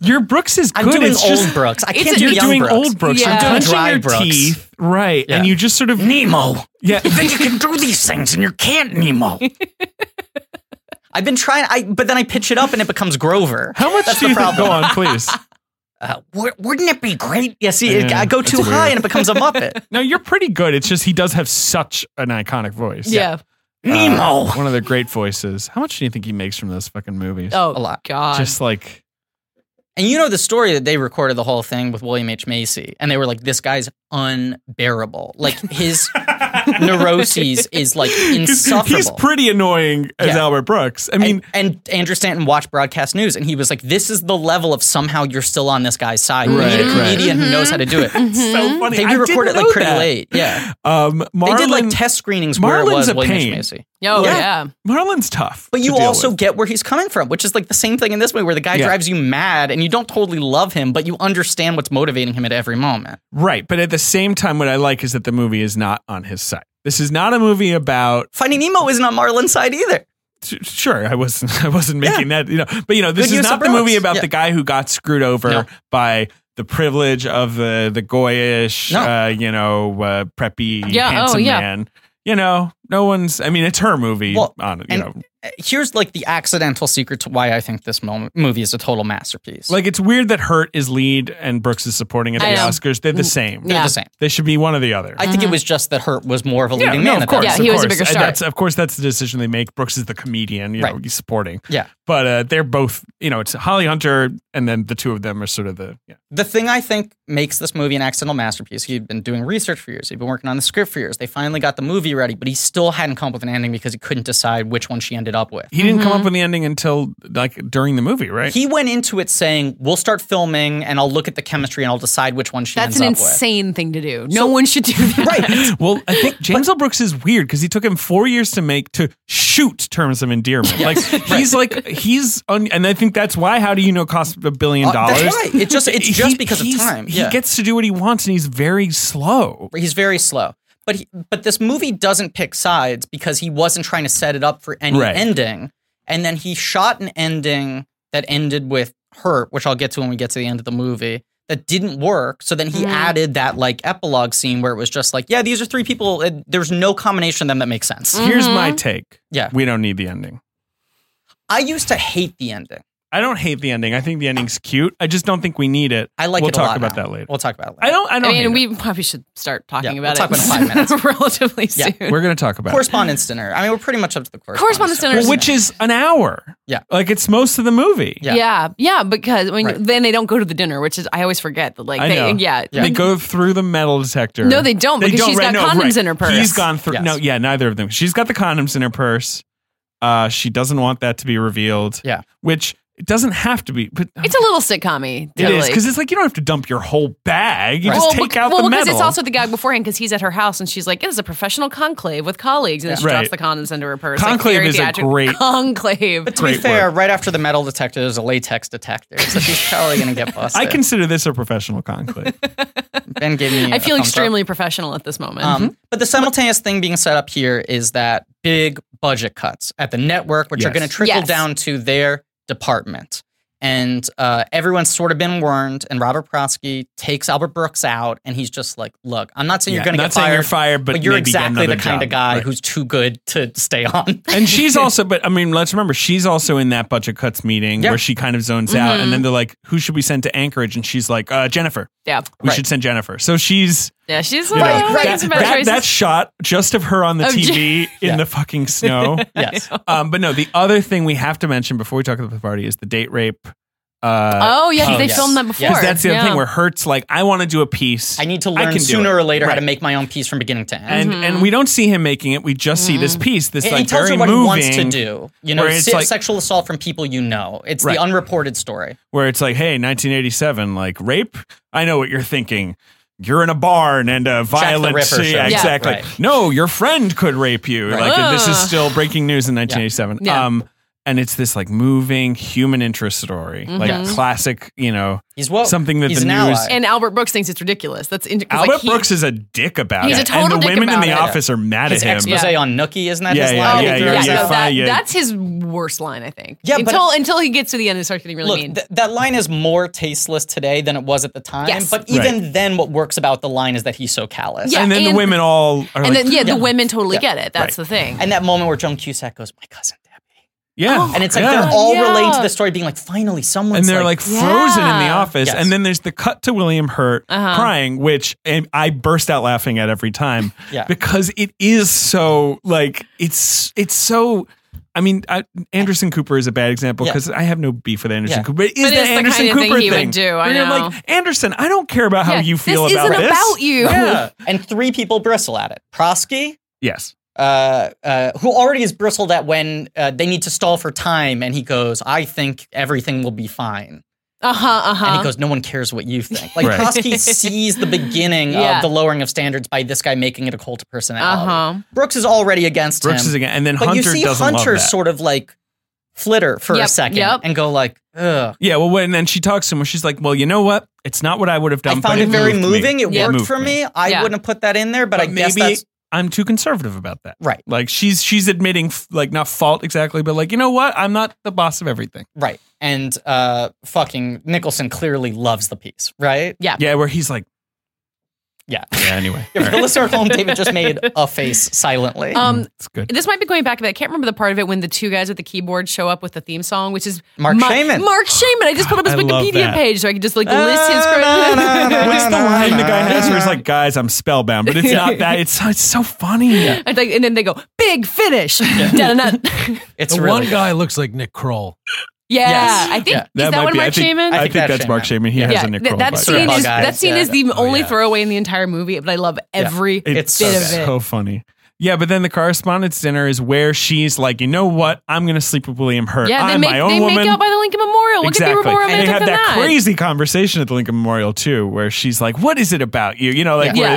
D: your Brooks is good.
E: I'm doing
D: it's
E: old
D: just
E: Brooks. I
C: It's
E: can't
C: a-
E: do
D: you're
E: young
D: doing
E: Brooks.
D: old Brooks.
C: Yeah.
D: You're clenching
E: Dry
D: your
E: Brooks.
D: teeth, right?
E: Yeah.
D: And you just sort of
B: Nemo.
D: yeah.
B: You think you can do these things and you can't, Nemo.
E: I've been trying. I but then I pitch it up and it becomes Grover.
D: How much do you think? Go on, please.
B: Uh, w- wouldn't it be great?
E: Yeah, see, it,
D: Yeah,
E: I go
D: that's
E: too high
D: weird.
E: and it becomes a Muppet.
D: No, you're pretty good. It's just he does have such an iconic voice.
C: yeah.
D: Uh,
B: Nemo.
D: one of the great voices. How much do you think he makes from those fucking movies?
C: Oh,
E: A lot.
C: God.
D: just like
E: And you know the story that they recorded the whole thing with William H. Macy, and they were like, "This guy's unbearable. Like his neuroses is like insufferable."
D: He's pretty annoying as
E: Yeah.
D: Albert Brooks. I mean,
E: and, and Andrew Stanton watched broadcast news, and he was like, "This is the level of somehow you're still on this guy's side. You need a
D: Right, right.
E: comedian who knows how to do it."
D: it's so funny.
E: mm-hmm. They
D: I didn't
E: re-recorded it like
D: know
E: pretty
D: that.
E: late. Yeah,
D: Um, Marlon,
E: they did like test screenings where it
D: Marlon's
E: was
D: a
E: William H.
D: pain.
E: Macy.
C: Oh,
E: Yeah.
C: yeah.
D: Marlon's tough,
E: But
D: to
E: you
D: deal
E: also
D: with.
E: get where he's coming from, which is like the same thing in this way, where the guy
D: Yeah.
E: drives you mad and you don't totally love him, but you understand what's motivating him at every moment.
D: right. But at the same time, what I like is that the movie is not on his side. This is not a movie about.
E: Finding Nemo isn't on Marlin's side either.
D: s- Sure, I wasn't. I wasn't making that. You know, but you know, this
E: Good
D: is
E: use
D: not
E: of
D: the
E: Brooks.
D: movie about
E: Yeah.
D: the guy who got screwed over
E: No.
D: by the privilege of the the goyish,
E: No.
D: uh, you know, uh, preppy,
C: Yeah, oh,
D: handsome
C: yeah.
D: man. You know, no one's. I mean, it's her movie.
E: Well,
D: on, you
E: and-
D: know,
E: Uh, Here's like the accidental secret to why I think this moment, movie is a total masterpiece.
D: like it's weird that Hurt is lead and Brooks is supporting at the
C: I know. Mm,
D: Oscars. They're the same.
E: they're
C: Yeah. Mm-hmm.
E: the same.
D: They should be one or the other.
E: I think it was just that Hurt was more of a leading
D: no,
E: man
D: of
E: at that
D: course,
C: Yeah,
E: point.
D: of
C: he was a
D: course.
C: bigger
D: And
C: star.
D: That's, of course, that's the decision they make. Brooks is the comedian, you know,
E: Right.
D: he's supporting.
E: Yeah.
D: But uh, they're both, you know, it's Holly Hunter and then the two of them are sort of the, yeah.
E: The thing I think makes this movie an accidental masterpiece, he'd been doing research for years, he'd been working on the script for years. They finally got the movie ready, but he still hadn't come up with an ending because he couldn't decide which one she ended up with.
D: He didn't come up with the ending until like during the movie, right?
E: Mm-hmm. He went into it saying, "We'll start filming, and I'll look at the chemistry, and I'll decide which one she
C: That's
E: ends
C: an
E: up
C: insane thing to do. No one should do that.
E: with." Right?
D: well, I think James L. Brooks is weird because he took him four years to make to shoot Terms of Endearment. Like he's like he's un- and I think that's why How Do You Know cost a billion
E: Uh,
D: dollars.
E: that's right. It just it's
D: He-
E: just because of
D: he's-
E: time.
D: He
E: yeah.
D: gets to do what he wants, and he's very slow.
E: he's very slow. But he, but this movie doesn't pick sides because he wasn't trying to set it up for any
D: Right.
E: ending, and then he shot an ending that ended with hurt, which I'll get to when we get to the end of the movie. That didn't work. So then he
C: Mm.
E: added that like epilogue scene where it was just like, yeah, these are three people. and There's no combination of them that makes
C: Mm.
E: sense.
D: Here's my take.
E: Mm-hmm. Yeah.
D: we don't need the ending.
E: I used to hate the ending.
D: I don't hate the ending. I think the ending's cute. I just don't think we need it.
E: I like
D: We'll
E: it a
D: talk
E: lot
D: about
E: now.
D: that later.
E: We'll talk about it later.
D: I don't. I don't.
C: I
D: hate
C: mean,
D: it.
C: we probably should start talking
E: Yeah,
C: about
E: we'll
C: it
E: talk about it in five minutes.
C: relatively
E: Yeah.
C: soon.
D: we're going to talk about it.
E: correspondence dinner. I mean, we're pretty much up to the correspondence,
C: Correspondence dinner.
D: Well, which is an hour.
E: Yeah.
D: like it's most of the movie.
E: Yeah.
C: Yeah. yeah, because when
E: Right.
C: then they don't go to the dinner, which is I always forget that like
D: I
C: they,
D: know.
C: yeah,
D: They go through the metal detector.
C: No, they don't, because
D: she's
C: she's got condoms in her purse.
D: He's gone through.
E: Yes.
D: No, yeah, neither of them. She's got the condoms in her purse. Uh, she doesn't want that to be revealed.
E: Yeah.
D: which it doesn't have to be. But
C: it's a little sitcom-y.
D: It is
C: really.
D: because it's like you don't have to dump your whole bag. You
E: Right.
D: just
C: well,
D: take
C: bec-
D: out
C: well,
D: the
C: because
D: metal.
C: it's also the guy beforehand because he's at her house and she's like, it is a professional conclave with colleagues. And then she drops
D: Right.
C: the condoms into her purse.
D: Conclave
C: like, very
D: is a
C: theatric-
D: great-
C: conclave.
E: But to be
D: Great
E: fair, right after the metal detector, there's a latex detector, so she's probably gonna get busted.
D: I consider this a professional conclave.
E: Ben gave me.
C: I
E: a
C: feel
E: thumbs up.
C: extremely professional at this moment.
D: Mm-hmm.
E: Um, But the simultaneous thing being set up here is that big budget cuts at the network, which are
D: Yes.
E: going to trickle
C: Yes.
E: down to their department. And uh, everyone's sort of been warned. And Robert Prosky takes Albert Brooks out, and he's just like, "Look, I'm not saying
D: Yeah,
E: you're going to
D: not
E: get
D: saying
E: fired,
D: you're fired, but,
E: but, you're
D: maybe get
E: exactly the
D: another
E: kind of
D: job."
E: guy
D: Right.
E: who's too good to stay on."
D: And she's also, but I mean, let's remember, she's also in that budget cuts meeting
E: Yeah.
D: where she kind of zones out,
C: Mm-hmm.
D: and then they're like, "Who should we send to Anchorage?" And she's like, uh, "Jennifer,
C: yeah,
D: we
E: Right.
D: should send Jennifer." So she's
C: yeah, she's
D: you
C: like,
D: know,
C: "Oh,
D: that,
C: it's about
D: that-
C: choices."
D: that shot just of her on the
C: Of Jen-
D: TV in
E: Yeah.
D: the fucking snow.
E: yes,
D: um, but no, the other thing we have to mention before we talk about the party is the date rape Uh,
C: oh yes,
D: oh,
C: they
D: yes.
C: filmed that before.
D: because that's the other
C: Yeah.
D: thing where Hurt's like, I want to do a piece.
E: I need to
D: I
E: learn
D: can do
E: sooner
D: it.
E: or later how to
D: Right.
E: make my own piece from beginning to end.
D: and and we don't see him making it. We just see this piece. This
E: It-
D: like
E: it tells
D: very
E: you what
D: moving,
E: Mm-hmm. he wants to do. You know,
D: where it's
E: se-
D: like-
E: sexual assault from people you know. It's
D: Right.
E: the unreported story.
D: where it's like, hey, 1987, like rape. I know what you're thinking. You're in a barn and a violent.
E: Ripper shows
D: yeah,
E: up,
D: exactly.
E: right.
D: No, your friend could rape you.
E: Right.
D: Like this is
C: Ah.
D: still breaking news in 1987.
C: Yeah. Yeah.
D: Um, and it's this like moving human interest story, like
C: Mhm.
D: classic. You know,
E: He's what
D: something that
E: he's
D: the
E: an
D: news.
E: ally.
C: and Albert Brooks thinks it's ridiculous. That's in, 'cause, like,
D: Albert
C: he-
D: Brooks is a dick about
C: He's
D: it,
C: a total
D: and the
C: dick
D: women in
C: about
D: the
C: it.
D: office are mad
E: his
D: at him.
E: expose on Nookie isn't that
D: Yeah,
E: his
D: yeah,
E: line?
C: Oh,
E: he
D: yeah,
C: yeah,
D: you're-
E: throws
D: you're
E: out?
C: no, that-
D: fine, yeah.
C: That's his worst line, I think.
E: Yeah, but-
C: until until he gets to the end and starts getting really
E: Look,
C: mean.
E: th- that line is more tasteless today than it was at the time.
C: Yes.
E: But even then, what works about the line is that he's so callous.
C: Yeah.
D: and then
C: and-
D: the women all are
C: and
D: like,
C: then yeah,
E: Yeah.
C: the women totally
E: Yeah.
C: get it. That's the thing.
E: And that moment where Joan Cusack goes, "My cousin Debbie,"
D: yeah,
E: and it's like
D: yeah.
E: they're all
C: Yeah.
E: relating to the story, being like, "Finally, someone's."
D: and they're like, frozen in the
C: Yeah.
D: office.
E: Yes.
D: And then there's the cut to William Hurt
C: Uh-huh.
D: crying, which and I burst out laughing at every time
E: Yeah.
D: because it is so like it's it's so. I mean, I, Anderson Cooper is a bad example
E: Yeah.
D: because I have no beef with Anderson
E: Yeah.
D: Cooper. But it is
C: But
D: the
C: it's the
D: Anderson
C: kind of thing
D: Cooper
C: he would do, I
D: where you're
C: know.
D: like, Anderson, I don't care about how
C: Yeah,
D: you feel
C: this
D: about
C: isn't
D: this.
C: about you.
D: Yeah.
E: yeah. and three people bristle at it. Prosky,
D: yes.
E: uh, uh, who already is bristled at when uh, they need to stall for time, and he goes, "I think everything will be fine."
C: Uh huh. Uh
E: And he
C: huh.
E: goes, "No one cares what you think." Like
D: Right.
E: Prosky sees the beginning
C: Yeah.
E: of the lowering of standards by this guy making it a cult of personality.
C: Uh huh.
E: Brooks is already against
D: Brooks
E: him,
D: is again, and then
E: but
D: Hunter
E: you see
D: doesn't
E: Hunter
D: love that.
E: sort of like flitter for a
C: Yep,
E: second
C: yep.
E: and go like, "Ugh."
D: Yeah, well, when- and then she talks to him, where she's like, "Well, you know what? It's not what I would have done."
E: I found
D: but
E: it very
D: moved me.
E: moving. It
D: Yeah.
E: worked
D: moved
E: for me. I
C: Yeah.
E: wouldn't have put that in there, but, I
D: But
E: guess
D: maybe-
E: that's
D: I'm too conservative about that.
E: right.
D: Like she's she's admitting f- like not fault exactly, but like you know what? I'm not the boss of everything.
E: Right. And uh, fucking Nicholson clearly loves the piece, right?
D: Yeah, where he's like,
E: Yeah.
D: yeah. Anyway,
E: If the listener at home, David just made a face silently.
C: Um,
D: "Mm, it's good.
C: this might be going back a bit. I can't remember the part of it when the two guys with the keyboard show up with the theme song, which is
E: Mark
C: Ma-
E: Shaman.
C: Mark Shaman. I just pulled up his
D: I love
C: Wikipedia
D: that.
C: page so I could just like list his.
D: What's the
E: na, na,
D: line the
E: na,
D: guy
E: na,
D: has where he's
E: na.
D: like, guys, I'm spellbound, but it's not that. It's it's so funny.
C: And, like, and then they go big finish. Dun-dun-dun. Yeah,
E: It's
G: The
E: really
G: one guy looks like Nick Kroll.
E: Yes.
C: I think
E: Yeah.
C: is that,
D: might
C: one
D: be- I
C: Mark
D: think-
C: Shaman?
D: I
E: I
D: think
E: think
D: that's
E: that's
D: Mark Shaman. He has a Nick
C: th-
D: Kroll
C: that
D: vibe.
E: Sort of
C: scene is
E: bug-eyed,
C: that scene
E: yeah.
C: is the
H: Oh,
C: only
H: yeah.
C: throwaway in the entire movie, but I love every
D: It-
E: It's
C: bit
E: so
C: of
E: good.
C: it.
D: so funny. Yeah, but then the correspondence dinner is where she's like, you know what? I'm gonna sleep with William Hurt.
C: Yeah, they
D: I'm
C: make
D: my own
C: they
D: woman.
C: make out by the Lincoln Memorial. What could be more
D: and
C: romantic
D: they had
C: than
D: that, crazy conversation at the Lincoln Memorial too, where she's like, "What is it about you?" You know, like
C: Yeah.
D: where-
C: Yeah.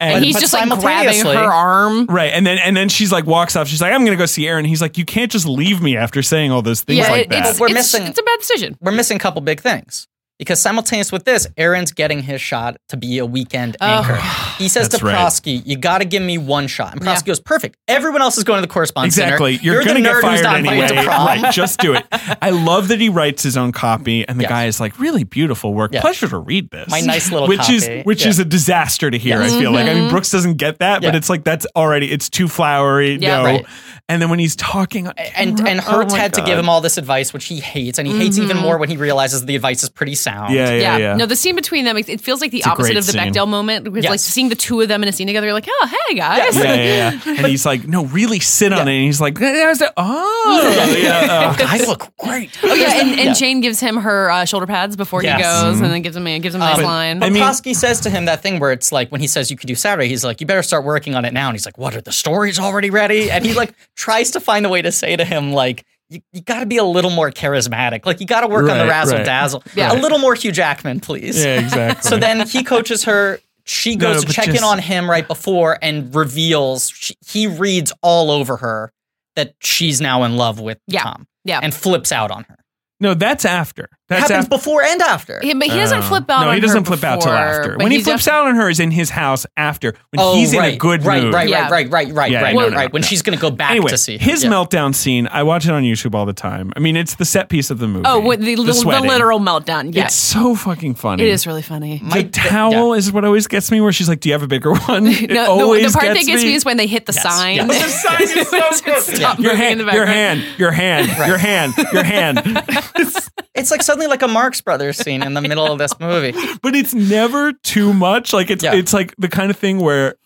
D: and,
C: And he's
E: but
C: just like grabbing
E: simultaneously-
C: her arm.
D: right, and then and then she's like walks off. She's like, "I'm gonna go see Aaron." He's like, "You can't just leave me after saying all those things
C: Yeah,
D: like
C: it-
D: that."
C: it's,
E: We're
C: it's-
E: missing-
C: It's a bad decision.
E: We're missing a couple big things. Because simultaneous with this, Aaron's getting his shot to be a weekend
C: Oh.
E: anchor. He says
D: That's
E: to
D: right.
E: Prosky, "You got to give me one shot." And Prosky
C: Yeah.
E: goes, "Perfect. Everyone else is going to the correspondence dinner.
D: Exactly. You're,
E: the
D: gonna
E: nerd
D: get
E: who's
D: fired
E: not
D: anyway.
E: invited to prom.
D: Right. Just do it. I love that he writes his own copy, and the
E: Yes.
D: guy is like, "Really beautiful work.
E: Yeah.
D: Pleasure to read this."
E: My nice little
D: which
E: copy.
D: is which
E: Yeah.
D: is a disaster to hear. I feel like.
C: Mm-hmm.
D: I mean, Brooks doesn't get that, but
E: Yeah.
D: it's like that's already it's too flowery.
C: Yeah,
D: no.
E: right.
D: And then when he's talking, on
E: and
D: camera-
E: and
D: oh
E: Hertz
D: my
E: had to
D: God.
E: give him all this advice, which he hates, and he hates even more when he realizes the advice is pretty sound.
D: Yeah, yeah, yeah.
C: Yeah. No, the scene between them, it it feels like the
D: a
C: opposite
D: great
C: of the
D: scene.
C: Bechdel moment. Because like
E: Yes.
C: seeing the two of them in a scene together, you're like, oh, hey guys.
D: yeah, yeah, yeah. And he's like, no, really sit on it. And he's like, "Eh, I was like, oh, yeah. oh.
E: I look great.
C: Oh yeah, and, and Jane gives him her uh, shoulder pads before
E: Yes.
C: he goes, and then gives him a gives him a nice
E: but-
C: line.
E: But
D: I mean-
E: Prosky says to him that thing where it's like when he says you could do Saturday, he's like, you better start working on it now. And he's like, what are the stories already ready? And he like tries to find a way to say to him like, you, you got to be a little more charismatic. Like you got to work on
D: Right,
E: the razzle
D: right.
E: dazzle.
C: Yeah.
E: A little more Hugh Jackman, please.
D: Yeah, exactly.
E: So then he coaches her. She
D: No,
E: goes
D: no,
E: to
D: but
E: check in
D: just-
E: on him right before and reveals she, he reads all over her that she's now in love with
C: Yeah.
E: Tom
C: Yeah.
E: and flips out on her.
D: no, that's after. That's
E: Happens
D: after.
E: before and after.
C: Yeah, but he doesn't
D: Oh.
C: flip out.
D: No,
C: on
D: he
C: her
D: doesn't flip out till
C: before,
D: after.
C: but
D: When he
C: he's
D: flips
C: def-
D: out on her is in his house after when
E: Oh,
D: he's
E: right,
D: in a good
E: right,
D: mood.
E: Right,
C: Yeah.
E: right, right, right, right,
D: Yeah,
E: right,
D: no, no,
E: right. When
D: no.
E: she's going to go back
D: Anyway,
E: to see her.
D: his
E: Yeah.
D: meltdown scene. I watch it on YouTube all the time. I mean, it's the set piece of the movie.
C: Oh, with the, the, the
D: sweating.
C: literal meltdown.
D: It's
C: Yes,
D: so fucking funny.
C: it is really funny.
D: The towel is what always gets me. Where she's like, "Do you have a bigger one?" It
C: No, the- the,
D: always
C: part that gets me is when they hit the
E: Yes.
C: sign.
E: Yes. The
D: sign is so
C: Just stop
D: your
C: moving
D: hand,
C: in the
D: your
C: background.
D: hand, your hand, your hand, your hand.
E: It's like suddenly like a Marx Brothers scene in the middle of this movie.
D: but it's never too much. Like it's
E: Yeah.
D: it's like the kind of thing where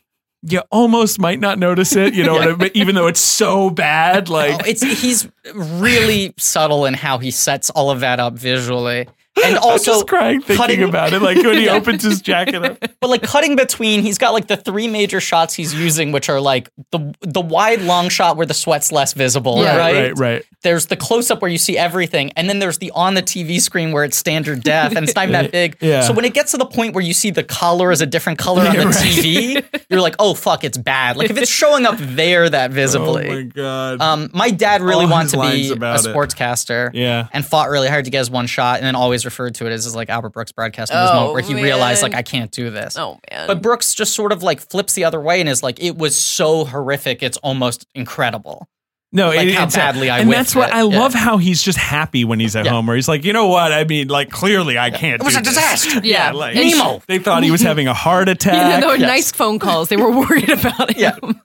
D: you almost might not notice it, you know, what I mean? even though it's so bad. Like,
E: Oh, it's he's really subtle in how he sets all of that up visually, and also
D: I'm just crying thinking
E: cutting-
D: about it. Like when he opens his jacket up.
E: but like cutting between he's got like the three major shots he's using which are like the the wide long shot where the sweat's less visible
C: Yeah.
E: right,
D: Right, right.
E: there's the close up where you see everything and then there's the on the tv screen where it's standard def and it's not even that big
D: Yeah.
E: so when it gets to the point where you see the color is a different color on the tv you're like oh fuck it's bad like if it's showing up there that visibly
D: Oh god.
E: um, my dad really
D: All
E: wanted
D: his
E: to
D: lines
E: be a
D: about it.
E: sportscaster
D: Yeah.
E: and fought really hard to get his one shot, and then always referred to it as his like Albert Brooks broadcasting this
C: Oh,
E: moment where he realized
C: man.
E: like I can't do this.
C: Oh man.
E: But Brooks just sort of like flips the other way and is like, it was so horrific, it's almost incredible.
D: No,
E: Like
D: it-
E: how
D: it's
E: badly I
D: and
E: whiffed
D: that's what
E: it.
D: I
E: Yeah.
D: love how he's just happy when he's at
E: Yeah.
D: home, where he's like, you know what? I mean, like clearly I can't. It
E: was a disaster.
D: yeah,
C: Yeah.
D: like
E: Nemo.
D: They thought he was having a heart
C: Even
D: attack.
C: though
E: yes.
C: nice phone calls, they were worried about him.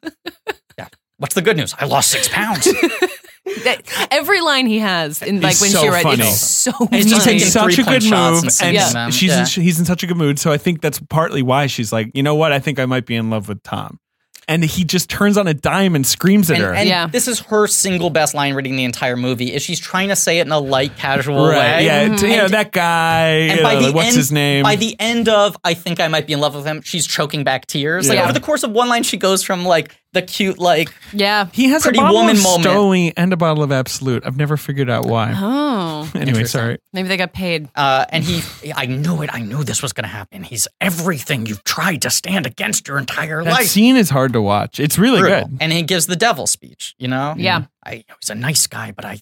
E: Yeah. What's the good news? I lost six pounds.
C: That- every line he has in like
D: He's
C: when
D: so
C: she read
D: funny.
C: it's so
E: He's
C: funny.
E: just taking
D: He's such a
E: three-point
D: good
E: shots
D: move,
E: and
D: and
E: singing
D: yeah.
E: them.
D: she's
E: Yeah.
D: he's in such a good mood. So I think that's partly why she's like, you know what? I think I might be in love with Tom. And he just turns on a dime and screams at
E: and,
D: her.
E: and
C: Yeah.
E: this is her single best line reading the entire movie is she's trying to say it in a light, casual way.
D: Yeah,
C: Mm-hmm.
D: t- you know,
E: Mm-hmm. And-
D: that guy. you know, like, what's
E: end,
D: his name?
E: By the end of I think I might be in love with him, she's choking back tears. Like
D: Yeah.
E: over the course of one line, she goes from like the cute like
C: Yeah.
D: he has a
E: Pretty
D: bottle
E: Woman
D: of
E: moment.
D: Stoli and a bottle of Absolute. I've never figured out why.
C: Oh.
D: anyway, sorry.
C: Maybe they got paid.
E: uh, and he
B: I knew it. I knew this was going to happen. He's everything you've tried to stand against your entire
D: That
B: life.
D: scene is hard to watch. It's really
E: brutal.
D: good. Mm-hmm.
E: and he gives the devil speech. You know,
C: Yeah.
E: I, you know, he's a nice guy, but I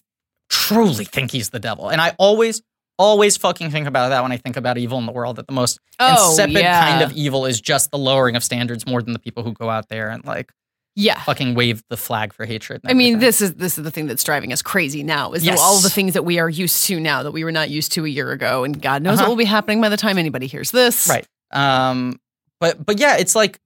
E: truly think he's the devil. And I always, always fucking think about that when I think about evil in the world. That the most
C: Oh,
E: insipid
C: yeah.
E: kind of evil is just the lowering of standards more than the people who go out there and like
C: Yeah.
E: fucking wave the flag for hatred. and
C: I mean,
E: everything.
C: this is this is the thing that's driving us crazy now. Is
E: Yes.
C: all the things that we are used to now that we were not used to a year ago, and God knows
E: Uh-huh.
C: what will be happening by the time anybody hears this.
E: Right. Um, but but yeah, it's like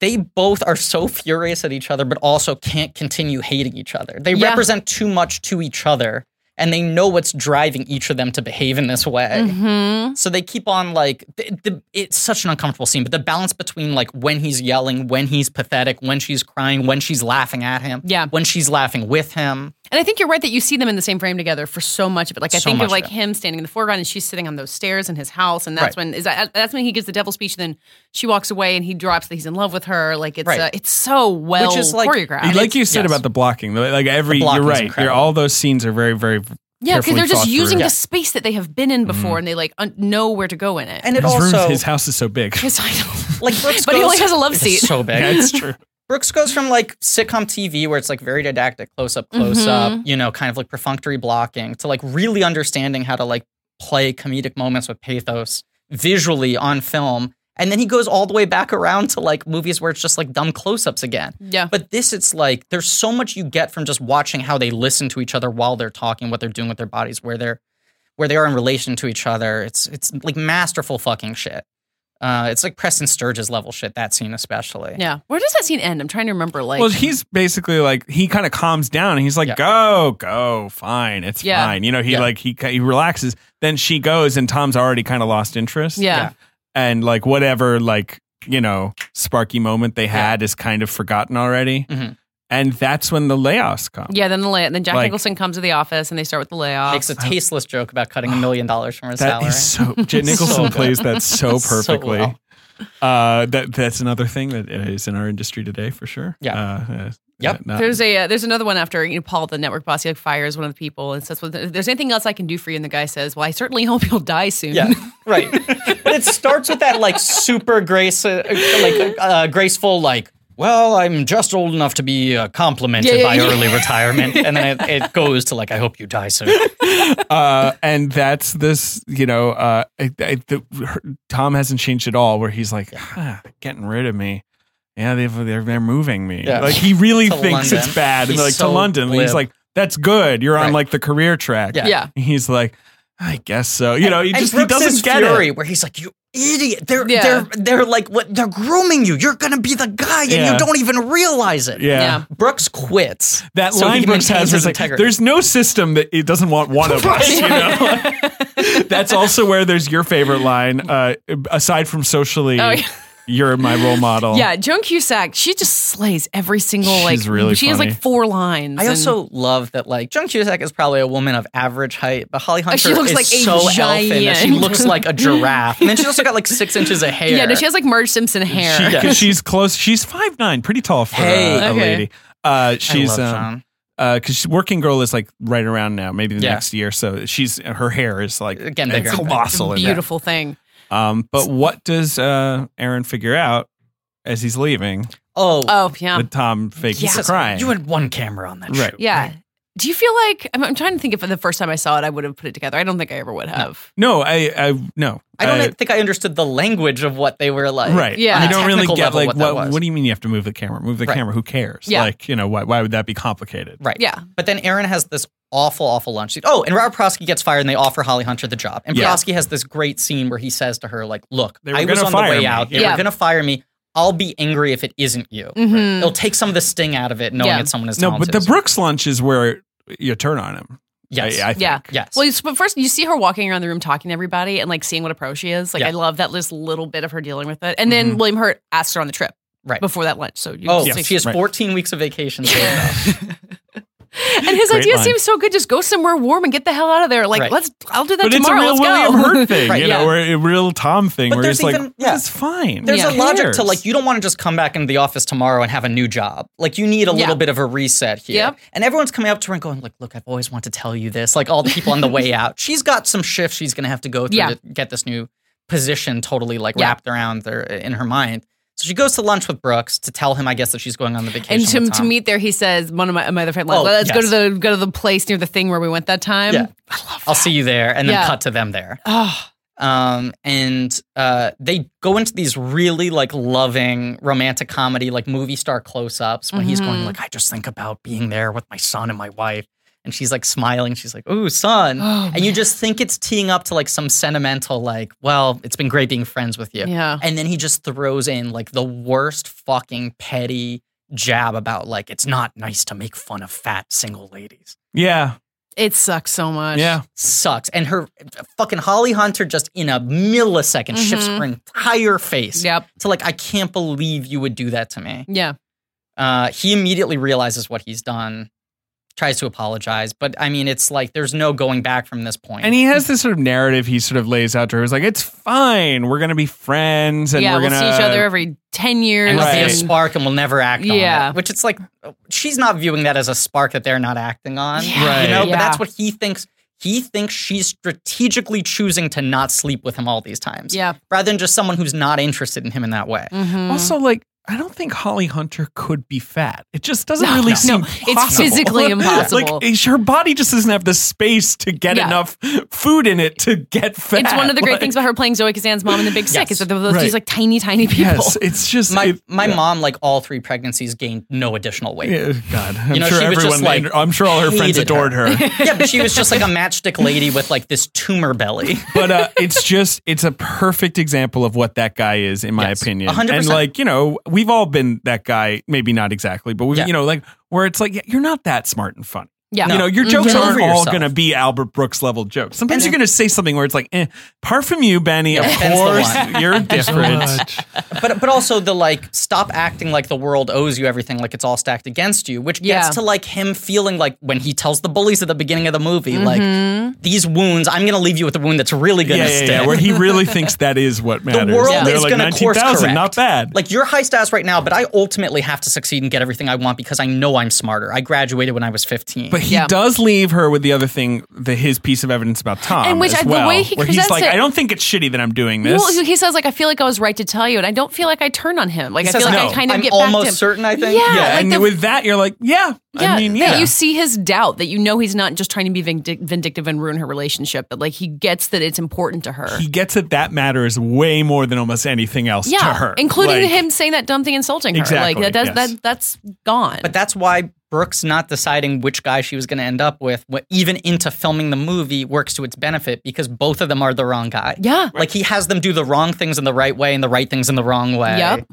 E: they both are so furious at each other, but also can't continue hating each other. They
C: Yeah.
E: represent too much to each other, and they know what's driving each of them to behave in this way.
C: hmm
E: So they keep on like the, the, it's such an uncomfortable scene, but the balance between like when he's yelling, when he's pathetic, when she's crying, when she's laughing at him,
C: Yeah.
E: when she's laughing with him,
C: And I think you're right that you see them in the same frame together for so much of it. Like I
E: So
C: think
E: much
C: of
E: of
C: like
E: it.
C: him standing in the foreground and she's sitting on those stairs in his house, and that's
E: Right.
C: when is that, that's when he gives the devil speech. Then she walks away and he drops that he's in love with her. Like it's
E: Right.
C: uh, it's so well
E: is, like-
C: choreographed.
D: like you said
E: yes.
D: about the blocking, like every
E: The
D: you're
E: blocking's
D: right. You're,
E: incredible.
D: all those scenes are very, very.
C: yeah, because they're just using
D: it.
C: the space that they have been in before, and they like un- know where to go in it.
E: Mm-hmm. and it
D: His,
E: also
D: room, his house is so big.
C: His idol.
E: like Brooks
C: But he
E: goes-
C: only has a love
E: It's
C: seat.
E: so big.
D: That's true.
E: Brooks goes from like sitcom TV where it's like very didactic, close up, close up, you know, kind of like perfunctory blocking to like really understanding how to like play comedic moments with pathos visually on film. And then he goes all the way back around to like movies where it's just like dumb close ups again.
C: Yeah.
E: But this, it's like there's so much you get from just watching how they listen to each other while they're talking, what they're doing with their bodies, where they're where they are in relation to each other. It's it's like masterful fucking shit. Uh, it's like Preston Sturges level shit. That scene especially.
C: Yeah. Where does that scene end? I'm trying to remember. Like,
D: well, he's basically like he kind of calms down and he's like,
E: Yeah.
D: "Go, go, fine, it's
C: Yeah.
D: fine." You know, he
E: Yeah.
D: like he he relaxes. Then she goes, and Tom's already kind of lost interest.
C: yeah.
E: yeah.
D: and like whatever like you know sparky moment they had is kind of forgotten already.
E: Mhm.
D: And that's when the layoffs come.
C: Yeah, then the lay- then Jack
D: Like-
C: Nicholson comes to the office and they start with the layoff.
E: makes a tasteless joke about cutting a million dollars from his
D: Uh, That
E: salary.
D: is so. J- Nicholson
E: good.
D: plays that so
E: So
D: perfectly.
E: well.
D: uh, that that's another thing that is in our industry today for sure.
E: Yeah.
D: Uh, uh,
E: Yep.
D: not-
C: there's a uh, there's another one after you know Paul the network boss he like fires one of the people and says well, if there's anything else I can do for you and the guy says well I certainly hope you'll die soon
E: yeah, right. But it starts with that like super grace, uh, like uh, graceful, like. Well, I'm just old enough to be uh, complimented
C: Yeah, yeah,
E: by
C: yeah.
E: early retirement, and then it, it goes to like, "I hope you die soon."
D: uh, and that's this, you know, uh, I, I, the, her, Tom hasn't changed at all. Where he's like, ah, they're getting rid of me. Yeah, they've, they're they're moving me.
E: Yeah.
D: Like he really
E: To
D: thinks
E: London.
D: it's bad, and
E: He's
D: they're like
E: so
D: to London. And he's
E: glib.
D: like, that's good. You're on
E: Right.
D: like the career track.
E: Yeah.
C: Yeah.
D: And he's like, I guess so. You know, he
E: and
D: just he
E: Brooks
D: doesn't
E: is
D: get
E: Fury,
D: it.
E: where he's like, "You idiot! They're
C: Yeah.
E: they're they're like what? They're grooming you. You're gonna be the guy, and
D: Yeah.
E: you don't even realize it."
D: Yeah.
C: Yeah.
E: Brooks quits.
D: That
E: so
D: line
E: he
D: Brooks
E: maintains
D: has
E: his
D: is like,
E: integrity.
D: there's no system that it doesn't want one of us. You know? That's also where there's your favorite line, uh, aside from socially.
C: Oh, yeah.
D: You're my role model.
C: Yeah, Joan Cusack, she just slays every single
D: She's
C: like.
D: really
C: she has
D: funny.
C: like four lines.
E: I
C: and-
E: also love that like Joan Cusack is probably a woman of average height, but Holly Hunter
C: she looks
E: is
C: like a
E: so elfin that she
C: giant.
E: looks like a giraffe. And then she's also got like six inches of hair.
C: yeah, no, she has like Marge Simpson hair.
D: She- 'cause she's close. She's five nine, pretty tall for
E: Hey.
D: uh, a
C: Okay.
D: lady. Uh,
E: I
D: she's
E: love
D: um,
E: Joan.
D: uh, cause Working Girl is like right around now, maybe the
E: Yeah.
D: next year. So she's her hair is like
E: Again,
D: it's
E: bigger.
D: colossal, in that.
C: Beautiful thing.
D: Um, but what does uh, Aaron figure out as he's leaving?
E: Oh,
C: Oh yeah,
D: That Tom fakes
C: Yeah.
D: the crime.
B: You had one camera on that
D: Right.
B: shoot.
C: yeah. Do you feel like I'm, I'm trying to think if the first time I saw it, I would have put it together? I don't think I ever would have.
D: no, I, I no.
E: I don't think I understood the language of what they were like.
D: right.
C: Yeah.
E: on a
D: I don't really
E: technical
D: get
E: level
D: like
E: what that
D: what. What,
E: was.
D: do you mean you have to move the camera? Move the
E: Right.
D: camera. Who cares?
C: Yeah.
D: Like you know why? Why would that be complicated?
E: right.
C: Yeah.
E: But then Aaron has this awful, awful lunch scene. Oh, and Robert Prosky gets fired and they offer Holly Hunter the job. And
D: Yeah.
E: Prosky has this great scene where he says to her, like, look,
D: They were
E: I was on
D: gonna
E: the
D: fire
E: way
D: me.
E: out. They
C: Yeah.
E: were going to fire me. I'll be angry if it isn't you.
C: Mhm.
E: It'll take some of the sting out of it knowing
C: Yeah.
E: that someone is
D: No, but
E: talented
D: the
E: as-
D: Brooks lunch is where you turn on him.
E: Yes.
D: I, I think.
C: Yeah.
E: yes.
C: Well, you, but first you see her walking around the room talking to everybody and like seeing what a pro she is. Like
E: Yeah.
C: I love that this little bit of her dealing with it. And
D: Mm-hmm.
C: then William Hurt asked her on the trip
E: Right.
C: before that lunch. So you
E: oh,
C: just-
D: Yes.
E: she has
D: right.
E: 14 weeks of vacation. saved up.
C: and his
D: Great
C: idea
D: line.
C: seems so good. Just go somewhere warm and get the hell out of there. Like
E: Right.
C: let's. I'll do that
D: But it's a
C: tomorrow. let's
D: real William
C: go.
D: Hurt thing,
E: Right,
D: you know,
C: yeah.
D: or a real Tom thing,
E: But
D: where
E: there's
D: he's like,
E: even- yeah.
D: "It's fine."
E: There's
C: Yeah.
E: a
D: Who
E: logic to
D: cares?
E: like you don't want to just come back into the office tomorrow and have a new job. Like you need a
C: Yeah.
E: little bit of a reset here.
C: Yep.
E: And everyone's coming up to her and going like, "Look, I've always wanted to tell you this." Like all the people on the way out, she's got some shifts she's going to have to go through
C: Yeah.
E: to get this new position totally like
C: Yeah.
E: wrapped around there in her mind. So she goes to lunch with Brooks to tell him, I guess, that she's going on the vacation.
C: And to,
E: with
C: to
E: Tom.
C: meet there, he says one of my, my other friend.
E: Oh,
C: let's go to
E: yes.
C: the go to the place near the thing where we went that time.
E: Yeah. I'll see you there, and then
C: Yeah.
E: cut to them there.
C: Oh,
E: um, and uh, they go into these really like loving romantic comedy, like movie star close-ups when he's going
C: Mhm.
E: like, "I just think about being there with my son and my wife," and she's like smiling. She's like, "Ooh, son,"
C: oh
E: and you just think it's teeing up to like some sentimental, like, "Well, it's been great being friends with you,"
C: yeah.
E: and then he just throws in like the worst fucking petty jab about like it's not nice to make fun of fat single ladies.
D: Yeah,
C: It sucks so much.
D: yeah.
E: Sucks. And her fucking Holly Hunter just in a millisecond shifts
C: Mhm.
E: her entire face
C: Yep.
E: to like, I can't believe you would do that to me.
C: Yeah.
E: Uh, he immediately realizes what he's done, tries to apologize, but I mean, it's like there's no going back from this point.
D: And he has this sort of narrative he sort of lays out to her. He's like, "It's fine. We're gonna be friends, and
C: yeah.
D: we're
C: We'll
D: gonna
C: see each other every ten years.
E: and there'll be a
D: Right.
E: spark and we'll never act on
C: Yeah.
E: it. Which it's like, she's not viewing that as a spark that they're not acting on.
C: Yeah.
D: Right.
E: You know,
C: Yeah.
E: but that's what he thinks. He thinks she's strategically choosing to not sleep with him all these times,
C: Yeah.
E: rather than just someone who's not interested in him in that way.
C: Mhm.
D: Also, like, I don't think Holly Hunter could be fat. It just doesn't
C: No,
D: really
C: no.
D: seem
C: No,
D: possible.
C: physically impossible.
D: like, it's- her body just doesn't have the space to get
C: Yeah.
D: enough food in it to get fat.
C: It's one of the great
D: Like,
C: things about her playing Zoe Kazan's mom in The Big Sick
E: Yes.
C: is that there were those
D: Right.
C: these like tiny, tiny people.
D: Yes, it's just
E: My
D: it-
E: my
D: yeah.
E: mom, like all three pregnancies, gained no additional weight. Yeah.
D: Yeah, God, I'm
E: You know,
D: sure
E: she was just,
D: everyone.
E: like,
D: I'm sure all her friends
E: hated
D: adored
E: her.
D: her.
E: but she was just like a matchstick lady with like this tumor belly.
D: but uh, it's just it's a perfect example of what that guy is in my
E: Yes,
D: opinion
E: 100%.
D: and like you know we've all been that guy maybe not exactly but we
E: Yeah.
D: you know like where it's like yeah, you're not that smart and funny
C: Yeah.
D: you know your jokes
E: Get
D: aren't
E: Mm-hmm. over
D: all
E: yourself.
D: going to be albert brooks level jokes sometimes
E: And-
D: you're going to say something where it's like eh, apart from you benny of
E: Ben's the
D: course
E: one.
D: you're
G: So
D: different
G: much.
E: But but also the like stop acting like the world owes you everything, like it's all stacked against you, which
C: Yeah.
E: gets to like him feeling like when he tells the bullies at the beginning of the movie,
C: Mm-hmm.
E: like these wounds, I'm gonna leave you with a wound that's really
D: yeah,
E: gonna
D: yeah,
E: stick.
D: yeah, where he really thinks that is what matters
E: world
D: And they're
E: is
D: like
E: gonna course
D: 19000
E: correct.
D: not bad
E: like your high status right now, but I ultimately have to succeed and get everything I want because I know I'm smarter. I graduated when I was 15.
D: But he
C: Yeah.
D: does leave her with the other thing, the, his piece of evidence about Tom.
C: And which
D: as
C: I- the
D: well,
C: way he
D: where he's
C: presents
D: like,
C: it-
D: I don't think it's shitty that I'm doing this.
C: Well, he says like I feel like I was right to tell you, and I don't feel like I turn on him. Like
E: He
C: I feel
E: says,
C: like
D: "No,
C: I kind of
E: I'm
C: get back
E: almost
C: to him.
E: certain, I think.
C: Yeah,
D: yeah,
C: like
D: and
C: the-
D: with that, you're like, yeah,
C: Yeah,
D: I mean,
C: that
D: yeah.
C: you see his doubt, that you know he's not just trying to be vindic- vindictive and ruin her relationship, but like he gets that it's important to her.
D: he gets that that matters way more than almost anything else
C: yeah,
D: to her,
C: including
D: Like,
C: him saying that dumb thing insulting her.
D: Exactly,
C: like that does
D: yes.
C: that that's gone.
E: But that's why Brooks not deciding which guy she was going to end up with, wh- even into filming the movie, works to its benefit because both of them are the wrong guy.
C: yeah.
E: Like he has them do the wrong things in the right way and the right things in the wrong way.
C: Yep.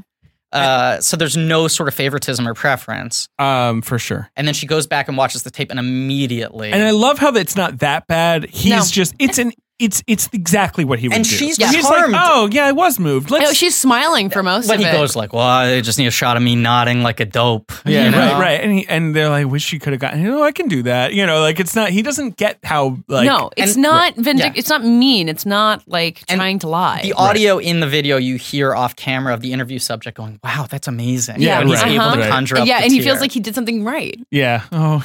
E: Uh, so there's no sort of favoritism or preference.
D: um, for sure.
E: And then she goes back and watches the tape and immediately.
D: And I love how that's not that bad. He's
C: No.
D: just it's an it's it's exactly what he would
E: And
D: do.
E: she's
C: Yeah.
D: he's like,
E: charmed.
D: oh yeah, I was moved.
C: I know
D: Let's
C: she's smiling for most
B: But
C: of
B: he
C: it.
B: goes like, "Well, I just need a shot of me nodding like a dope."
D: Yeah,
B: you know?
D: right, right. And he, and they're like, wish she could have gotten. You know, I can do that. You know, like it's not. He doesn't get how like.
C: no, it's
E: and-
C: not vindic.
E: Yeah.
C: It's not mean. It's not like
E: And
C: trying to lie.
E: The audio in the video you hear off camera of the interview subject going, "Wow, that's amazing."
D: Yeah,
E: and he's
D: right.
E: able
D: Uh-huh.
E: to conjure up.
C: yeah,
E: the
C: and he feels
E: tear.
C: like he did something right.
D: Yeah. Oh,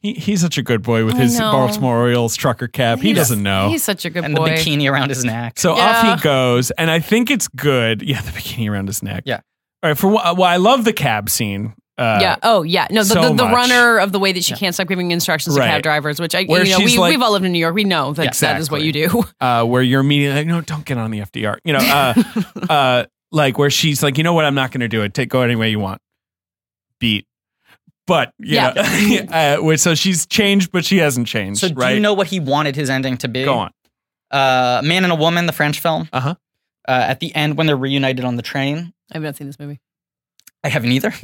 D: he, he's such a good boy with
C: I
D: his
C: know.
D: Baltimore Orioles trucker cap. He
C: He's-
D: doesn't know.
C: He's such a good
E: and
C: boy.
E: the bikini around his neck.
D: So
C: Yeah.
D: off he goes, and I think it's good. Yeah, the bikini around his neck.
E: Yeah.
D: All right. For wh- well, I love the cab scene. Uh,
C: yeah. Oh, yeah. No, the, the,
D: so
C: the
D: much.
C: runner of the way that she can't stop giving instructions to
D: Right.
C: cab drivers, which I,
D: Where
C: you know,
D: she's
C: we,
D: like-
C: we've all lived in New York. We know that that is what you do.
D: uh, where you're immediately like, no, don't get on the FDR. You know, uh, uh, like where she's like, you know what, I'm not going to do it. Take go any way you want. Beat. But yeah, uh, wait, so she's changed, but she hasn't changed.
E: So do
D: right?
E: you know what he wanted his ending to be?
D: go on.
E: Uh, Man and a Woman, the French film.
D: Uh-huh.
E: Uh, At the end, when they're reunited on the train,
C: I've not seen this movie.
E: I haven't either.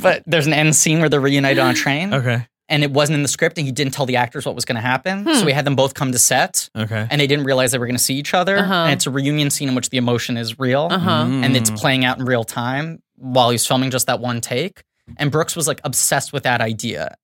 E: but there's an end scene where they're reunited on a train,
D: Okay.
E: and it wasn't in the script, and he didn't tell the actors what was going to happen. So we had them both come to set,
D: Okay.
E: and they didn't realize they were going to see each other.
C: Uh-huh.
E: And it's a reunion scene in which the emotion is real,
C: Uh huh.
E: and it's
D: Mm.
E: playing out in real time while he's filming just that one take. And Brooks was like obsessed with that idea,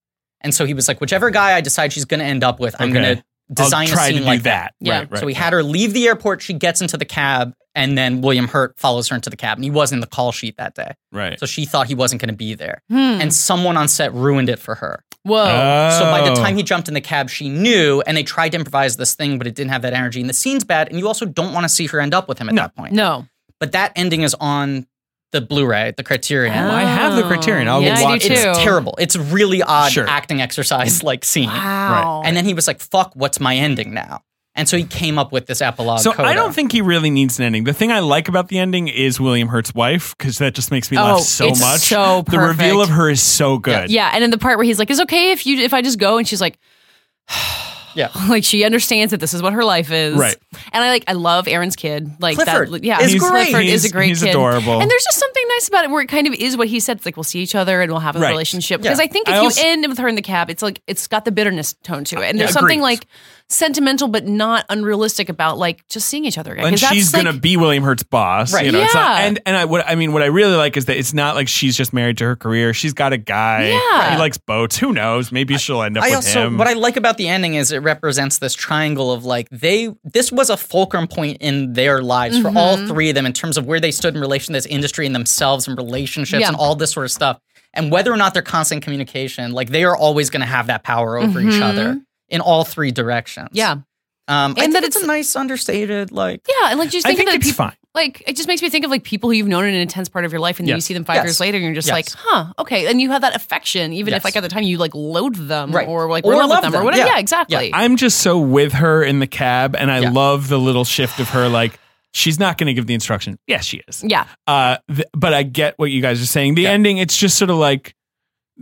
E: and so he was like, whichever guy I decide she's going to end up with, I'm
D: Okay.
E: going to
D: I'll
E: design
D: try
E: a scene
D: to do
E: like that.
D: that.
C: Yeah.
D: Right. Right.
E: so we had her leave the airport. She gets into the cab, and then William Hurt follows her into the cab. And he was in the call sheet that day,
D: right.
E: so she thought he wasn't going to be there.
C: Hmm.
E: And someone on set ruined it for her.
C: Whoa.
D: Uh,
E: So by
D: Oh.
E: the time he jumped in the cab, she knew, and they tried to improvise this thing, but it didn't have that energy. And the scene's bad, and you also don't want to see her end up with him at
D: No.
E: that point.
C: no.
E: But that ending is on the Blu-ray, the Criterion.
D: Oh, I have the Criterion. I'll
C: yeah,
D: watch
C: I do
D: it.
C: too.
E: It's terrible. It's a really odd
D: Sure.
E: acting exercise like scene.
C: Wow.
E: And then he was like, "Fuck, what's my ending now?" And so he came up with this epilogue.
D: So I
E: coda.
D: don't think he really needs an ending. The thing I like about the ending is William Hurt's wife because that just makes me
C: Oh,
D: laugh so
C: it's
D: much.
C: so
D: the reveal
C: perfect.
D: of her is so good.
C: yeah, and in the part where he's like, "It's okay if you if I just go," and she's like.
E: Yeah.
C: like she understands that this is what her life is,
D: Right.
C: And I like, I love Aaron's kid. Like
E: Clifford
C: that, yeah,
E: is
C: he's-
E: great.
C: Clifford is a
D: He's-
C: great
D: he's
C: kid,
D: adorable.
C: And there's just something nice about it, where it kind of is what he said. It's like we'll see each other and we'll have a
D: Right.
C: relationship.
E: Yeah.
C: Because I think if
D: I
C: you
D: also-
C: end with her in the cab, it's like it's got the bitterness tone to it, and there's
D: Yeah,
C: something
D: agreed.
C: like sentimental but not unrealistic about like just seeing each other again.
D: and
C: 'Cause that's,
D: she's gonna
C: like-
D: be William Hurt's boss.
E: Right.
D: You know, it's not,
C: Yeah.
D: and and I what I mean, what I really like is that it's not like she's just married to her career. She's got a guy.
C: Yeah.
D: He likes boats. Who knows? Maybe she'll end up
E: I
D: with
E: also
D: him.
E: what I like about the ending is it represents this triangle of like they this was a fulcrum point in their lives for all
C: Mm-hmm.
E: three of them in terms of where they stood in relation to this industry and themselves and relationships
C: Yeah.
E: and all this sort of stuff. And whether or not they're constant communication, like they are always going to have that power over each other in all three directions.
C: Mm-hmm. yeah,
E: um, and
C: And that
E: that it's,
C: it's-
E: a nice understated like
C: yeah, and like just
D: I
C: think,
D: think
C: of the
D: it's
C: people.
D: fine.
C: like it just makes me think of like people who you've known in an intense part of your life and then you
D: Yes.
C: see them five
E: Yes.
C: years later and you're just
E: Yes.
C: like huh okay and you have that affection even if
E: Yes.
C: like at the time you like loathe them
E: Right.
C: or like
E: Or
C: were in love
E: love
C: with them,
E: them.
C: or whatever
E: Yeah.
C: yeah, exactly
D: I'm just so with her in the cab, and I
E: Yeah.
D: love the little shift of her like. She's not going to give the instruction. Yes, she is.
C: yeah
D: Uh, th- but I get what you guys are saying. The ending, it's just sort of like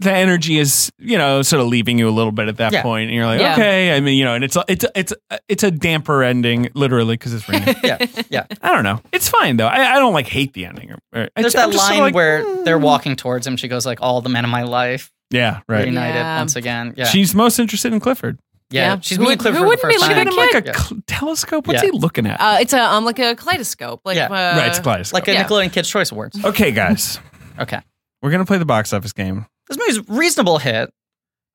D: the energy is, you know, sort of leaving you a little bit at that
E: Yeah.
D: point, and you're like,
C: Yeah.
D: okay. I mean, you know, and it's it's it's it's a damper ending, literally, because it's raining.
E: yeah yeah.
D: I don't know. It's fine though. I, I don't like hate the ending. Or, or- I
E: There's
D: ju-
E: that
D: I'm just
E: line
D: sort of like,
E: where
D: mm.
E: they're walking towards him. She goes like, "All the men of my life
D: Yeah, right.
E: reunited
C: Yeah.
E: once again." Yeah,
D: She's most interested in Clifford.
E: yeah.
C: Yeah.
E: She's
C: Who
E: meeting
C: would-
E: Clifford
C: who
E: for the
C: wouldn't be
E: first time.
C: looking at a
D: Look at him like
E: Yeah.
D: a cl- telescope. What's
E: Yeah.
D: he looking at?
C: uh, it's a um like a kaleidoscope like
E: Yeah.
C: uh,
D: right, it's a kaleidoscope.
E: like a
C: Yeah.
E: Nickelodeon Kids Choice Awards.
D: okay, guys,
E: Okay.
D: we're gonna play the box office game.
E: This movie's a reasonable hit.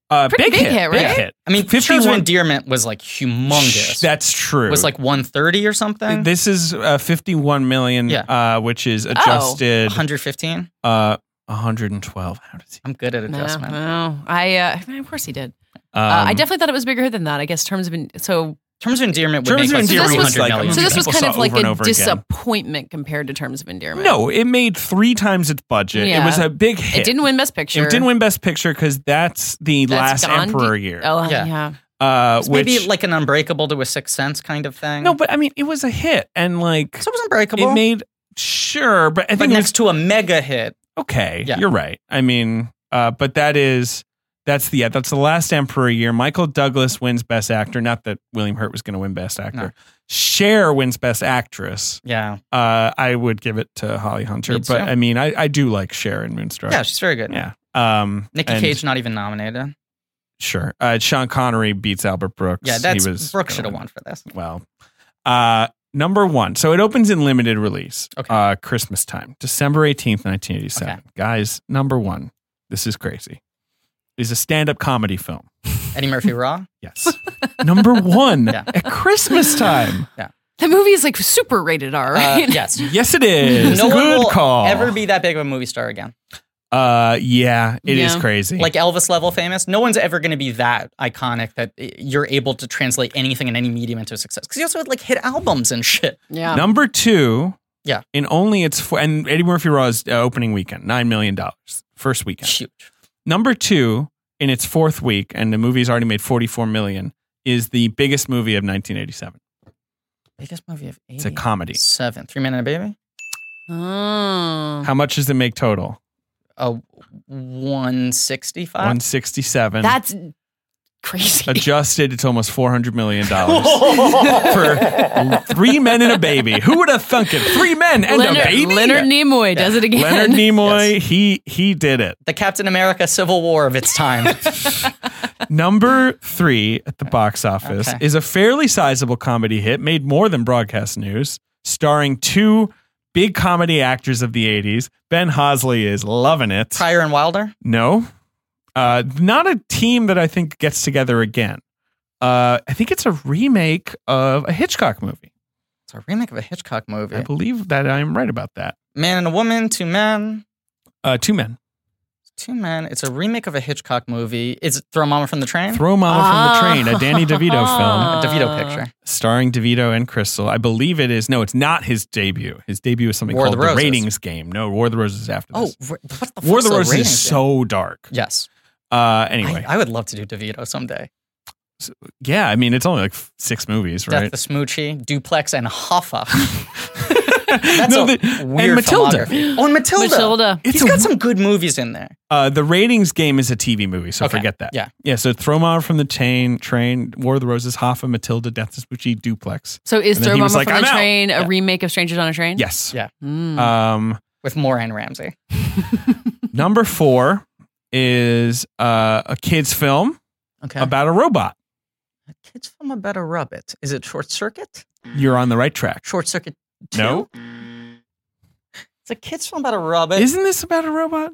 D: Uh,
C: Pretty big hit,
D: big
C: right?
D: hit.
E: I mean,
D: 51
E: 51 Terms of Endearment was like humongous.
D: Shh, That's true.
E: It was like 130 or something.
D: this is uh, fifty-one million,
E: Yeah.
D: uh, which
C: Oh,
D: is adjusted
E: 115.
D: uh, one hundred and twelve. How does he?
E: I'm good at
C: no,
E: adjustment.
C: no. I uh, I mean, of course he did
D: Um,
C: uh, I definitely thought it was bigger than that I guess terms of in- so
E: Terms of Endearment would
D: Terms
E: make
D: of
E: like
D: Endearment
C: was
E: 300
C: like-
E: million.
D: Um,
C: so this was
D: people
C: kind
D: saw
C: of like
D: over and
C: a
D: over again.
C: disappointment compared to terms of endearment
D: no, it made three times its budget. It
C: Yeah.
D: was a big hit.
C: it didn't win best picture
D: It didn't win Best Picture because that's the
C: That's
D: last
C: Gandhi-
D: Emperor year.
C: oh
E: Yeah.
C: yeah,
D: Uh,
E: It's
D: which
E: maybe like an Unbreakable to a Sixth Sense kind of thing.
D: no, but I mean, it was a hit, and like
E: so it was Unbreakable.
D: it made sure, but I
E: but
D: think it
E: next
D: was
E: to a mega hit.
D: okay.
E: Yeah.
D: You're right. I mean, uh, but that is that's the yeah, that's the last Emperor year. Michael Douglas wins Best Actor. Not that William Hurt was going to win Best Actor.
E: No.
D: Cher wins Best Actress.
E: Yeah.
D: Uh, I would give it to Holly Hunter,
E: Me
D: but
E: too.
D: I mean, I, I do like Cher in Moonstruck.
E: Yeah, she's very good.
D: yeah. Um,
E: Nikki
D: and-
E: Cage not even nominated.
D: Sure. Uh, Sean Connery beats Albert Brooks.
E: Yeah, that's
D: He was
E: Brooke should have
D: going-
E: won for this.
D: Well, uh, number one. So it opens in limited release,
E: Okay.
D: uh, Christmas time, December 18th, 1987.
E: Okay.
D: Guys, number one. This is crazy. Is a stand up comedy film.
E: Eddie Murphy Raw.
D: Yes. number one
E: Yeah.
D: at Christmas time.
C: The movie is like super rated R,
E: Uh,
C: right?
E: yes.
D: Yes, it is.
E: No one
D: Good
E: will
D: call.
E: ever be that big of a movie star again.
D: uh, yeah, it is
C: Yeah.
D: crazy.
E: Like Elvis level famous. No one's ever going to be that iconic that uh, you're able to translate anything in any medium into a success. Because he also had like hit albums and shit.
C: yeah.
D: Number two.
E: Yeah.
D: In only its four, and Eddie Murphy Raw's uh, opening weekend, $9 million. First weekend.
E: Huge.
D: Number two in its fourth week, and the movie's already made 44 million, is the biggest movie of 1987.
E: Biggest movie of
D: It's a comedy.
E: Seven. Three Men and a Baby?
C: Oh.
D: How much does it make total?
E: A
C: Uh,
E: 165.
D: 167.
C: That's crazy.
D: Adjusted, it's almost 400 million dollars for three men and a baby. Who would have thunk it? Three men and
C: Leonard,
D: a baby.
C: Leonard Nimoy does it again.
D: Leonard Nimoy, he he did it.
E: the Captain America Civil War of its time.
D: Number three at the box office
E: Okay.
D: is a fairly sizable comedy hit made more than broadcast news, starring two big comedy actors of the 80s. Ben Hosley is loving it.
E: Pryor and Wilder?
D: No. Uh, not a team that I think gets together again. Uh, I think it's a remake of a Hitchcock movie.
E: It's a remake of a Hitchcock movie.
D: I believe that I'm right about that.
E: Man and a Woman, Two Men.
D: Uh, two men.
E: Two Men. It's a remake of a Hitchcock movie. Is it Throw Mama from the Train?
D: Throw Mama from the Train, a Danny DeVito
E: Oh. a
D: film
E: DeVito picture.
D: starring DeVito and Crystal. I believe it is. No, it's not his debut. His debut is something
E: War of
D: called
E: the
D: the,
E: Roses.
D: Ratings Game. No, War of the Roses is after
E: Oh,
D: this.
E: wh- what the fuck?
D: War of the
E: So
D: Roses
E: ratings,
D: is so dark.
E: yeah. Yes.
D: Uh, anyway,
E: I, I would love to do DeVito someday.
D: yeah, I mean, it's only like f- six movies, right?
E: Death the Smoochie, Duplex, and Hoffa. That's
D: No,
E: a
D: the-
E: weird
D: and Matilda.
E: filmography. Oh, and Matilda.
C: Matilda.
D: It's
E: He's
D: a-
E: got some good movies in there.
D: Uh, the ratings game is a TV movie, so
E: Okay.
D: forget that.
E: Yeah.
D: yeah. So throw Mama from the Train, Train, War of the Roses, Hoffa, Matilda, Death is Smoochie, Duplex.
C: So is
D: And then
C: Throw
D: he
C: Mama
D: was like,
C: from
D: "I'm
C: the
D: out."
C: Train a
D: Yeah.
C: remake of Strangers on a Train?
D: Yes.
E: Yeah.
C: Mm.
D: Um,
E: with Moran Ramsey.
D: number four is uh, a kids film
E: Okay.
D: about a robot.
E: a kid's film about a rabbit. Is it Short Circuit?
D: You're on the right track.
E: Short Circuit 2?
D: No.
E: It's a kid's film about a rabbit.
D: Isn't this about a robot?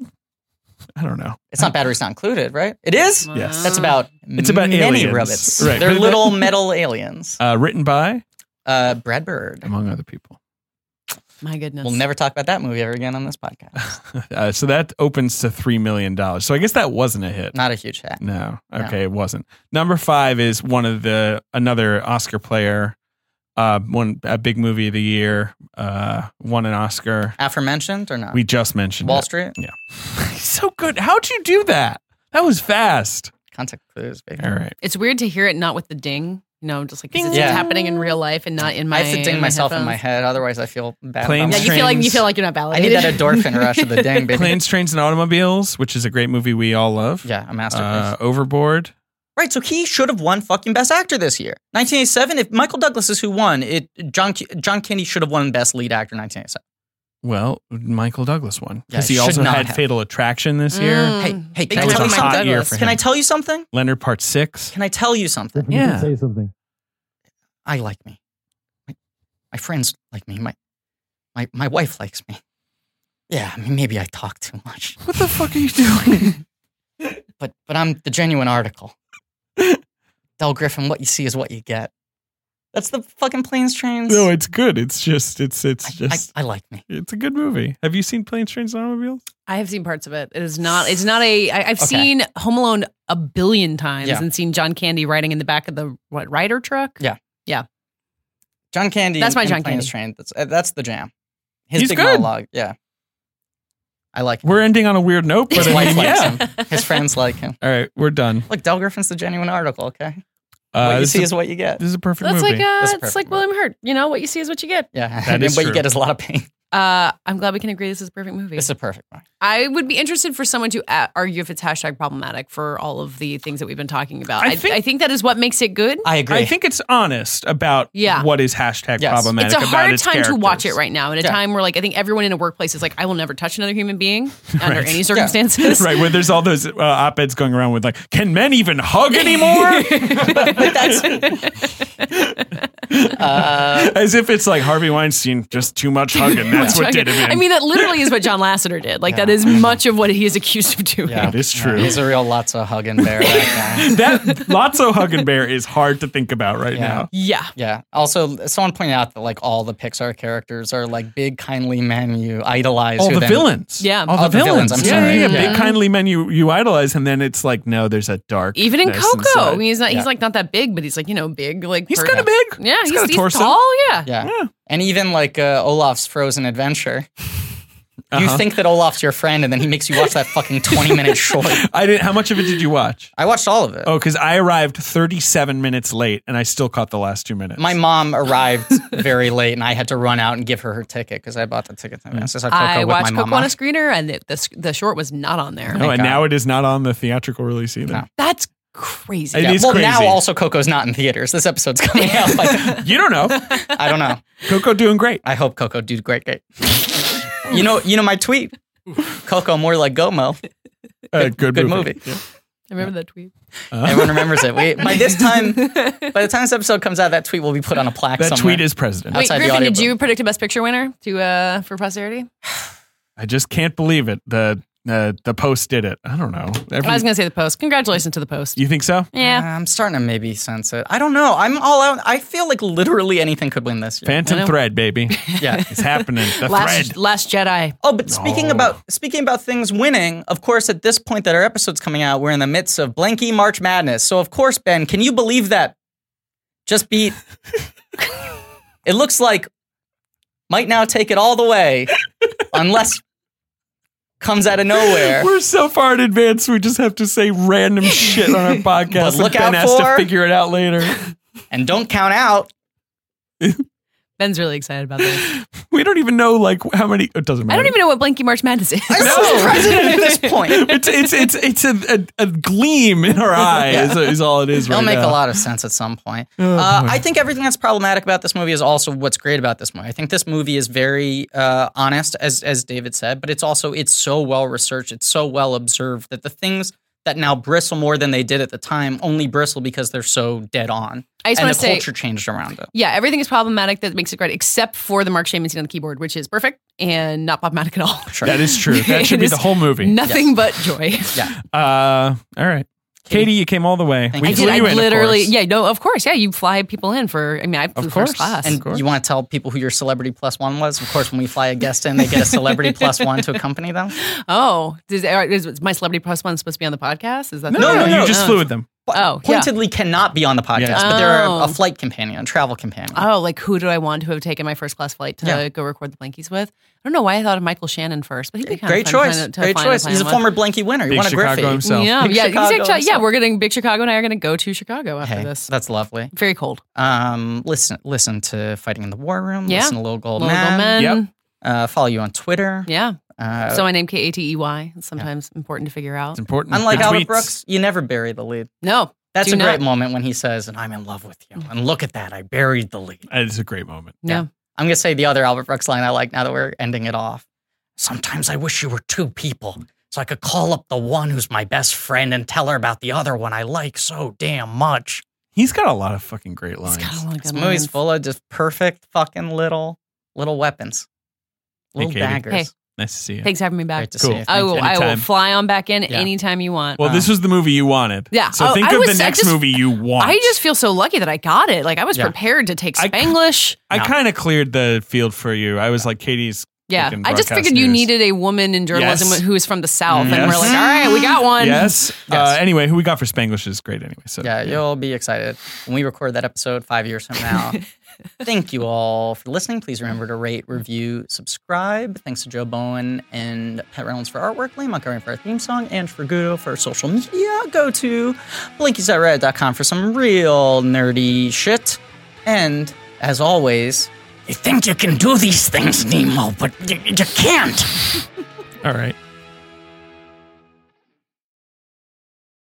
D: I don't know.
E: it's not Batteries Not Included, right? It is?
D: Yes.
E: That's about
D: It's about
E: many
D: aliens.
E: rabbits.
D: Right.
E: They're little metal aliens.
D: Uh, written by,
E: Uh, Brad Bird.
D: among other people.
C: My goodness.
E: We'll never talk about that movie ever again on this podcast.
D: Uh, so that opens to $3 million. So I guess that wasn't a hit.
E: Not a huge hat.
D: No.
E: No.
D: Okay, it wasn't. Number five is one of the another Oscar player, uh, one a big movie of the year, uh, won an Oscar.
E: Aforementioned or not?
D: We just mentioned
E: Wall
D: it.
E: Street?
D: so good. How'd you do that? That was fast.
E: Contact Clues, baby.
D: All right.
C: It's weird to hear it not with the ding. You know, just like 'cause it's
E: Yeah.
C: just happening in real life and not in my.
E: I have to ding
C: in my
E: myself in my
C: headphones.
E: head, otherwise I feel bad.
D: Planes,
E: about myself.
C: Yeah, you feel like you
D: Trains.
C: feel like you're not
E: I need
C: validated.
E: that endorphin rush of the ding, baby.
D: Planes, Trains, and Automobiles, which is a great movie we all love.
E: Yeah, a masterpiece.
D: Uh, Overboard.
E: Right, so he should have won fucking Best Actor this year. 1987, if Michael Douglas is who won, it John John Candy should have won Best Lead Actor in 1987.
D: Well, Michael Douglas won
E: Yeah,
D: because
E: it
D: he
E: should
D: also
E: not
D: had
E: have. Mm.
D: Fatal Attraction this year.
E: Hey, hey, can
D: That
E: I
D: was
E: tell
D: a
E: you
D: hot
E: something?
D: year for him.
E: Can I tell you something?
D: Leonard Part Six.
E: Can I tell you something?
F: If you
D: Yeah.
F: can say something.
E: I like me. My, my friends like me. My, my my wife likes me. Yeah, I mean maybe I talk too much,
D: What the fuck are you doing?
E: but but I'm the genuine article. Del Griffin, what you see is what you get. That's the fucking planes, trains.
D: no, it's good. It's just it's it's
E: I,
D: just
E: I, I like me.
D: It's a good movie. Have you seen Planes, Trains, and Automobiles?
C: I have seen parts of it. It is not. It's not a. I, I've
E: Okay.
C: seen Home Alone a billion times
E: Yeah.
C: and seen John Candy riding in the back of the what rider truck.
E: Yeah. John Candy.
C: That's my
E: in
C: John
E: Planes, Trains.
C: Candy.
E: That's uh, that's the jam. His
D: He's
E: big
D: good.
E: monologue. Yeah, I like. Him.
D: We're ending on a weird note, but
E: His
D: I mean,
E: wife likes
D: yeah.
E: him. His friends like him.
D: All right, we're done.
E: Look, Del Griffin's the genuine article. Okay,
D: Uh,
E: what you
D: this,
E: see
D: is,
E: is what you get.
D: this is a perfect
C: That's
D: movie.
C: like uh,
E: That's
C: it's
E: perfect
C: like
E: movie.
C: William Hurt. You know what you see is what you get.
E: Yeah,
D: That
E: and
D: is
E: what
D: true.
E: you get is a lot of pain.
C: Uh, I'm glad we can agree this is a perfect movie.
E: This is a perfect one.
C: I would be interested for someone to a- argue if it's hashtag problematic for all of the things that we've been talking about.
D: I
C: I, I,
D: think-
C: think, that is what makes it good.
E: I agree.
D: I think it's honest about
C: Yeah.
D: what is hashtag
E: Yes.
D: problematic
C: it's a
D: about
C: hard
D: its
C: time to watch it
D: characters.
C: right now, in a
E: Yeah.
C: time where like I think everyone in a workplace is like, I will never touch another human being under any circumstances.
D: Right, where there's all those uh, op eds going around with, like, can men even hug anymore? As if it's like Harvey Weinstein, just too much hugging. That's what did it. in.
C: I mean, that literally is what John Lasseter did. Like that is much of what he is accused of doing.
E: Yeah.
D: That is true.
E: He's a real lots of hugging bear. that guy.
D: that Lotso Hug and Bear is hard to think about right
E: Yeah.
D: now.
C: Yeah.
E: Yeah. Also, someone pointed out that like all the Pixar characters are like big, kindly men you idolize.
D: All
E: who
D: Oh, the
E: then-
D: villains.
C: Yeah.
D: All the,
E: All the villains,
D: villains.
E: I'm
D: yeah,
E: sorry.
D: yeah, yeah.
E: Yeah.
D: Big kindly men you, you idolize, and then it's like, no, there's a dark.
C: Even in Coco, I mean, he's not
E: Yeah.
C: he's like not that big, but he's like you know big like
D: He's
C: per-
D: kind of big.
C: yeah he's,
D: got a
C: he's
D: torso.
C: tall yeah.
E: Yeah. And even like uh, Olaf's Frozen Adventure. You
D: Uh-huh.
E: think that Olaf's your friend, and then he makes you watch that fucking 20 minute short.
D: I didn't. How much of it did you watch?
E: I watched all of it.
D: Oh, because I arrived 37 minutes late, and I still caught the last two minutes.
E: My mom arrived very late, and I had to run out and give her her ticket because I bought the ticket
D: Mm.
E: in advance. So I saw Coco
C: I
E: with
C: watched
E: my
C: Coco on a
E: mom.
C: screener, and the, the the short was not on there.
D: no, Oh, and
E: God.
D: now it is not on the theatrical release either.
E: No.
C: That's crazy.
D: It is
E: well, now
D: crazy.
E: also Coco's not in theaters. This episode's coming out. Like,
D: You don't know.
E: I don't know.
D: Coco doing great.
E: I hope Coco did great. great. you know, you know my tweet. Coco more like Gomo.
D: Uh, good,
E: Good
D: movie.
E: movie.
C: I remember that tweet.
E: Everyone remembers it. We, by this time, by the time this episode comes out, that tweet will be put on a plaque.
D: That
E: somewhere.
D: tweet is president.
C: Wait,
E: Outside the
C: Griffin,
E: audio
C: did you
E: book.
C: predict a best picture winner to uh for posterity?
D: I just can't believe it. The uh, the post did it. I don't know. Every-
C: I was gonna say the post. Congratulations to the post.
D: you think so?
C: Yeah.
E: Uh, I'm starting to maybe sense it. I don't know. I'm all out. I feel like literally anything could win this year.
D: Phantom thread, baby.
E: Yeah.
D: It's happening. The
C: Last
D: thread.
C: Last Jedi.
E: Oh, but speaking about speaking about things winning, of course, at this point that our episode's coming out, we're in the midst of Blanky March Madness. So, of course, Ben, can you believe that? Just beat. it looks like might now take it all the way, unless comes out of nowhere.
D: We're so far in advance, we just have to say random shit on our podcast.
E: But look
D: and Ben
E: out
D: has to
E: for-
D: figure it out later.
E: And don't count out.
C: Ben's really excited about this.
D: We don't even know like how many. It
C: I
D: doesn't matter.
C: don't even know what Blanky March Madness is.
E: I'm so president at this point.
D: It's it's it's it's a, a, a gleam in our eye is, is all it is right
E: It'll make
D: now.
E: a lot of sense at some point. uh, I think everything that's problematic about this movie is also what's great about this movie. I think this movie is very uh, honest, as as David said, but it's also it's so well researched, it's so well observed that the things that now bristle more than they did at the time only bristle because they're so dead on,
C: I just
E: and
C: want
E: the
C: to say,
E: culture changed around it.
C: yeah, everything is problematic that makes it great, except for the Mark Shaman scene on the keyboard, which is perfect and not problematic at all.
E: Sure.
D: That is true. That should
C: It
D: be
C: is
D: the whole movie.
C: Nothing but joy.
D: Uh, all right, Katie, you came all the way.
E: Thank
D: We
E: you.
C: I did.
D: flew
C: I
D: you in, of
C: literally.
D: course.
C: Yeah. No. Of course. Yeah. You fly people in for. I mean, I flew
D: course.
C: first class.
E: and you want to tell people who your celebrity plus one was? Of course, when we fly a guest in, they get a celebrity plus one to accompany them.
C: oh, does, all right, is, is my celebrity plus one supposed to be on the podcast? Is that
D: No, no,
E: no,
D: you
E: no,
D: just
C: no.
D: flew with them.
C: Oh, yeah.
E: Pointedly cannot be on the podcast,
D: Yeah.
E: but they're a,
C: Oh.
E: a flight companion, a travel companion.
C: Oh, like who do I want to have taken my first class flight to
E: Yeah.
C: go record the Blankies with? I don't know why I thought of Michael Shannon first, but he'd be kind
E: Great
C: of fun
E: choice.
C: To, to
E: Great
C: fly on
E: choice.
C: plane
E: He's a
C: with.
E: former Blanky winner. He
D: Big
E: won a
D: Chicago
E: Griffey.
D: himself.
C: Yeah,
E: Big
C: yeah,
E: Chicago
C: he's actually, yeah.
E: himself.
C: We're getting big Chicago, and I are going to go to Chicago after
E: Hey,
C: this.
E: that's lovely.
C: Very cold.
E: Um, listen, listen to Fighting in the War Room.
C: Yeah.
E: Listen to Little Gold
C: Local
E: Man.
C: men.
D: Yep.
E: Uh, follow you on Twitter.
C: Yeah.
E: Uh,
C: so my name K A T E Y. It's sometimes important to figure out.
D: It's important.
E: unlike
D: The
E: Albert
D: tweets.
E: Brooks, you never bury the lead.
C: No.
E: That's
C: Do
E: a great
C: not.
E: moment when he says, "And I'm in love with you." And look at that, I buried the lead.
D: It's a great moment.
C: No.
E: I'm gonna say the other Albert Brooks line I like now that we're ending it off. Sometimes I wish you were two people, so I could call up the one who's my best friend and tell her about the other one I like so damn much.
D: He's got a lot of fucking great
C: It's
D: lines.
C: got a lot of
E: This
C: good
E: movie's
C: lines.
E: full of just perfect fucking little little weapons,
D: Hey,
E: little
D: Katie.
E: daggers.
C: Hey.
D: Nice to see you.
C: Thanks for having me back.
E: Great to
D: Cool.
E: see you.
C: I
E: Thank
C: will.
E: you.
C: I will
D: Anytime.
C: fly on back in
E: Yeah.
C: anytime you want.
D: Well, this was the movie you wanted.
C: Uh, Yeah.
D: So
C: Oh,
D: think
C: I
D: of
C: was-
D: the
C: I
D: next
C: just-
D: movie you want.
C: I just feel so lucky that I got it. Like I was
E: Yeah.
C: prepared to take
D: I-
C: Spanglish.
D: I kind of cleared the field for you. I was like, Katie's.
C: yeah,
D: freaking
C: I just
D: broadcast
C: figured you
D: news.
C: needed a woman in journalism
D: Yes.
C: who is from the South,
D: Yes.
C: and we're like, all right, we got one.
D: Yes. Uh,
E: Yes.
D: anyway, who we got for Spanglish is great anyway. So
E: Yeah, you'll be excited when we record that episode five years from now. Thank you all for listening. Please remember to rate, review, subscribe. Thanks to Joe Bowen and Pat Reynolds for artwork, Liam Montgomery for our theme song, and for Gudo for social media. Go to blinkies.reddit.com for some real nerdy shit. And as always,
B: You think you can do these things, Nemo, but you, you can't.
D: All right.